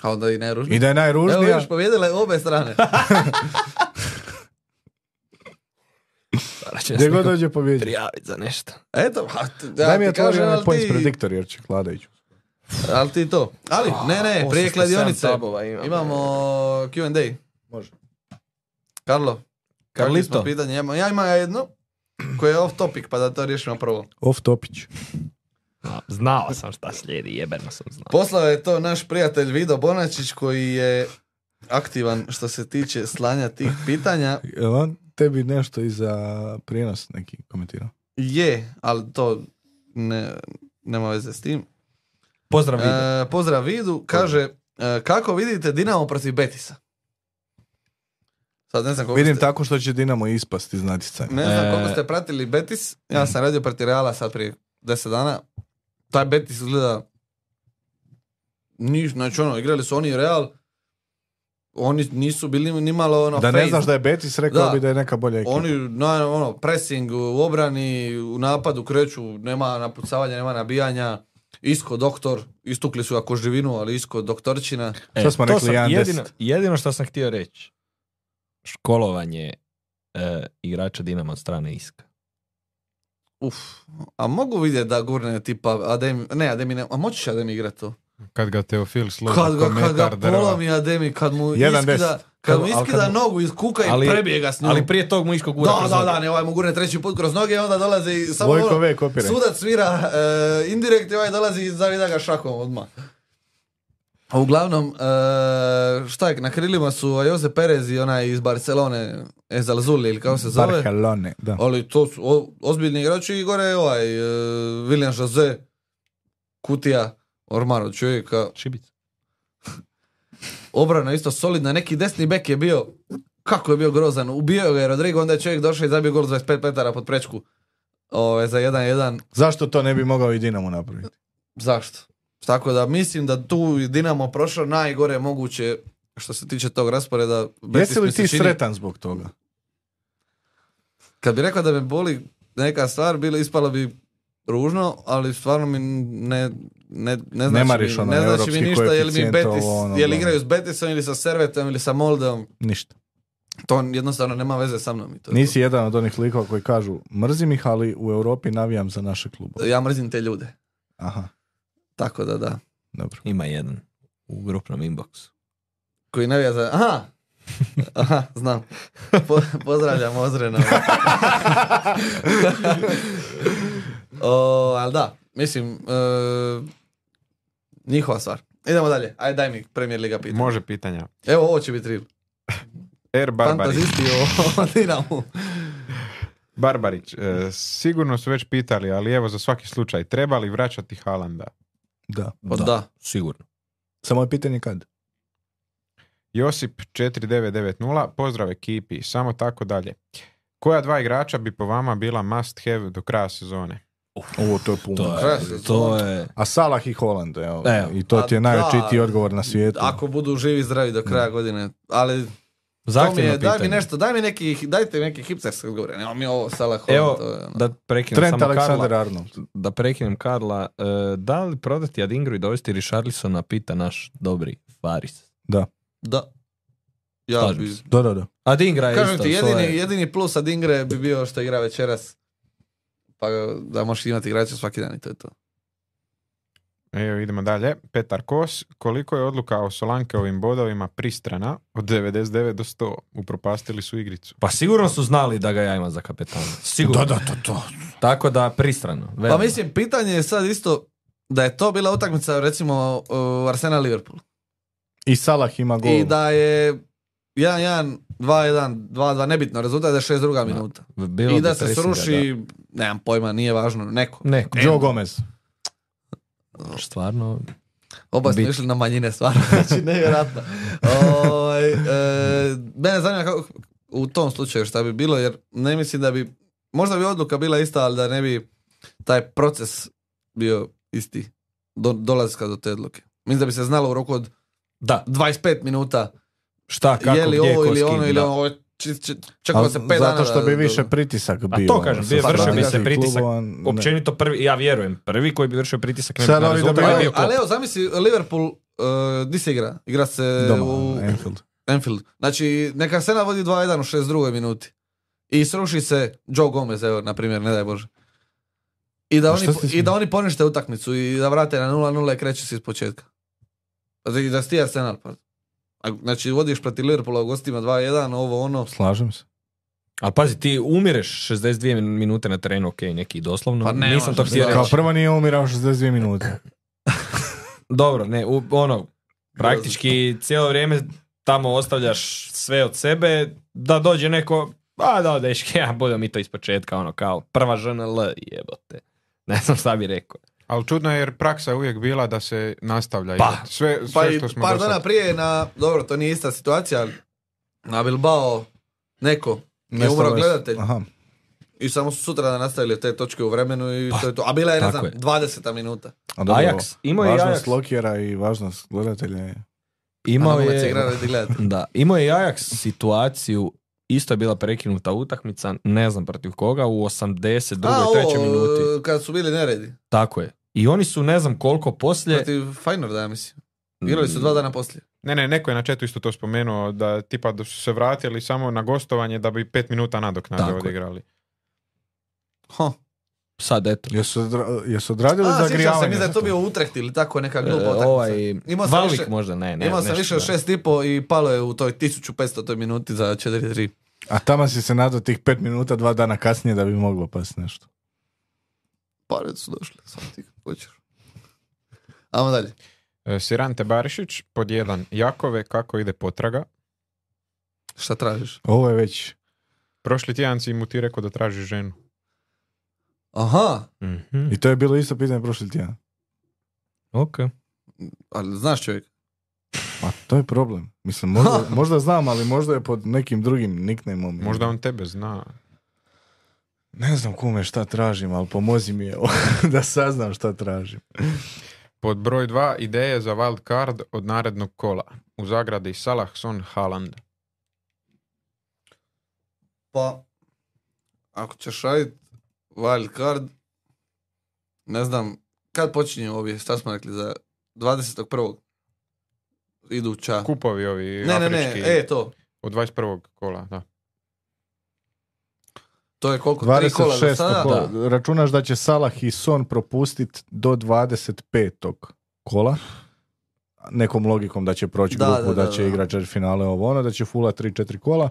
Speaker 1: A onda i najružnije.
Speaker 2: I da je
Speaker 1: Evo
Speaker 2: najružnija.
Speaker 1: vidiš, pobjedile obe strane. pa-
Speaker 3: Sada će nas
Speaker 2: Gdje god
Speaker 3: neko
Speaker 2: dođe pobjedi.
Speaker 3: prijavit za nešto.
Speaker 1: Eto, pa, t- da
Speaker 2: Daj mi
Speaker 1: ti
Speaker 2: otvori
Speaker 1: kažem,
Speaker 2: onaj
Speaker 1: ali
Speaker 2: points
Speaker 1: ti,
Speaker 2: predictor jer će kladajuću.
Speaker 1: ali ti to. Ali,
Speaker 2: Ah,
Speaker 1: ne, ne, prije
Speaker 3: 807
Speaker 1: kladionice
Speaker 3: tabova imam.
Speaker 1: imamo uh, Q&A.
Speaker 2: Može.
Speaker 1: Karlo, kakvi smo
Speaker 3: Karlito.
Speaker 1: pitanje? Ja imam- Ja imam jedno koje je off topic, pa da to riješimo prvo.
Speaker 2: Off topić.
Speaker 3: Znao sam šta slijedi, jebeno sam znao.
Speaker 1: Poslao je to naš prijatelj Vido Bonačić koji je aktivan što se tiče slanja tih pitanja.
Speaker 2: Jel on tebi nešto i za prijenos neki komentirao?
Speaker 1: Je, ali to ne, nema veze s tim.
Speaker 3: Pozdrav Vido.
Speaker 1: E, pozdrav Vidu, kaže e, kako vidite Dinamo protiv Betisa? Sad ne znam koliko
Speaker 2: Vidim
Speaker 1: ste,
Speaker 2: tako što će Dinamo ispasti iz natjecanja.
Speaker 1: ne znam koliko
Speaker 3: E.
Speaker 1: ste pratili Betis. Ja sam radio protiv Reala sad prije 10 dana. Taj Betis izgleda niš, znači ono, igrali su oni i Real. Oni nisu bili ni malo ono
Speaker 2: Da ne
Speaker 1: fazed.
Speaker 2: znaš da je Betis, rekao
Speaker 1: Da.
Speaker 2: bi da je neka bolja ekipa.
Speaker 1: Oni na, ono, pressing u obrani, u napadu kreću, nema napucavanja, nema nabijanja. Isko doktor, istukli su ga ko živinu, ali Isko doktorčina.
Speaker 3: E,
Speaker 2: Šta smo
Speaker 3: to
Speaker 2: rekli,
Speaker 3: sam-
Speaker 2: 1-10?
Speaker 3: jedino, jedino što sam htio reći, školovanje e, igrača Dinamo od strane Iska.
Speaker 1: Uf, a mogu vidjeti da gurne tipa Ademi, ne Ademi, ne, a moći će Ademi igrat to.
Speaker 4: Kad ga Teofil složi
Speaker 1: Kad ga, kad
Speaker 4: kometar
Speaker 1: ga
Speaker 4: drva.
Speaker 1: polomi Ademi, kad mu
Speaker 2: 1-10.
Speaker 1: iskida, kad mu
Speaker 3: Kad mu- ali
Speaker 1: iskida
Speaker 3: kad mu-
Speaker 1: nogu iz kuka i
Speaker 3: Ali-
Speaker 1: prebije ga s njom.
Speaker 3: Ali prije tog mu Isko gura.
Speaker 1: da,
Speaker 3: kroz
Speaker 1: da,
Speaker 3: noge.
Speaker 1: da, ne, ovaj mu gurne treći put kroz noge i onda dolazi i samo
Speaker 2: Vojko
Speaker 1: ono,
Speaker 2: V kopira.
Speaker 1: Sudac svira e, indirekt i ovaj dolazi i zavida ga šakom odmah. A uglavnom, e, šta je, na krilima su Jose Perez i onaj iz Barcelone, Ezalzuli ili kako se zove.
Speaker 2: Barcelone, da.
Speaker 1: Ali to su o- ozbiljni igrači i gore je ovaj e, William Jose, Kutija, Ormaro čovjeka.
Speaker 3: Šibic.
Speaker 1: Obrana isto solidna, neki desni bek je bio, kako je bio grozan, ubio ga je Rodrigo, onda je čovjek došao i zabio gol s 25 metara pod prečku Ove, za 1-1.
Speaker 2: Zašto to ne bi mogao i Dinamo napraviti?
Speaker 1: Zašto? Tako da mislim da tu i Dinamo prošao najgore moguće što se tiče tog rasporeda. Betis
Speaker 2: Jesi li
Speaker 1: mi se
Speaker 2: ti
Speaker 1: čini-
Speaker 2: sretan zbog toga?
Speaker 1: Kad bi rekao da me boli neka stvar, bilo ispalo bi ružno, ali stvarno mi ne, ne, ne znači,
Speaker 2: mariš
Speaker 1: mi,
Speaker 2: ono
Speaker 1: ne znači mi
Speaker 2: europski
Speaker 1: ništa je li mi
Speaker 2: koeficijent,
Speaker 1: Betis,
Speaker 2: ovo, ono,
Speaker 1: je li
Speaker 2: ono.
Speaker 1: igraju s Betisom ili sa Servetom ili sa Moldeom,
Speaker 2: Ništa.
Speaker 1: to jednostavno nema veze sa mnom. i to je
Speaker 2: Nisi jedan od onih likova koji kažu mrzim ih, ali u Europi navijam za naše
Speaker 1: to.
Speaker 2: klubove.
Speaker 1: Ja mrzim te ljude,
Speaker 2: Aha,
Speaker 1: tako da da.
Speaker 2: dobro.
Speaker 3: Ima jedan u grupnom inboxu.
Speaker 1: Koji navija za...
Speaker 3: <laughs>
Speaker 1: Aha! Aha, znam. Po, pozdravljam Ozrena. <laughs> o, ali da, mislim, e, njihova stvar. Idemo dalje. Ajde, daj mi Premier Liga pitanje.
Speaker 4: Može pitanja.
Speaker 1: Evo, ovo će biti ril.
Speaker 4: Er Barbarić.
Speaker 1: Fantazisti o, <laughs> o Dinamu.
Speaker 4: Barbarić, e, sigurno su već pitali, ali evo za svaki slučaj, treba li vraćati Halanda?
Speaker 2: Da.
Speaker 1: Pa da.
Speaker 3: Sigurno.
Speaker 2: Samo je pitanje kad?
Speaker 4: Josip 4990, pozdrav ekipi, samo tako dalje. Koja dva igrača bi po vama bila must have do kraja sezone?
Speaker 2: Ovo to je puno.
Speaker 3: To je,
Speaker 1: Krasno,
Speaker 3: to
Speaker 1: stvarno.
Speaker 3: je,
Speaker 2: A Salah i Holland, evo.
Speaker 3: Evo.
Speaker 2: I to
Speaker 1: Pa
Speaker 2: ti je
Speaker 1: da.
Speaker 2: najočitiji odgovor na svijetu.
Speaker 1: Ako budu živi i zdravi do kraja godine. Ali to mi
Speaker 3: zahtjevno
Speaker 1: je, daj mi
Speaker 3: pitanje.
Speaker 1: nešto, daj mi neki, dajte mi neki hipsterski odgovor. Nemo mi ovo Salah Holland,
Speaker 3: Evo,
Speaker 1: to je ono.
Speaker 3: da prekinem
Speaker 2: Trent
Speaker 3: samo Karla.
Speaker 2: Alexander Arnold.
Speaker 3: Da prekinem Karla. e, da li prodati Adingru i dovesti Richarlisona, pita naš dobri Faris.
Speaker 1: Da. Ja
Speaker 3: Slažem
Speaker 1: bi...
Speaker 3: se.
Speaker 2: Da, da, da.
Speaker 3: Adingra je
Speaker 1: Kažem
Speaker 3: Pa isto
Speaker 1: ti, jedini,
Speaker 3: svoje-
Speaker 1: jedini plus od Ingre bi bio što igra večeras. Pa da možeš imati igrača svaki dan i to je to.
Speaker 4: Evo idemo dalje. Petar Kos, koliko je odluka o Solankeovim bodovima pristrana od 99 do 100? Upropastili su igricu.
Speaker 3: Pa sigurno su znali da ga ja imam za kapetana. Sigurno.
Speaker 2: Da, da, to, to.
Speaker 3: Tako da pristrano.
Speaker 1: Pa
Speaker 3: veoma.
Speaker 1: mislim, pitanje je sad isto da je to bila utakmica recimo uh, Arsenal Liverpool.
Speaker 2: I Salah ima gol.
Speaker 1: I da je 1-1, 2-1, 2-2, nebitno rezultat, da je 6 druga minuta.
Speaker 3: Bilo
Speaker 1: I da
Speaker 3: bi
Speaker 1: se
Speaker 3: presinga,
Speaker 1: sruši, nemam pojma, nije važno, neko.
Speaker 3: da. Ne,
Speaker 2: Joe Gomez.
Speaker 3: Stvarno,
Speaker 1: Oba smo
Speaker 3: Bit.
Speaker 1: išli na manjine, stvarno. <laughs> Znači, nevjerojatno. Ovaj, e, mene zanima kako, u tom slučaju šta bi bilo, jer ne mislim da bi, možda bi odluka bila ista, ali da ne bi taj proces bio isti do, dolaska do te odluke. Mislim da bi se znalo u roku od
Speaker 3: da.
Speaker 1: 25 minuta
Speaker 3: Šta, kako,
Speaker 2: Jeli
Speaker 1: je li
Speaker 3: gdje,
Speaker 1: ovo
Speaker 3: ko
Speaker 1: ili
Speaker 3: s kim,
Speaker 1: ono ili
Speaker 3: da.
Speaker 1: ono, ovo je či- či- čekalo
Speaker 2: Al
Speaker 1: se 5 dana.
Speaker 2: zato što
Speaker 1: da-
Speaker 2: bi
Speaker 1: da-
Speaker 2: više pritisak bio. ono,
Speaker 3: to kažem,
Speaker 2: sa
Speaker 3: bio-
Speaker 1: vršio
Speaker 2: strane
Speaker 1: bi
Speaker 2: svih
Speaker 1: se
Speaker 3: pritisak
Speaker 2: klubova, ne.
Speaker 3: Općenito prvi, ja vjerujem, prvi koji bi vršio pritisak ne bi
Speaker 2: Sad
Speaker 3: na
Speaker 2: oni
Speaker 3: rezultat,
Speaker 2: dobivaju-
Speaker 3: ali
Speaker 1: Ali,
Speaker 3: bio Klopp.
Speaker 1: ali evo, zamisli, Liverpool, uh, di se igra? Igra se
Speaker 2: Doma,
Speaker 1: E,
Speaker 2: ono,
Speaker 1: u
Speaker 2: Anfield.
Speaker 1: Enfield. Znači, neka Sena vodi 2-1 u 62. minuti. I sruši se Joe Gomez, evo, na primjer, ne daj Bože. I da,
Speaker 2: A
Speaker 1: oni,
Speaker 2: šta ste
Speaker 1: i
Speaker 2: smijeli?
Speaker 1: da oni ponište utakmicu i da vrate na 0-0 i kreće se iz početka. Znači, i da si ti Arsenal, pa. A- Znači, vodiš protiv Liverpoola u gostima 2-1, ovo ono.
Speaker 2: Slažem se.
Speaker 3: Ali pazi, ti umireš 62 min- minute na terenu, ok, neki doslovno.
Speaker 1: Pa ne
Speaker 3: Nisam to
Speaker 1: možeš,
Speaker 3: htio
Speaker 1: da.
Speaker 3: reći.
Speaker 2: Kao prvo nije umirao 62 minute.
Speaker 3: Dobro, ne, u, ono, praktički cijelo vrijeme tamo ostavljaš sve od sebe, da dođe neko, a da, dečki, ja budem mi to ispočetka, ono, kao prva ŽNL, jebote. Ne znam šta bi rekao.
Speaker 4: Ali čudno je jer praksa je uvijek bila da se nastavlja.
Speaker 3: Pa.
Speaker 4: igrati. sve, sve
Speaker 1: Pa i
Speaker 4: što smo
Speaker 1: par
Speaker 4: do sad-
Speaker 1: dana prije je na, dobro, to nije ista situacija, ali na Bilbao neko je
Speaker 2: Nestalo
Speaker 1: umro
Speaker 2: je-
Speaker 1: gledatelj.
Speaker 2: Aha.
Speaker 1: I samo su sutra da nastavili te točke u vremenu i
Speaker 3: Pa,
Speaker 1: to je to. A bila je, ne
Speaker 3: tako
Speaker 1: znam,
Speaker 3: je.
Speaker 1: 20. minuta.
Speaker 2: A dobro,
Speaker 3: Ajax, imao je
Speaker 2: Važnost
Speaker 3: Ajax.
Speaker 2: lokjera i važnost gledatelja je...
Speaker 3: Imao
Speaker 1: A nogomet se
Speaker 3: je,
Speaker 1: igra radi gledatelja.
Speaker 3: da, imao je Ajax situaciju, isto je bila prekinuta utakmica, ne znam protiv koga, u 82.
Speaker 1: A,
Speaker 3: i 3.
Speaker 1: ovo, e,
Speaker 3: minuti.
Speaker 1: Kad su bili neredi.
Speaker 3: Tako je. I oni su ne znam koliko poslije... mm,
Speaker 1: Protiv Feynorda, ja mislim. Igrali su dva dana poslije.
Speaker 4: Ne, ne, neko je na četu isto to spomenuo, da tipa da su se vratili samo na gostovanje da bi pet minuta nadoknade
Speaker 3: Tako je.
Speaker 4: odigrali.
Speaker 1: Ho.
Speaker 3: Sad eto.
Speaker 2: Jesu, odra- jesu odradili
Speaker 1: A, sjećam se,
Speaker 2: zagrijavanje?
Speaker 1: mislim da je to
Speaker 2: zato?
Speaker 1: bio Utrecht ili tako neka
Speaker 3: E,
Speaker 1: glupa utakmica.
Speaker 3: ovaj,
Speaker 1: Imao sam
Speaker 3: Valnik
Speaker 1: više-
Speaker 3: možda, ne, ne.
Speaker 1: Imao sam
Speaker 3: nešto,
Speaker 1: više
Speaker 3: da.
Speaker 1: od šest i po i palo je u toj 1500 toj minuti za 4-3.
Speaker 2: A tamo si se nadao tih pet minuta, dva dana kasnije da bi moglo pasti nešto.
Speaker 1: Pare su došle, sam ti kako hoćeš. Ajmo dalje.
Speaker 4: E, Sirante Barišić, pod jedan, Jakove, kako ide potraga?
Speaker 1: Šta tražiš?
Speaker 2: Ovo je već...
Speaker 4: Prošli tjedan si mu ti rekao da traži ženu.
Speaker 1: Aha,
Speaker 3: Mhm.
Speaker 1: Hm.
Speaker 2: I to je bilo isto pitanje prošli tjedan.
Speaker 3: Ok.
Speaker 1: ali znaš čovjek.
Speaker 2: A to je problem.
Speaker 1: <laughs>
Speaker 2: Mislim, možda, možda znam, ali možda je pod nekim drugim nicknameom.
Speaker 4: Možda on tebe zna.
Speaker 2: Ne znam kume šta tražim, ali pomozi mi je <laughs> da saznam šta tražim.
Speaker 4: Pod broj dva, ideje za wild card od narednog kola. U zagradi Salah, Son, Haaland.
Speaker 1: Pa, ako ćeš radit wild card, ne znam, kad počinje ovdje, šta smo rekli, za 21. iduća.
Speaker 4: Kupovi ovi
Speaker 1: ne, ne, ne,
Speaker 4: afrički
Speaker 1: e, to.
Speaker 4: od 21. kola, da.
Speaker 1: To je koliko, tri kola do
Speaker 2: 26.
Speaker 1: sada?
Speaker 2: kola.
Speaker 1: Da.
Speaker 2: Računaš da će Salah i Son propustit do 25. kola. Nekom logikom da će proći
Speaker 1: Da,
Speaker 2: grupu, da,
Speaker 1: da, da,
Speaker 2: će
Speaker 1: da.
Speaker 2: igrati finale ovo ono, da će fula 3-4 kola.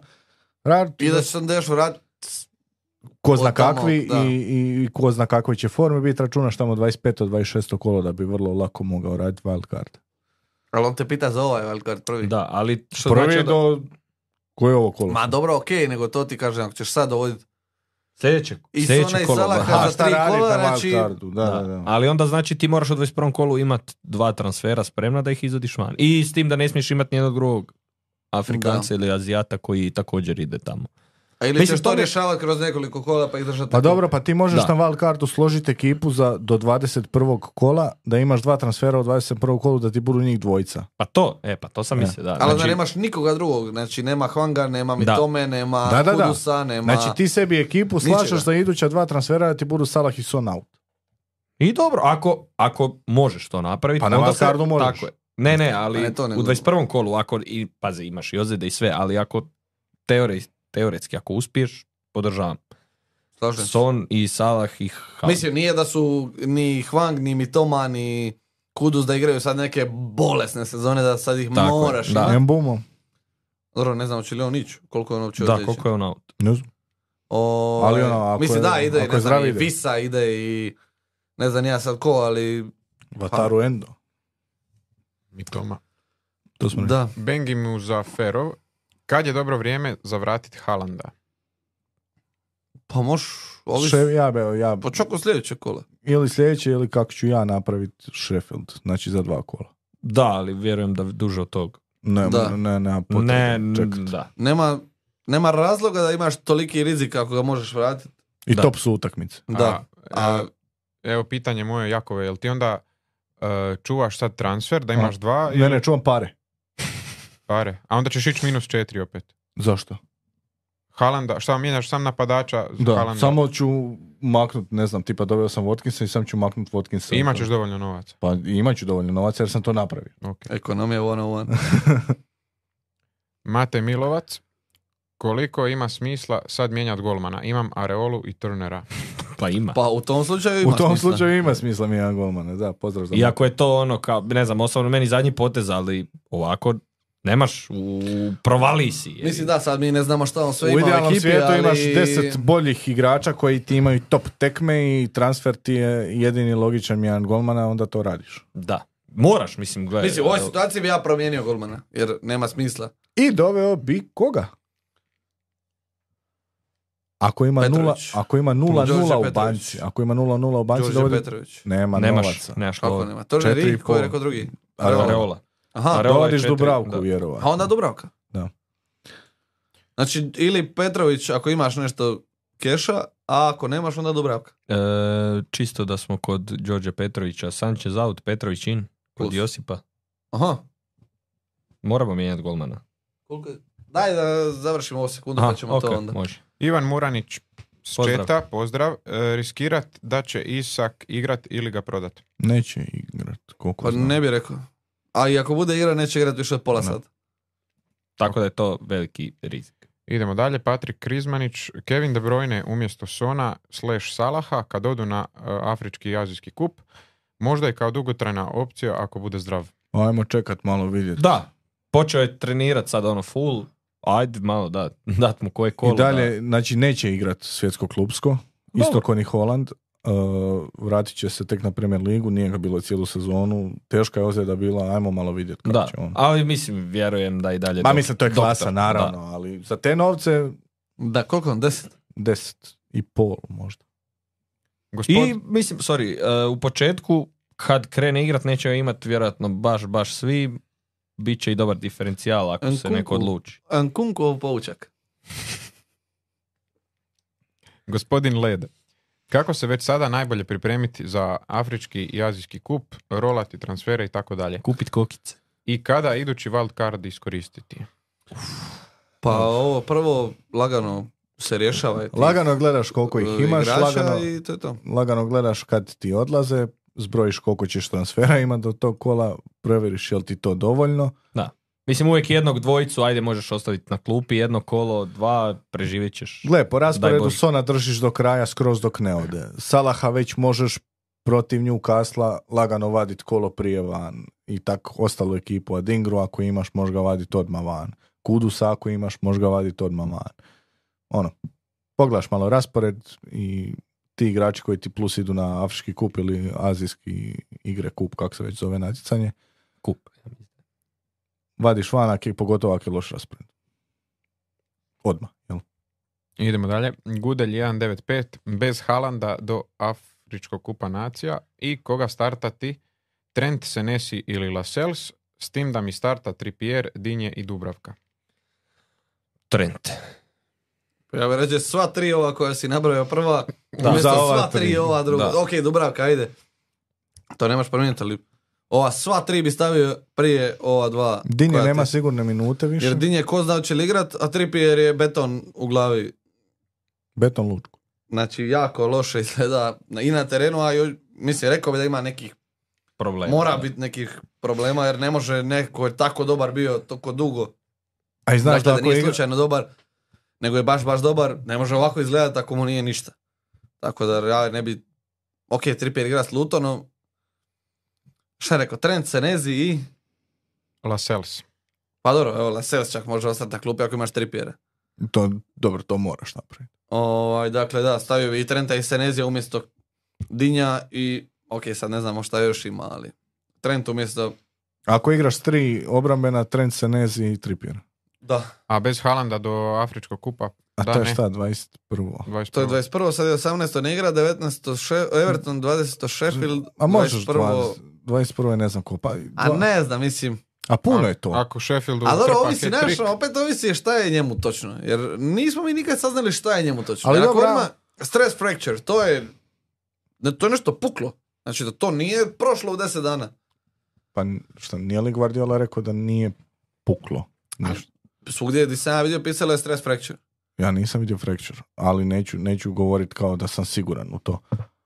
Speaker 2: Rad,
Speaker 1: I da će sam deš vrat,
Speaker 2: ko zna
Speaker 1: od tamo,
Speaker 2: kakvi
Speaker 1: da.
Speaker 2: i, i, i ko zna kakve će forme biti, računaš tamo 25. 26. kolo da bi vrlo lako mogao raditi wild card.
Speaker 1: ali on te pita za ovaj wild card prvi.
Speaker 3: Da, ali što
Speaker 2: Prvi
Speaker 3: znači onda-
Speaker 2: do... Koje je ovo kolo?
Speaker 1: Ma dobro, okej, nego to ti kažem, ako ćeš sad dovodit
Speaker 3: sljedeće,
Speaker 1: I
Speaker 3: sljedeće
Speaker 1: Sona i
Speaker 3: kolo.
Speaker 1: Salaha
Speaker 3: Aha,
Speaker 1: za
Speaker 2: šta
Speaker 1: tri
Speaker 2: radit
Speaker 1: kola,
Speaker 2: na wild
Speaker 1: znači-
Speaker 2: cardu, Da, da, da.
Speaker 3: Ali onda znači ti moraš u 21. kolu imat dva transfera spremna da ih izvodiš van. I s tim da ne smiješ imat nijednog drugog Afrikanca ili Azijata koji također ide tamo.
Speaker 1: A ili
Speaker 3: Mislim,
Speaker 1: ćeš to
Speaker 3: to mi-
Speaker 1: rješavati kroz nekoliko kola pa ih držati.
Speaker 2: Pa dobro, pa ti možeš
Speaker 3: Da.
Speaker 2: na wild cardu složiti ekipu za do 21. kola, da imaš dva transfera u 21. kolu, da ti budu njih dvojica.
Speaker 3: Pa to, e pa to sam mislio, da.
Speaker 1: Ali da
Speaker 2: Znači-
Speaker 1: nemaš nikoga drugog, znači nema Hvanga, nema
Speaker 3: Da.
Speaker 1: Mitome, nema
Speaker 2: Da, da, da.
Speaker 1: Kudusa, nema...
Speaker 2: Znači ti sebi ekipu
Speaker 1: Ničega.
Speaker 2: slažeš za iduća dva transfera da ti budu Salah i Son out.
Speaker 3: I dobro, ako, ako možeš to napraviti,
Speaker 2: Pa na
Speaker 3: onda
Speaker 2: wild cardu možeš.
Speaker 3: Tako je. Ne, ne, ali
Speaker 1: Pa ne, to nego-
Speaker 3: u 21. kolu, ako, i, pazi, imaš i ozljede i sve, ali ako teore, teoretski, ako uspiješ, podržavam.
Speaker 1: Slažem se.
Speaker 3: Son i Salah i Haaland.
Speaker 1: Mislim, nije da su ni Hwang, ni Mitoma, ni Kudus da igraju sad neke bolesne sezone da sad ih
Speaker 3: Tako je,
Speaker 1: moraš
Speaker 3: da.
Speaker 1: imat.
Speaker 2: Embumo. Dobro,
Speaker 1: Dobro, ne znam hoće li on ići, koliko je on uopće
Speaker 3: da,
Speaker 1: otići.
Speaker 3: koliko je on out.
Speaker 2: Ne znam.
Speaker 1: O,
Speaker 2: Ali ono, ako
Speaker 1: mislim, da,
Speaker 2: je-
Speaker 1: ide,
Speaker 2: ako
Speaker 1: ne znam,
Speaker 2: je zdrav
Speaker 1: i
Speaker 2: ide.
Speaker 1: Visa ide i ne znam ni ja sad ko, ali Pa.
Speaker 2: Vataru Endo.
Speaker 4: Mitoma.
Speaker 2: To smo
Speaker 1: da.
Speaker 4: Bengimu za Ferov. Kad je dobro vrijeme za vratit Haalanda?
Speaker 1: Pa moš Ovi-
Speaker 2: Še- ja, evo, ja,
Speaker 1: Pa čak u sljedeće kola.
Speaker 2: ili sljedeće ili kako ću ja napraviti Sheffield, znači za dva kola.
Speaker 3: Da, ali vjerujem da duže od tog.
Speaker 2: Ne,
Speaker 1: Da.
Speaker 2: ne, nema potrebe
Speaker 3: Ne, n-
Speaker 2: čekat.
Speaker 3: da.
Speaker 1: Nema, nema razloga da imaš toliki rizik ako ga možeš vratiti.
Speaker 2: I
Speaker 3: Da.
Speaker 2: top su utakmice.
Speaker 1: Da.
Speaker 4: A,
Speaker 1: A-
Speaker 4: evo pitanje moje Jakove, jel ti onda e, čuvaš sad transfer da imaš dva
Speaker 2: Ne,
Speaker 4: ili
Speaker 2: ne, čuvam pare.
Speaker 4: pare? A onda ćeš ići minus četiri opet.
Speaker 2: Zašto?
Speaker 4: Halanda, šta mijenjaš sam napadača za
Speaker 2: Da,
Speaker 4: Haalanda?
Speaker 2: samo ću maknut, ne znam, tipa doveo sam Watkinsa i sam ću maknut Watkinsa.
Speaker 4: I imat ćeš dovoljno novaca.
Speaker 2: Pa imat ću dovoljno novaca jer sam to napravio.
Speaker 4: Ok.
Speaker 1: Ekonomija one on one.
Speaker 4: Mate Milovac, koliko ima smisla sad mijenjati golmana? Imam Areolu i Turnera.
Speaker 3: Pa ima.
Speaker 1: Pa u tom slučaju ima
Speaker 2: U tom
Speaker 1: smisla.
Speaker 2: slučaju ima smisla mi jedan golman, da, pozdrav za
Speaker 3: Iako je to ono kao, ne znam, osobno meni zadnji potez, ali ovako nemaš, u, provali si. je.
Speaker 1: Mislim da, sad mi ne znamo šta on sve
Speaker 2: u
Speaker 1: ima
Speaker 2: idealnom
Speaker 1: u ekipi,
Speaker 2: svijetu
Speaker 1: ali...
Speaker 2: imaš 10 boljih igrača koji ti imaju top tekme i transfer ti je jedini logičan jedan golmana, onda to radiš.
Speaker 3: Da. Moraš, mislim, gledaj.
Speaker 1: Mislim, u ovoj
Speaker 3: Pa, evo,
Speaker 1: situaciji bi ja promijenio golmana, jer nema smisla.
Speaker 2: I doveo bi koga? Ako ima
Speaker 1: Petrović.
Speaker 2: nula, ako ima nula,
Speaker 1: Đorđe
Speaker 2: nula u
Speaker 1: Petrović.
Speaker 2: banci, ako ima nula nula u banci,
Speaker 1: Đorđe
Speaker 2: dovodi...
Speaker 1: Petrović.
Speaker 2: Nema
Speaker 3: nemaš,
Speaker 2: novaca.
Speaker 3: nemaš
Speaker 1: Kako
Speaker 3: lova.
Speaker 1: nema? Turneri,
Speaker 2: Četiri i
Speaker 1: ko je
Speaker 2: pol.
Speaker 1: rekao drugi?
Speaker 2: Areola.
Speaker 3: Areola.
Speaker 1: Aha,
Speaker 3: Areola je
Speaker 2: Dovodiš
Speaker 3: četiri,
Speaker 2: Dubravku,
Speaker 3: da.
Speaker 2: vjerovatno.
Speaker 1: a onda Dubravka.
Speaker 2: Da.
Speaker 1: Znači, ili Petrović, ako imaš nešto keša, a ako nemaš, onda Dubravka.
Speaker 3: E, čisto da smo kod Đorđe Petrovića, Sanchez out, Petrović in, kod
Speaker 1: Plus.
Speaker 3: Josipa.
Speaker 1: Aha.
Speaker 3: Moramo mijenjati golmana.
Speaker 1: Koliko je- Daj da završimo ovu sekundu,
Speaker 3: Aha,
Speaker 1: pa ćemo
Speaker 3: ok,
Speaker 1: to onda.
Speaker 3: Može.
Speaker 4: Ivan Muranić, s
Speaker 3: Pozdrav.
Speaker 4: Četa, pozdrav, e, riskirat da će Isak igrat ili ga prodat.
Speaker 2: Neće igrat, koliko
Speaker 1: Pa
Speaker 2: znam.
Speaker 1: ne bi rekao. A i ako bude igra, neće igrati više od pola sata.
Speaker 3: Tako da je to veliki rizik.
Speaker 4: Idemo dalje, Patrik Krizmanić, Kevin De Bruyne umjesto Sona slash Salaha kad odu na e, afrički i azijski kup, možda i kao dugotrajna opcija ako bude zdrav.
Speaker 2: Ajmo čekat malo vidjeti.
Speaker 3: Da, počeo je trenirat sad ono full, ajde malo da, dat mu koje kolo.
Speaker 2: I
Speaker 3: da-
Speaker 2: dalje, znači neće igrat svjetsko klubsko, isto
Speaker 3: Dobro.
Speaker 2: ko ni Holand. Uh, vratit će se tek na Premier ligu, nije ga bilo cijelu sezonu, teška je ozljeda bila, ajmo malo vidjeti kako
Speaker 3: Da,
Speaker 2: će on.
Speaker 3: ali mislim, vjerujem da i dalje...
Speaker 2: Ma
Speaker 3: dok-
Speaker 2: mislim, to je klasa,
Speaker 3: doktor,
Speaker 2: naravno,
Speaker 3: da.
Speaker 2: ali za te novce
Speaker 1: Da, koliko on? Deset?
Speaker 2: deset i pol možda.
Speaker 4: Gospod,
Speaker 3: I mislim, sorry, e, u početku kad krene igrat neće imati vjerojatno baš, baš svi, bit će i dobar diferencijal ako se
Speaker 1: Nkunku.
Speaker 3: neko odluči.
Speaker 1: Ankunkov poučak.
Speaker 4: gospodin Led, kako se već sada najbolje pripremiti za afrički i azijski kup, rolati transfere i tako dalje?
Speaker 3: Kupit kokice.
Speaker 4: I kada idući wildcard iskoristiti?
Speaker 1: Pa ovo prvo lagano se rješava. i ti,
Speaker 2: Lagano gledaš koliko
Speaker 1: e,
Speaker 2: ih imaš,
Speaker 1: igrača
Speaker 2: lagano,
Speaker 1: I to je to.
Speaker 2: lagano gledaš kad ti odlaze, zbrojiš koliko ćeš transfera ima do tog kola, provjeriš jel ti to dovoljno.
Speaker 3: Mislim, uvijek jednog dvojicu, ajde, možeš ostaviti na klupi, jedno kolo, dva, preživjet ćeš.
Speaker 2: Gle, po
Speaker 3: Daj
Speaker 2: rasporedu
Speaker 3: Bože.
Speaker 2: Sona držiš do kraja skroz dok ne ode. Salaha već možeš protiv nju kasla lagano vadit kolo prije van i tako ostalu ekipu. A Dingru ako imaš možeš ga vadit odmah van. Kudusa ako imaš možeš ga vadit odmah van. Ono, pogledaš malo raspored i ti igrači koji ti plus idu na afrički kup ili azijski igre kup, kako se već zove natjecanje,
Speaker 3: Kup.
Speaker 2: vadiš van, ako je- pogotovo ako je loš raspored. Odmah, jel?
Speaker 4: Idemo dalje. Gudelj 195, bez Halanda do Afričkog kupa nacija i koga startati? Trent, Senesi ili Lasels, s tim da mi starta Trippier, Dinje i Dubravka.
Speaker 3: Trent.
Speaker 1: Ja bih reći sva tri ova koja si nabrojao prva,
Speaker 2: Da,
Speaker 1: umjesto
Speaker 2: za ova
Speaker 1: sva tri,
Speaker 2: tri.
Speaker 1: ova druga.
Speaker 3: Da.
Speaker 1: Ok, Dubravka, ajde. To nemaš promijeniti, ali ova sva tri bi stavio prije ova dva.
Speaker 2: Dinje
Speaker 1: koja ti-
Speaker 2: nema sigurne minute više.
Speaker 1: Jer Dinje ko zna hoće li igrat, a Trippier je beton u glavi.
Speaker 2: Beton lučku.
Speaker 1: Znači, jako loše izgleda na- i na terenu, a joj- mislim, rekao bi da ima nekih,
Speaker 3: Problem.
Speaker 1: mora biti nekih problema, jer ne može neko je tako dobar bio toliko dugo.
Speaker 2: A i znaš
Speaker 1: Znaš
Speaker 2: da
Speaker 1: dakle, da
Speaker 2: ako
Speaker 1: nije
Speaker 2: igra...
Speaker 1: slučajno dobar, nego je baš, baš dobar, ne može ovako izgledati ako mu nije ništa. Tako da ja ne bi... Ok, Trippier igra s Lutonom. Šta je rekao, Trent, Senezi i...
Speaker 4: Lasels.
Speaker 1: Pa dobro, evo, Lasels čak može ostati na klupi ako imaš Trippiera.
Speaker 2: To, dobro, to moraš napraviti.
Speaker 1: Ovaj, dakle, da, stavio bi i Trenta i Senezija umjesto Dinja i... Ok, sad ne znamo šta još ima, ali... Trent umjesto...
Speaker 2: Ako igraš s tri obrambena, Trent Senezi i Trippier.
Speaker 1: Da,
Speaker 4: A bez Halanda do Afričkog kupa
Speaker 2: A
Speaker 4: Da,
Speaker 2: to je
Speaker 4: ne.
Speaker 2: šta, 21.
Speaker 4: 21.
Speaker 1: To je 21. sad je 18. ne igra, 19. She- Everton, 20. Sheffield,
Speaker 2: A možeš
Speaker 1: 21.
Speaker 2: 21. 21. ne znam ko. Pa,
Speaker 1: A
Speaker 2: dva-
Speaker 1: ne znam, mislim.
Speaker 2: A puno
Speaker 4: A-
Speaker 2: je to.
Speaker 4: Ako Sheffieldu
Speaker 1: A dobro,
Speaker 4: utrpa
Speaker 1: ovisi,
Speaker 4: hat-trick,
Speaker 1: znaš, opet ovisi šta je njemu točno. Jer nismo mi nikad saznali šta je njemu točno.
Speaker 2: Ali
Speaker 1: Jer ako
Speaker 2: dobro,
Speaker 1: ima stress fracture, to je, ne, to je nešto puklo. Znači da to nije prošlo u 10 dana.
Speaker 2: Pa n- šta, nije li Guardiola rekao da nije puklo? Ništa.
Speaker 1: Svugdje gdje sam ja vidio pisalo je stress fracture.
Speaker 2: Ja nisam vidio fracture, ali neću, neću govorit kao da sam siguran u to.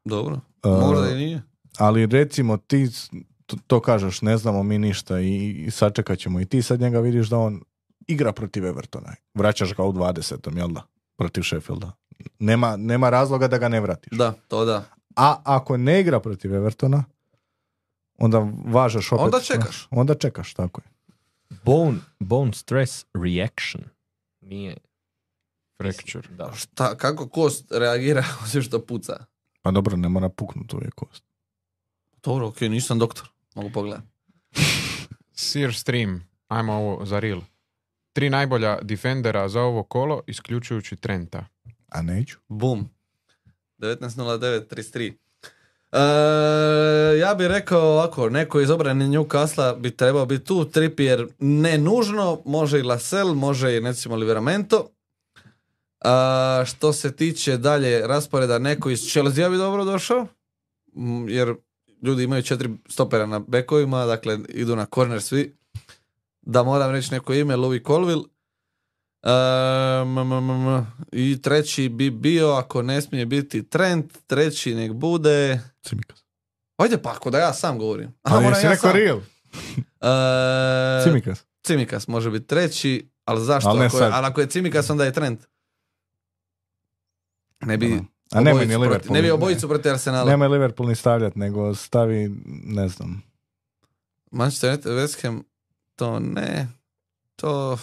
Speaker 1: Dobro,
Speaker 2: E,
Speaker 1: možda i nije.
Speaker 2: Ali recimo ti, s- to, to kažeš, ne znamo mi ništa i, i sačekat ćemo. I ti sad njega vidiš da on igra protiv Evertona. Vraćaš ga u 20. jel da? Protiv Sheffielda. Nema, nema razloga da ga ne vratiš.
Speaker 1: Da, to da.
Speaker 2: A ako ne igra protiv Evertona, onda važeš opet.
Speaker 1: Onda čekaš.
Speaker 2: Onda čekaš, tako je.
Speaker 3: Bone, bone stress reaction. Nije.
Speaker 4: Fracture.
Speaker 3: Da.
Speaker 1: Šta, kako kost reagira <laughs> osim što puca?
Speaker 2: Pa dobro, ne mora puknut uvijek kost.
Speaker 1: Dobro, okej, nisam doktor. Mogu pogledati.
Speaker 4: Sear Stream, ajmo ovo za real. Tri najbolja defendera za ovo kolo, isključujući Trenta.
Speaker 2: A neću.
Speaker 1: Bum. 19.09.33. E, ja bih rekao ovako, neko iz obrane Newcastle bi trebao biti tu, Trippier ne nužno, može i Lasel, može i recimo Liveramento. A, što se tiče dalje rasporeda, neko iz Chelsea bi dobro došao, m, jer ljudi imaju četiri stopera na bekovima, dakle idu na korner svi. Da moram reći neko ime, Louis Colville. E, m, m, m, m. I treći bi bio, ako ne smije biti trend, treći nek bude...
Speaker 2: Cimikas.
Speaker 1: Ajde pa, ako da ja sam govorim. A,
Speaker 2: Ali
Speaker 1: moram
Speaker 2: Pa jesi
Speaker 1: ja
Speaker 2: rekao
Speaker 1: sam.
Speaker 2: real?
Speaker 1: E,
Speaker 2: Cimikas.
Speaker 1: Cimikas može biti treći, ali zašto?
Speaker 2: Ali ne
Speaker 1: ako, je,
Speaker 2: sad.
Speaker 1: ali ako je Cimikas, onda je trend. Ne bi,
Speaker 2: Ono. A nemoj ni
Speaker 1: obojicu
Speaker 2: Liverpool.
Speaker 1: proti- ne bi obojicu protiv Arsenala.
Speaker 2: Nemoj Liverpool ni stavljati, nego stavi, ne znam,
Speaker 1: Manchester United, West Ham, to ne. To...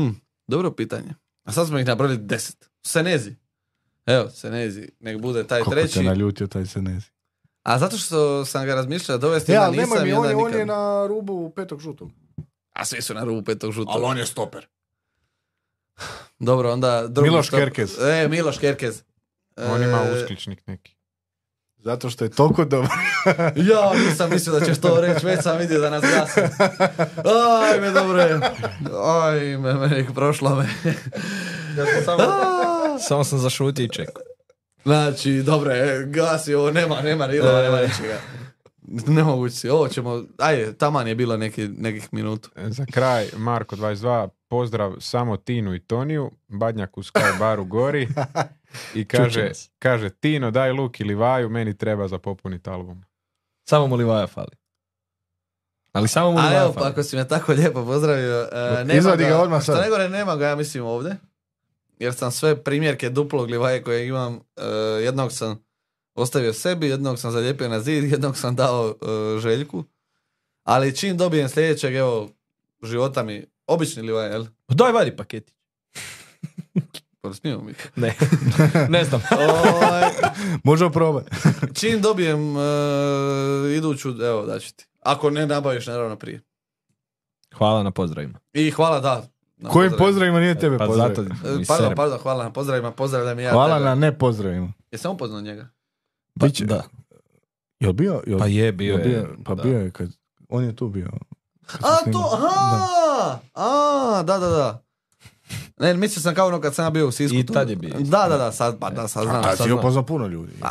Speaker 1: Hm, dobro pitanje. A sad smo ih nabrali deset. Senezi. Evo, Senezi. Nek bude taj
Speaker 2: kako
Speaker 1: treći.
Speaker 2: te naljutio taj Senezi.
Speaker 1: A zato što sam ga razmišljao dovesti,
Speaker 2: Ja,
Speaker 1: ja,
Speaker 2: E, ali
Speaker 1: nisam,
Speaker 2: nemoj mi, on je,
Speaker 1: jedan
Speaker 2: on je
Speaker 1: nikad.
Speaker 2: na rubu petog žutog.
Speaker 1: A svi su na rubu petog žutog.
Speaker 2: je stoper.
Speaker 1: Dobro, onda... drugi
Speaker 2: Miloš
Speaker 1: stop-
Speaker 2: Kerkez.
Speaker 1: E, Miloš Kerkez.
Speaker 4: <laughs> On ima
Speaker 1: E,
Speaker 4: uskličnik neki.
Speaker 2: Zato što je toliko dobar.
Speaker 1: <laughs>
Speaker 2: <laughs>
Speaker 1: Ja, nisam mislio da ćeš to reći, već sam vidio da nas gasi. Aj, me dobro je. Aj, me, me, prošlo me. <laughs> A,
Speaker 3: Samo sam zašutio i čekao.
Speaker 1: Znači, dobro je, gasi ovo, nema, nema rilova,
Speaker 2: E.
Speaker 1: nema ničega. Nemoguće, si, ovo ćemo, ajde, taman je bilo neki, nekih minutu.
Speaker 4: Za kraj, Marko 22, pozdrav samo Tinu i Toniju, Badnjak u Sky baru gori i kaže,
Speaker 3: nas.
Speaker 4: kaže Tino daj luk ili vaju, meni treba za popunit album.
Speaker 3: Samo mu Livaja fali. Ali samo mu
Speaker 1: A
Speaker 3: Livaja
Speaker 1: evo, pa
Speaker 3: fali.
Speaker 1: ako si me tako lijepo pozdravio, e, nema
Speaker 2: Izvadi ga odmah
Speaker 1: što
Speaker 2: sad.
Speaker 1: ne gore, nema ga, ja mislim, ovdje. Jer sam sve primjerke duplog livaje koje imam, e, jednog sam ostavio sebi, jednog sam zalijepio na zid, <laughs> jednog sam dao e, željku. Ali čim dobijem sljedećeg, evo, života mi, obični livaje, jel?
Speaker 3: Daj vadi paketi.
Speaker 1: Pa smijemo
Speaker 2: <laughs>
Speaker 1: mi.
Speaker 3: Ne. ne znam.
Speaker 1: Ovaj,
Speaker 2: Možemo probati.
Speaker 1: Čim dobijem e, iduću, evo daću ti. Ako ne nabaviš naravno prije.
Speaker 3: Hvala na pozdravima.
Speaker 1: I hvala da. na
Speaker 2: Kojim
Speaker 1: pozdravima.
Speaker 2: pozdravima nije tebe
Speaker 3: pa
Speaker 2: pozdravio?
Speaker 3: zato mi
Speaker 1: E, Pardon,
Speaker 3: serem.
Speaker 1: pardon, hvala na pozdravima, pozdravljam i ja
Speaker 2: Hvala
Speaker 1: tebe.
Speaker 2: na ne pozdravima.
Speaker 1: Jesam upoznao njega?
Speaker 3: Pa,
Speaker 2: Biće-
Speaker 3: da.
Speaker 2: Jel bio? Jel,
Speaker 3: Pa je,
Speaker 2: jel
Speaker 3: bio je.
Speaker 2: pa
Speaker 3: da.
Speaker 2: bio je kad... On je tu bio. kad sam
Speaker 1: A
Speaker 2: snimao.
Speaker 1: to, aha! A, da, da, da. Ne, mislio sam kao ono kad sam ja bio u Sisku.
Speaker 3: I
Speaker 1: to-
Speaker 3: tad je bio.
Speaker 1: Da, da, da, sad, pa da, sad
Speaker 2: Da.
Speaker 1: znam.
Speaker 2: A
Speaker 1: Sad
Speaker 2: si je
Speaker 1: znam.
Speaker 2: upoznao puno ljudi.
Speaker 1: A.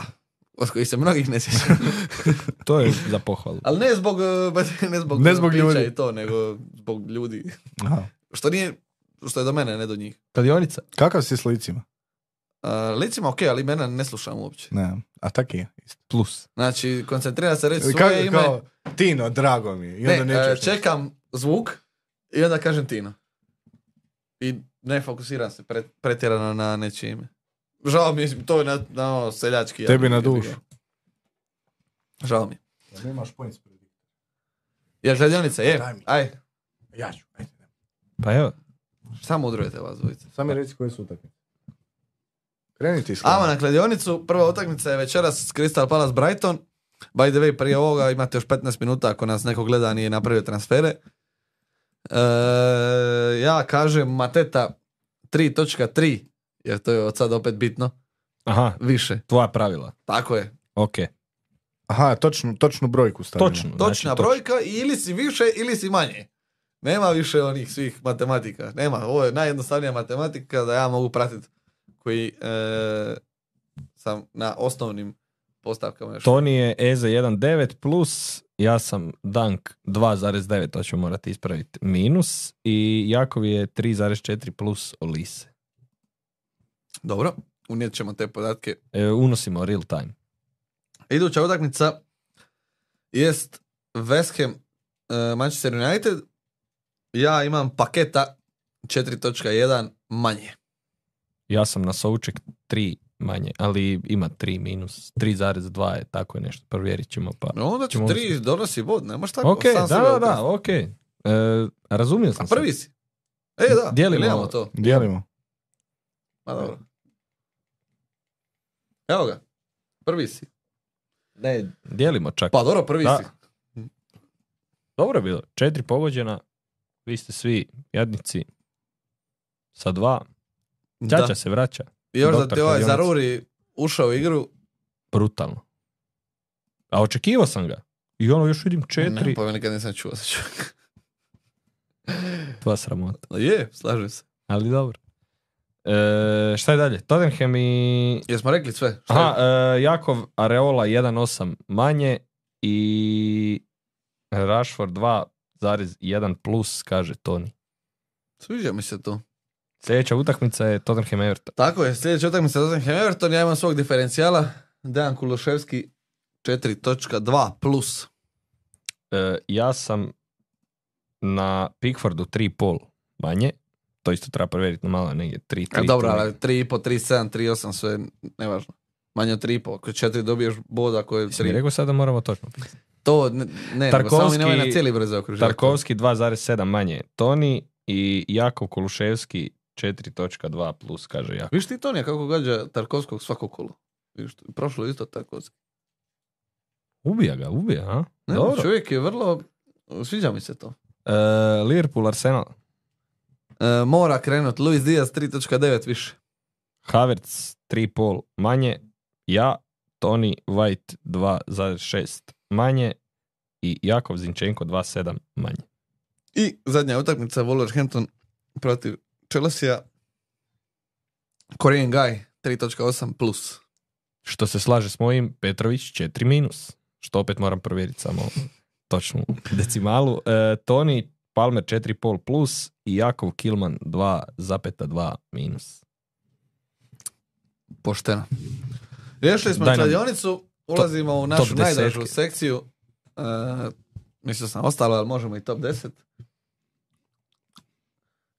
Speaker 1: Od kojih se mnogih ne sjećam.
Speaker 2: <laughs>
Speaker 3: To je za pohvalu.
Speaker 1: Ali ne zbog, e, <laughs> ne zbog,
Speaker 2: Ne zbog
Speaker 1: pića
Speaker 2: ljudi.
Speaker 1: i to, nego zbog ljudi.
Speaker 2: Aha.
Speaker 1: Što nije, što je do mene, ne do njih.
Speaker 3: Kladionica.
Speaker 2: Kakav si s licima?
Speaker 1: A, licima okej, ali mene ne slušam uopće.
Speaker 2: Ne, a tak je. isto.
Speaker 3: Plus.
Speaker 1: Znači, koncentrira se reći svoje
Speaker 2: Kako,
Speaker 1: ime.
Speaker 2: kao, Tino, drago mi je. I onda
Speaker 1: ne,
Speaker 2: nećeš
Speaker 1: e,
Speaker 2: ništa.
Speaker 1: čekam zvuk i onda kažem Tino. I ne fokusiram se pre- pretjerano na nečije ime. Žao mi, je, to je na, na ono seljački.
Speaker 2: Tebi
Speaker 1: jadnik,
Speaker 2: na
Speaker 1: jebi ga.
Speaker 2: dušu.
Speaker 1: Žao mi. je.
Speaker 2: Nemaš points predict.
Speaker 1: Jer gledionica je,
Speaker 2: Daj mi.
Speaker 1: aj,
Speaker 2: Ja ću. ajde.
Speaker 3: Pa evo.
Speaker 1: samo udrujete vas dvojice.
Speaker 2: Samo mi reci koje su utakmice. Krenite iz
Speaker 1: Ajmo na kladionicu, prva utakmica je večeras Crystal Palace Brighton. By the way, prije ovoga imate još 15 minuta ako nas neko gleda a nije napravio transfere. E, ja kažem Mateta 3.3, jer to je od sad opet bitno,
Speaker 3: Aha,
Speaker 1: više.
Speaker 3: tvoja pravila.
Speaker 1: Tako je.
Speaker 3: Ok.
Speaker 2: Aha, točnu, točnu brojku stavimo.
Speaker 3: Točno. znači,
Speaker 1: Točna
Speaker 3: točno.
Speaker 1: brojka i ili si više ili si manje. Nema više onih svih matematika. Nema, ovo je najjednostavnija matematika da ja mogu pratiti koji e, sam na osnovnim postavkama još.
Speaker 3: Toni je E Eze 1.9 plus, ja sam Dank 2.9, to ću morati ispraviti minus i Jakov je 3.4 plus Olise.
Speaker 1: Dobro, unijet ćemo te podatke.
Speaker 3: E, unosimo real time.
Speaker 1: Iduća utakmica jest West Ham e, Manchester United. Ja imam paketa 4.1 manje.
Speaker 3: Ja sam na Souček 3 manje, ali ima 3 minus, 3.2 je tako je nešto, provjerit ćemo pa.
Speaker 1: No, onda ti
Speaker 3: Ćemo
Speaker 1: Znači, tri donosi bod, nemaš tako.
Speaker 3: Ok,
Speaker 1: sam
Speaker 3: da,
Speaker 1: sebe
Speaker 3: da, da,
Speaker 1: oprosti.
Speaker 3: ok. E, razumio sam
Speaker 1: A
Speaker 3: se.
Speaker 1: prvi si. E, da,
Speaker 3: Dijelimo-
Speaker 1: nemamo to.
Speaker 2: Dijelimo.
Speaker 1: Ma dobro. Evo ga. Prvi si.
Speaker 3: Ne, dijelimo čak.
Speaker 1: Pa dobro, prvi
Speaker 3: Da.
Speaker 1: si.
Speaker 3: Dobro je bilo. Četiri pogođena. Vi ste svi jadnici. Sa dva. Čača
Speaker 1: Da.
Speaker 3: se vraća.
Speaker 1: I još da
Speaker 3: doktor
Speaker 1: ti ovaj
Speaker 3: kladionica.
Speaker 1: Zaruri ušao u igru.
Speaker 3: Brutalno. A očekivao sam ga. I ono još vidim četiri.
Speaker 1: Ne, pa nikad nisam čuo za čovjeka. <laughs>
Speaker 3: Tva sramota.
Speaker 1: Je, slažem se.
Speaker 3: Ali dobro. E, šta je dalje? Tottenham i...
Speaker 1: Jesmo rekli sve. Šta
Speaker 3: Aha,
Speaker 1: je?
Speaker 3: e, Jakov Areola 1.8 manje i Rashford 2.1 plus, kaže Toni.
Speaker 1: Sviđa mi se to.
Speaker 3: Sljedeća utakmica je Tottenham Everton.
Speaker 1: Tako je, sljedeća utakmica Tottenham Everton, ja imam svog diferencijala. Dejan Kuloševski 4.2 plus.
Speaker 3: E, ja sam na Pickfordu 3,5 manje. To isto treba provjeriti na malo negdje 3,
Speaker 1: A
Speaker 3: 3.
Speaker 1: dobro, ali 3.5, 3.7, 3.8, sve nevažno. Manje od 3.5, ako 4 dobiješ bod, ako je 3.
Speaker 3: rekao sad da moramo točno.
Speaker 1: To ne, ne nego samo mi nemoj na
Speaker 3: Tarkovski-
Speaker 1: cijeli broj zaokruživati.
Speaker 3: Tarkovski 2,7 manje. Toni i Jakov Koluševski 4.2 plus, kaže Jakov.
Speaker 1: Viš ti Tonija kako gađa Tarkovskog svako kolo? Viš, prošlo je isto Tarkovski.
Speaker 3: Ubija ga, ubija, a?
Speaker 1: Ne,
Speaker 3: dobro.
Speaker 1: Čovjek je vrlo... Sviđa mi se to.
Speaker 3: E, Liverpool, Arsenal.
Speaker 1: E, mora krenut. Luis Diaz 3.9 više.
Speaker 3: Havertz 3,5 manje. Ja, Toni White 2,6 manje. I Jakov Zinčenko 2,7 manje.
Speaker 1: I zadnja utakmica Wolverhampton protiv Chelsea. Korean Guy 3.8 plus.
Speaker 3: Što se slaže s mojim, Petrović 4 minus. Što opet moram provjeriti samo točnu decimalu. E, Toni Palmer 4,5 plus i Jakov Kilman 2,2 minus.
Speaker 1: Pošteno. Riješili smo
Speaker 3: Daj nam
Speaker 1: kladionicu. Ulazimo u našu
Speaker 3: top
Speaker 1: najdražu
Speaker 3: desetke.
Speaker 1: sekciju. E, mislio sam ostalo, ali možemo i top 10.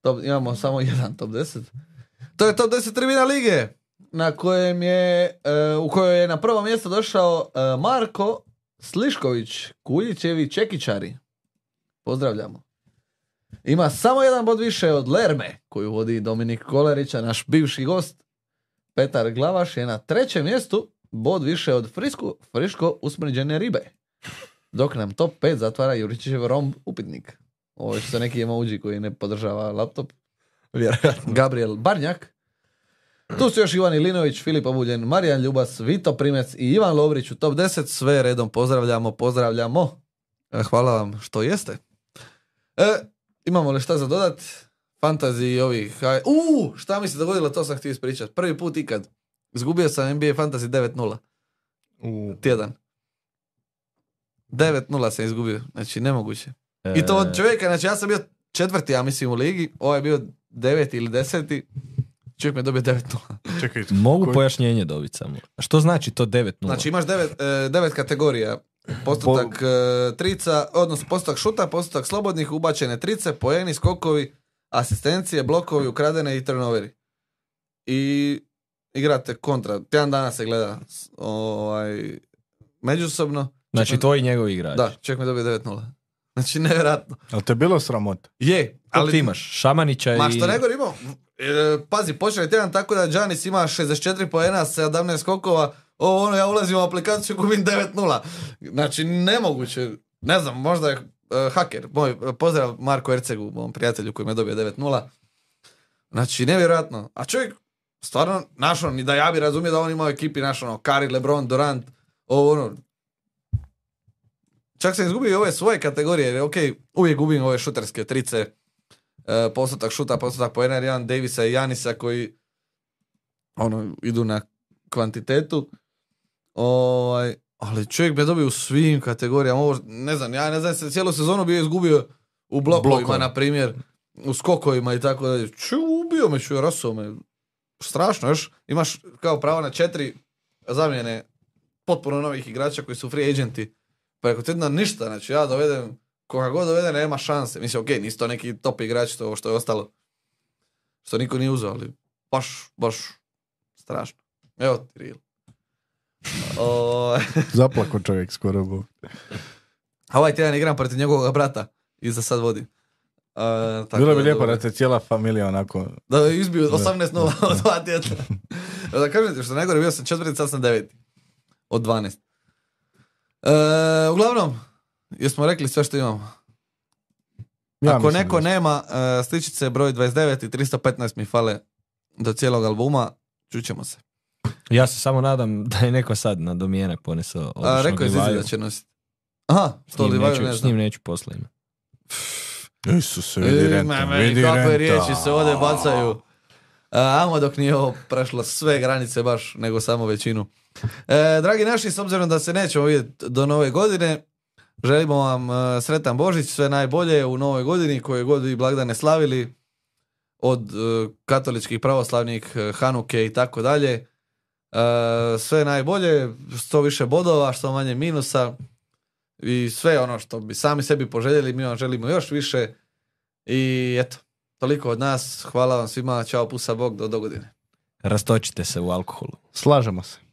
Speaker 1: Top, imamo samo jedan top 10. To je top 10 tribina lige na kojem je, e, u kojoj je na prvo mjesto došao e, Marko Slišković, Kuljićevi Čekičari. Pozdravljamo. Ima samo jedan bod više od Lerme, koju vodi Dominik Kolerića, naš bivši gost. Petar Glavaš je na trećem mjestu, bod više od Frisku, Friško usmrđene ribe. Dok nam top 5 zatvara Juričićev romb upitnik. Ovo je što neki emoji koji ne podržava laptop. Vjerojatno. Gabriel Barnjak. Tu su još Ivan Ilinović, Filip Obuljen, Marijan Ljubas, Vito Primec i Ivan Lovrić u top 10. Sve redom pozdravljamo, pozdravljamo. E, Hvala vam što jeste. E, imamo li šta za dodat? Fantazi i ovih... U, šta mi se dogodilo, to sam htio ispričati. Prvi put ikad. Izgubio sam NBA Fantasy 9-0. Tjedan. 9-0 sam izgubio. Znači, nemoguće.
Speaker 3: E,
Speaker 1: I to od čovjeka, znači ja sam bio četvrti, ja mislim, u ligi. Ovaj je bio deveti ili deseti. Čovjek me dobio 9-0.
Speaker 2: Čekaj,
Speaker 3: Mogu
Speaker 2: Koji-
Speaker 3: pojašnjenje dobiti samo. Što znači to 9-0?
Speaker 1: Znači imaš devet, e, devet kategorija. Postotak e, trica, odnosno postotak šuta, postotak slobodnih, ubačene trice, poeni, skokovi, asistencije, blokovi, ukradene i turnoveri. I igrate kontra. Tjedan dana se gleda s- ovaj, međusobno.
Speaker 3: Znači
Speaker 1: Čekaj,
Speaker 3: to i njegov igrač.
Speaker 1: Da, čovjek me dobio 9-0. Znači, nevjerojatno.
Speaker 2: Jel te bilo sramota?
Speaker 1: Je,
Speaker 3: Ali
Speaker 1: ali
Speaker 3: ti imaš Šamanića
Speaker 1: Ma
Speaker 3: i...
Speaker 1: što nego imao, e, pazi, počeo je tjedan tako da Giannis ima 64 poena, 17 skokova, ovo ono, ja ulazim u aplikaciju i gubim 9-0. Znači, nemoguće, ne znam, možda je e, haker, moj, e, pozdrav Marko Ercegu, mom prijatelju koji me dobio 9-0. Znači, nevjerojatno. A čovjek, stvarno, naš on, ni da ja bi razumio da on ima u ekipi, naš ono, Kari, Lebron, Durant, ovo ono. Čak sam izgubio i ove svoje kategorije, jer ok, uvijek gubim ove šuterske trice, e, postotak šuta, postotak poena, jer imam Davisa i Janisa koji ono, idu na kvantitetu. Ovaj, ali čovjek me dobio u svim kategorijama, ovo, ne znam, ja ne znam, se- cijelu sezonu bio izgubio u blokovima,
Speaker 2: Blokove.
Speaker 1: na primjer, u skokovima i tako dalje. Ču, ubio me, ču, rasuo me. Strašno, još imaš kao pravo na četiri zamjene potpuno novih igrača koji su free agenti. Pa ako ti jedna ništa, znači ja dovedem, koga god dovede nema šanse. Mislim, okej, nisu to neki top igrači, to je ovo što je ostalo. Što niko nije uzeo, ali baš, baš strašno. Evo ti reel. O, <laughs>
Speaker 2: Zaplako čovjek skoro bu.
Speaker 1: a ovaj tjedan igram protiv njegovog brata i za sad vodi. A, tako
Speaker 2: Bilo bi
Speaker 1: da,
Speaker 2: lijepo
Speaker 1: dobro.
Speaker 2: da te cijela familija onako...
Speaker 1: Da je izbio
Speaker 2: Da.
Speaker 1: 18 nula od dva
Speaker 2: <laughs>
Speaker 1: tjedna. da kažem ti što je najgore, bio sam četvrti, sad sam deveti. Od 12. E, uglavnom, jesmo rekli sve što imamo.
Speaker 2: Ja
Speaker 1: Ako
Speaker 2: mislim
Speaker 1: neko
Speaker 2: da-
Speaker 1: nema e, sličice broj 29 i 315 mi fale do cijelog albuma, čućemo se.
Speaker 3: Ja se samo nadam da je neko sad na domijenak ponesao
Speaker 1: A,
Speaker 3: odličnog
Speaker 1: rekao je Zizi
Speaker 3: Livaju.
Speaker 1: da će nositi. Aha,
Speaker 3: S
Speaker 1: što
Speaker 3: njim
Speaker 1: Livaju
Speaker 3: neću-
Speaker 1: ne
Speaker 3: S
Speaker 1: znam.
Speaker 3: njim neću posle ime.
Speaker 2: Isuse, vidi
Speaker 1: E,
Speaker 2: renta,
Speaker 1: ma, meni
Speaker 2: vidi
Speaker 1: kakve
Speaker 2: renta.
Speaker 1: riječi se ovdje bacaju. A, Amo dok nije ovo prešlo sve granice baš, nego samo većinu. E, dragi naši, s obzirom da se nećemo vidjeti do nove godine, želimo vam e, sretan Božić, sve najbolje u novoj godini, koje god vi blagdane slavili, od e, katoličkih pravoslavnih, e, Hanuke i tako dalje. E, Sve najbolje, što više bodova, što manje minusa i sve ono što bi sami sebi poželjeli, mi vam želimo još više. I eto, toliko od nas. Hvala vam svima. Ćao, pusa Bog, do dogodine.
Speaker 3: Rastočite se u alkoholu.
Speaker 2: Slažemo se.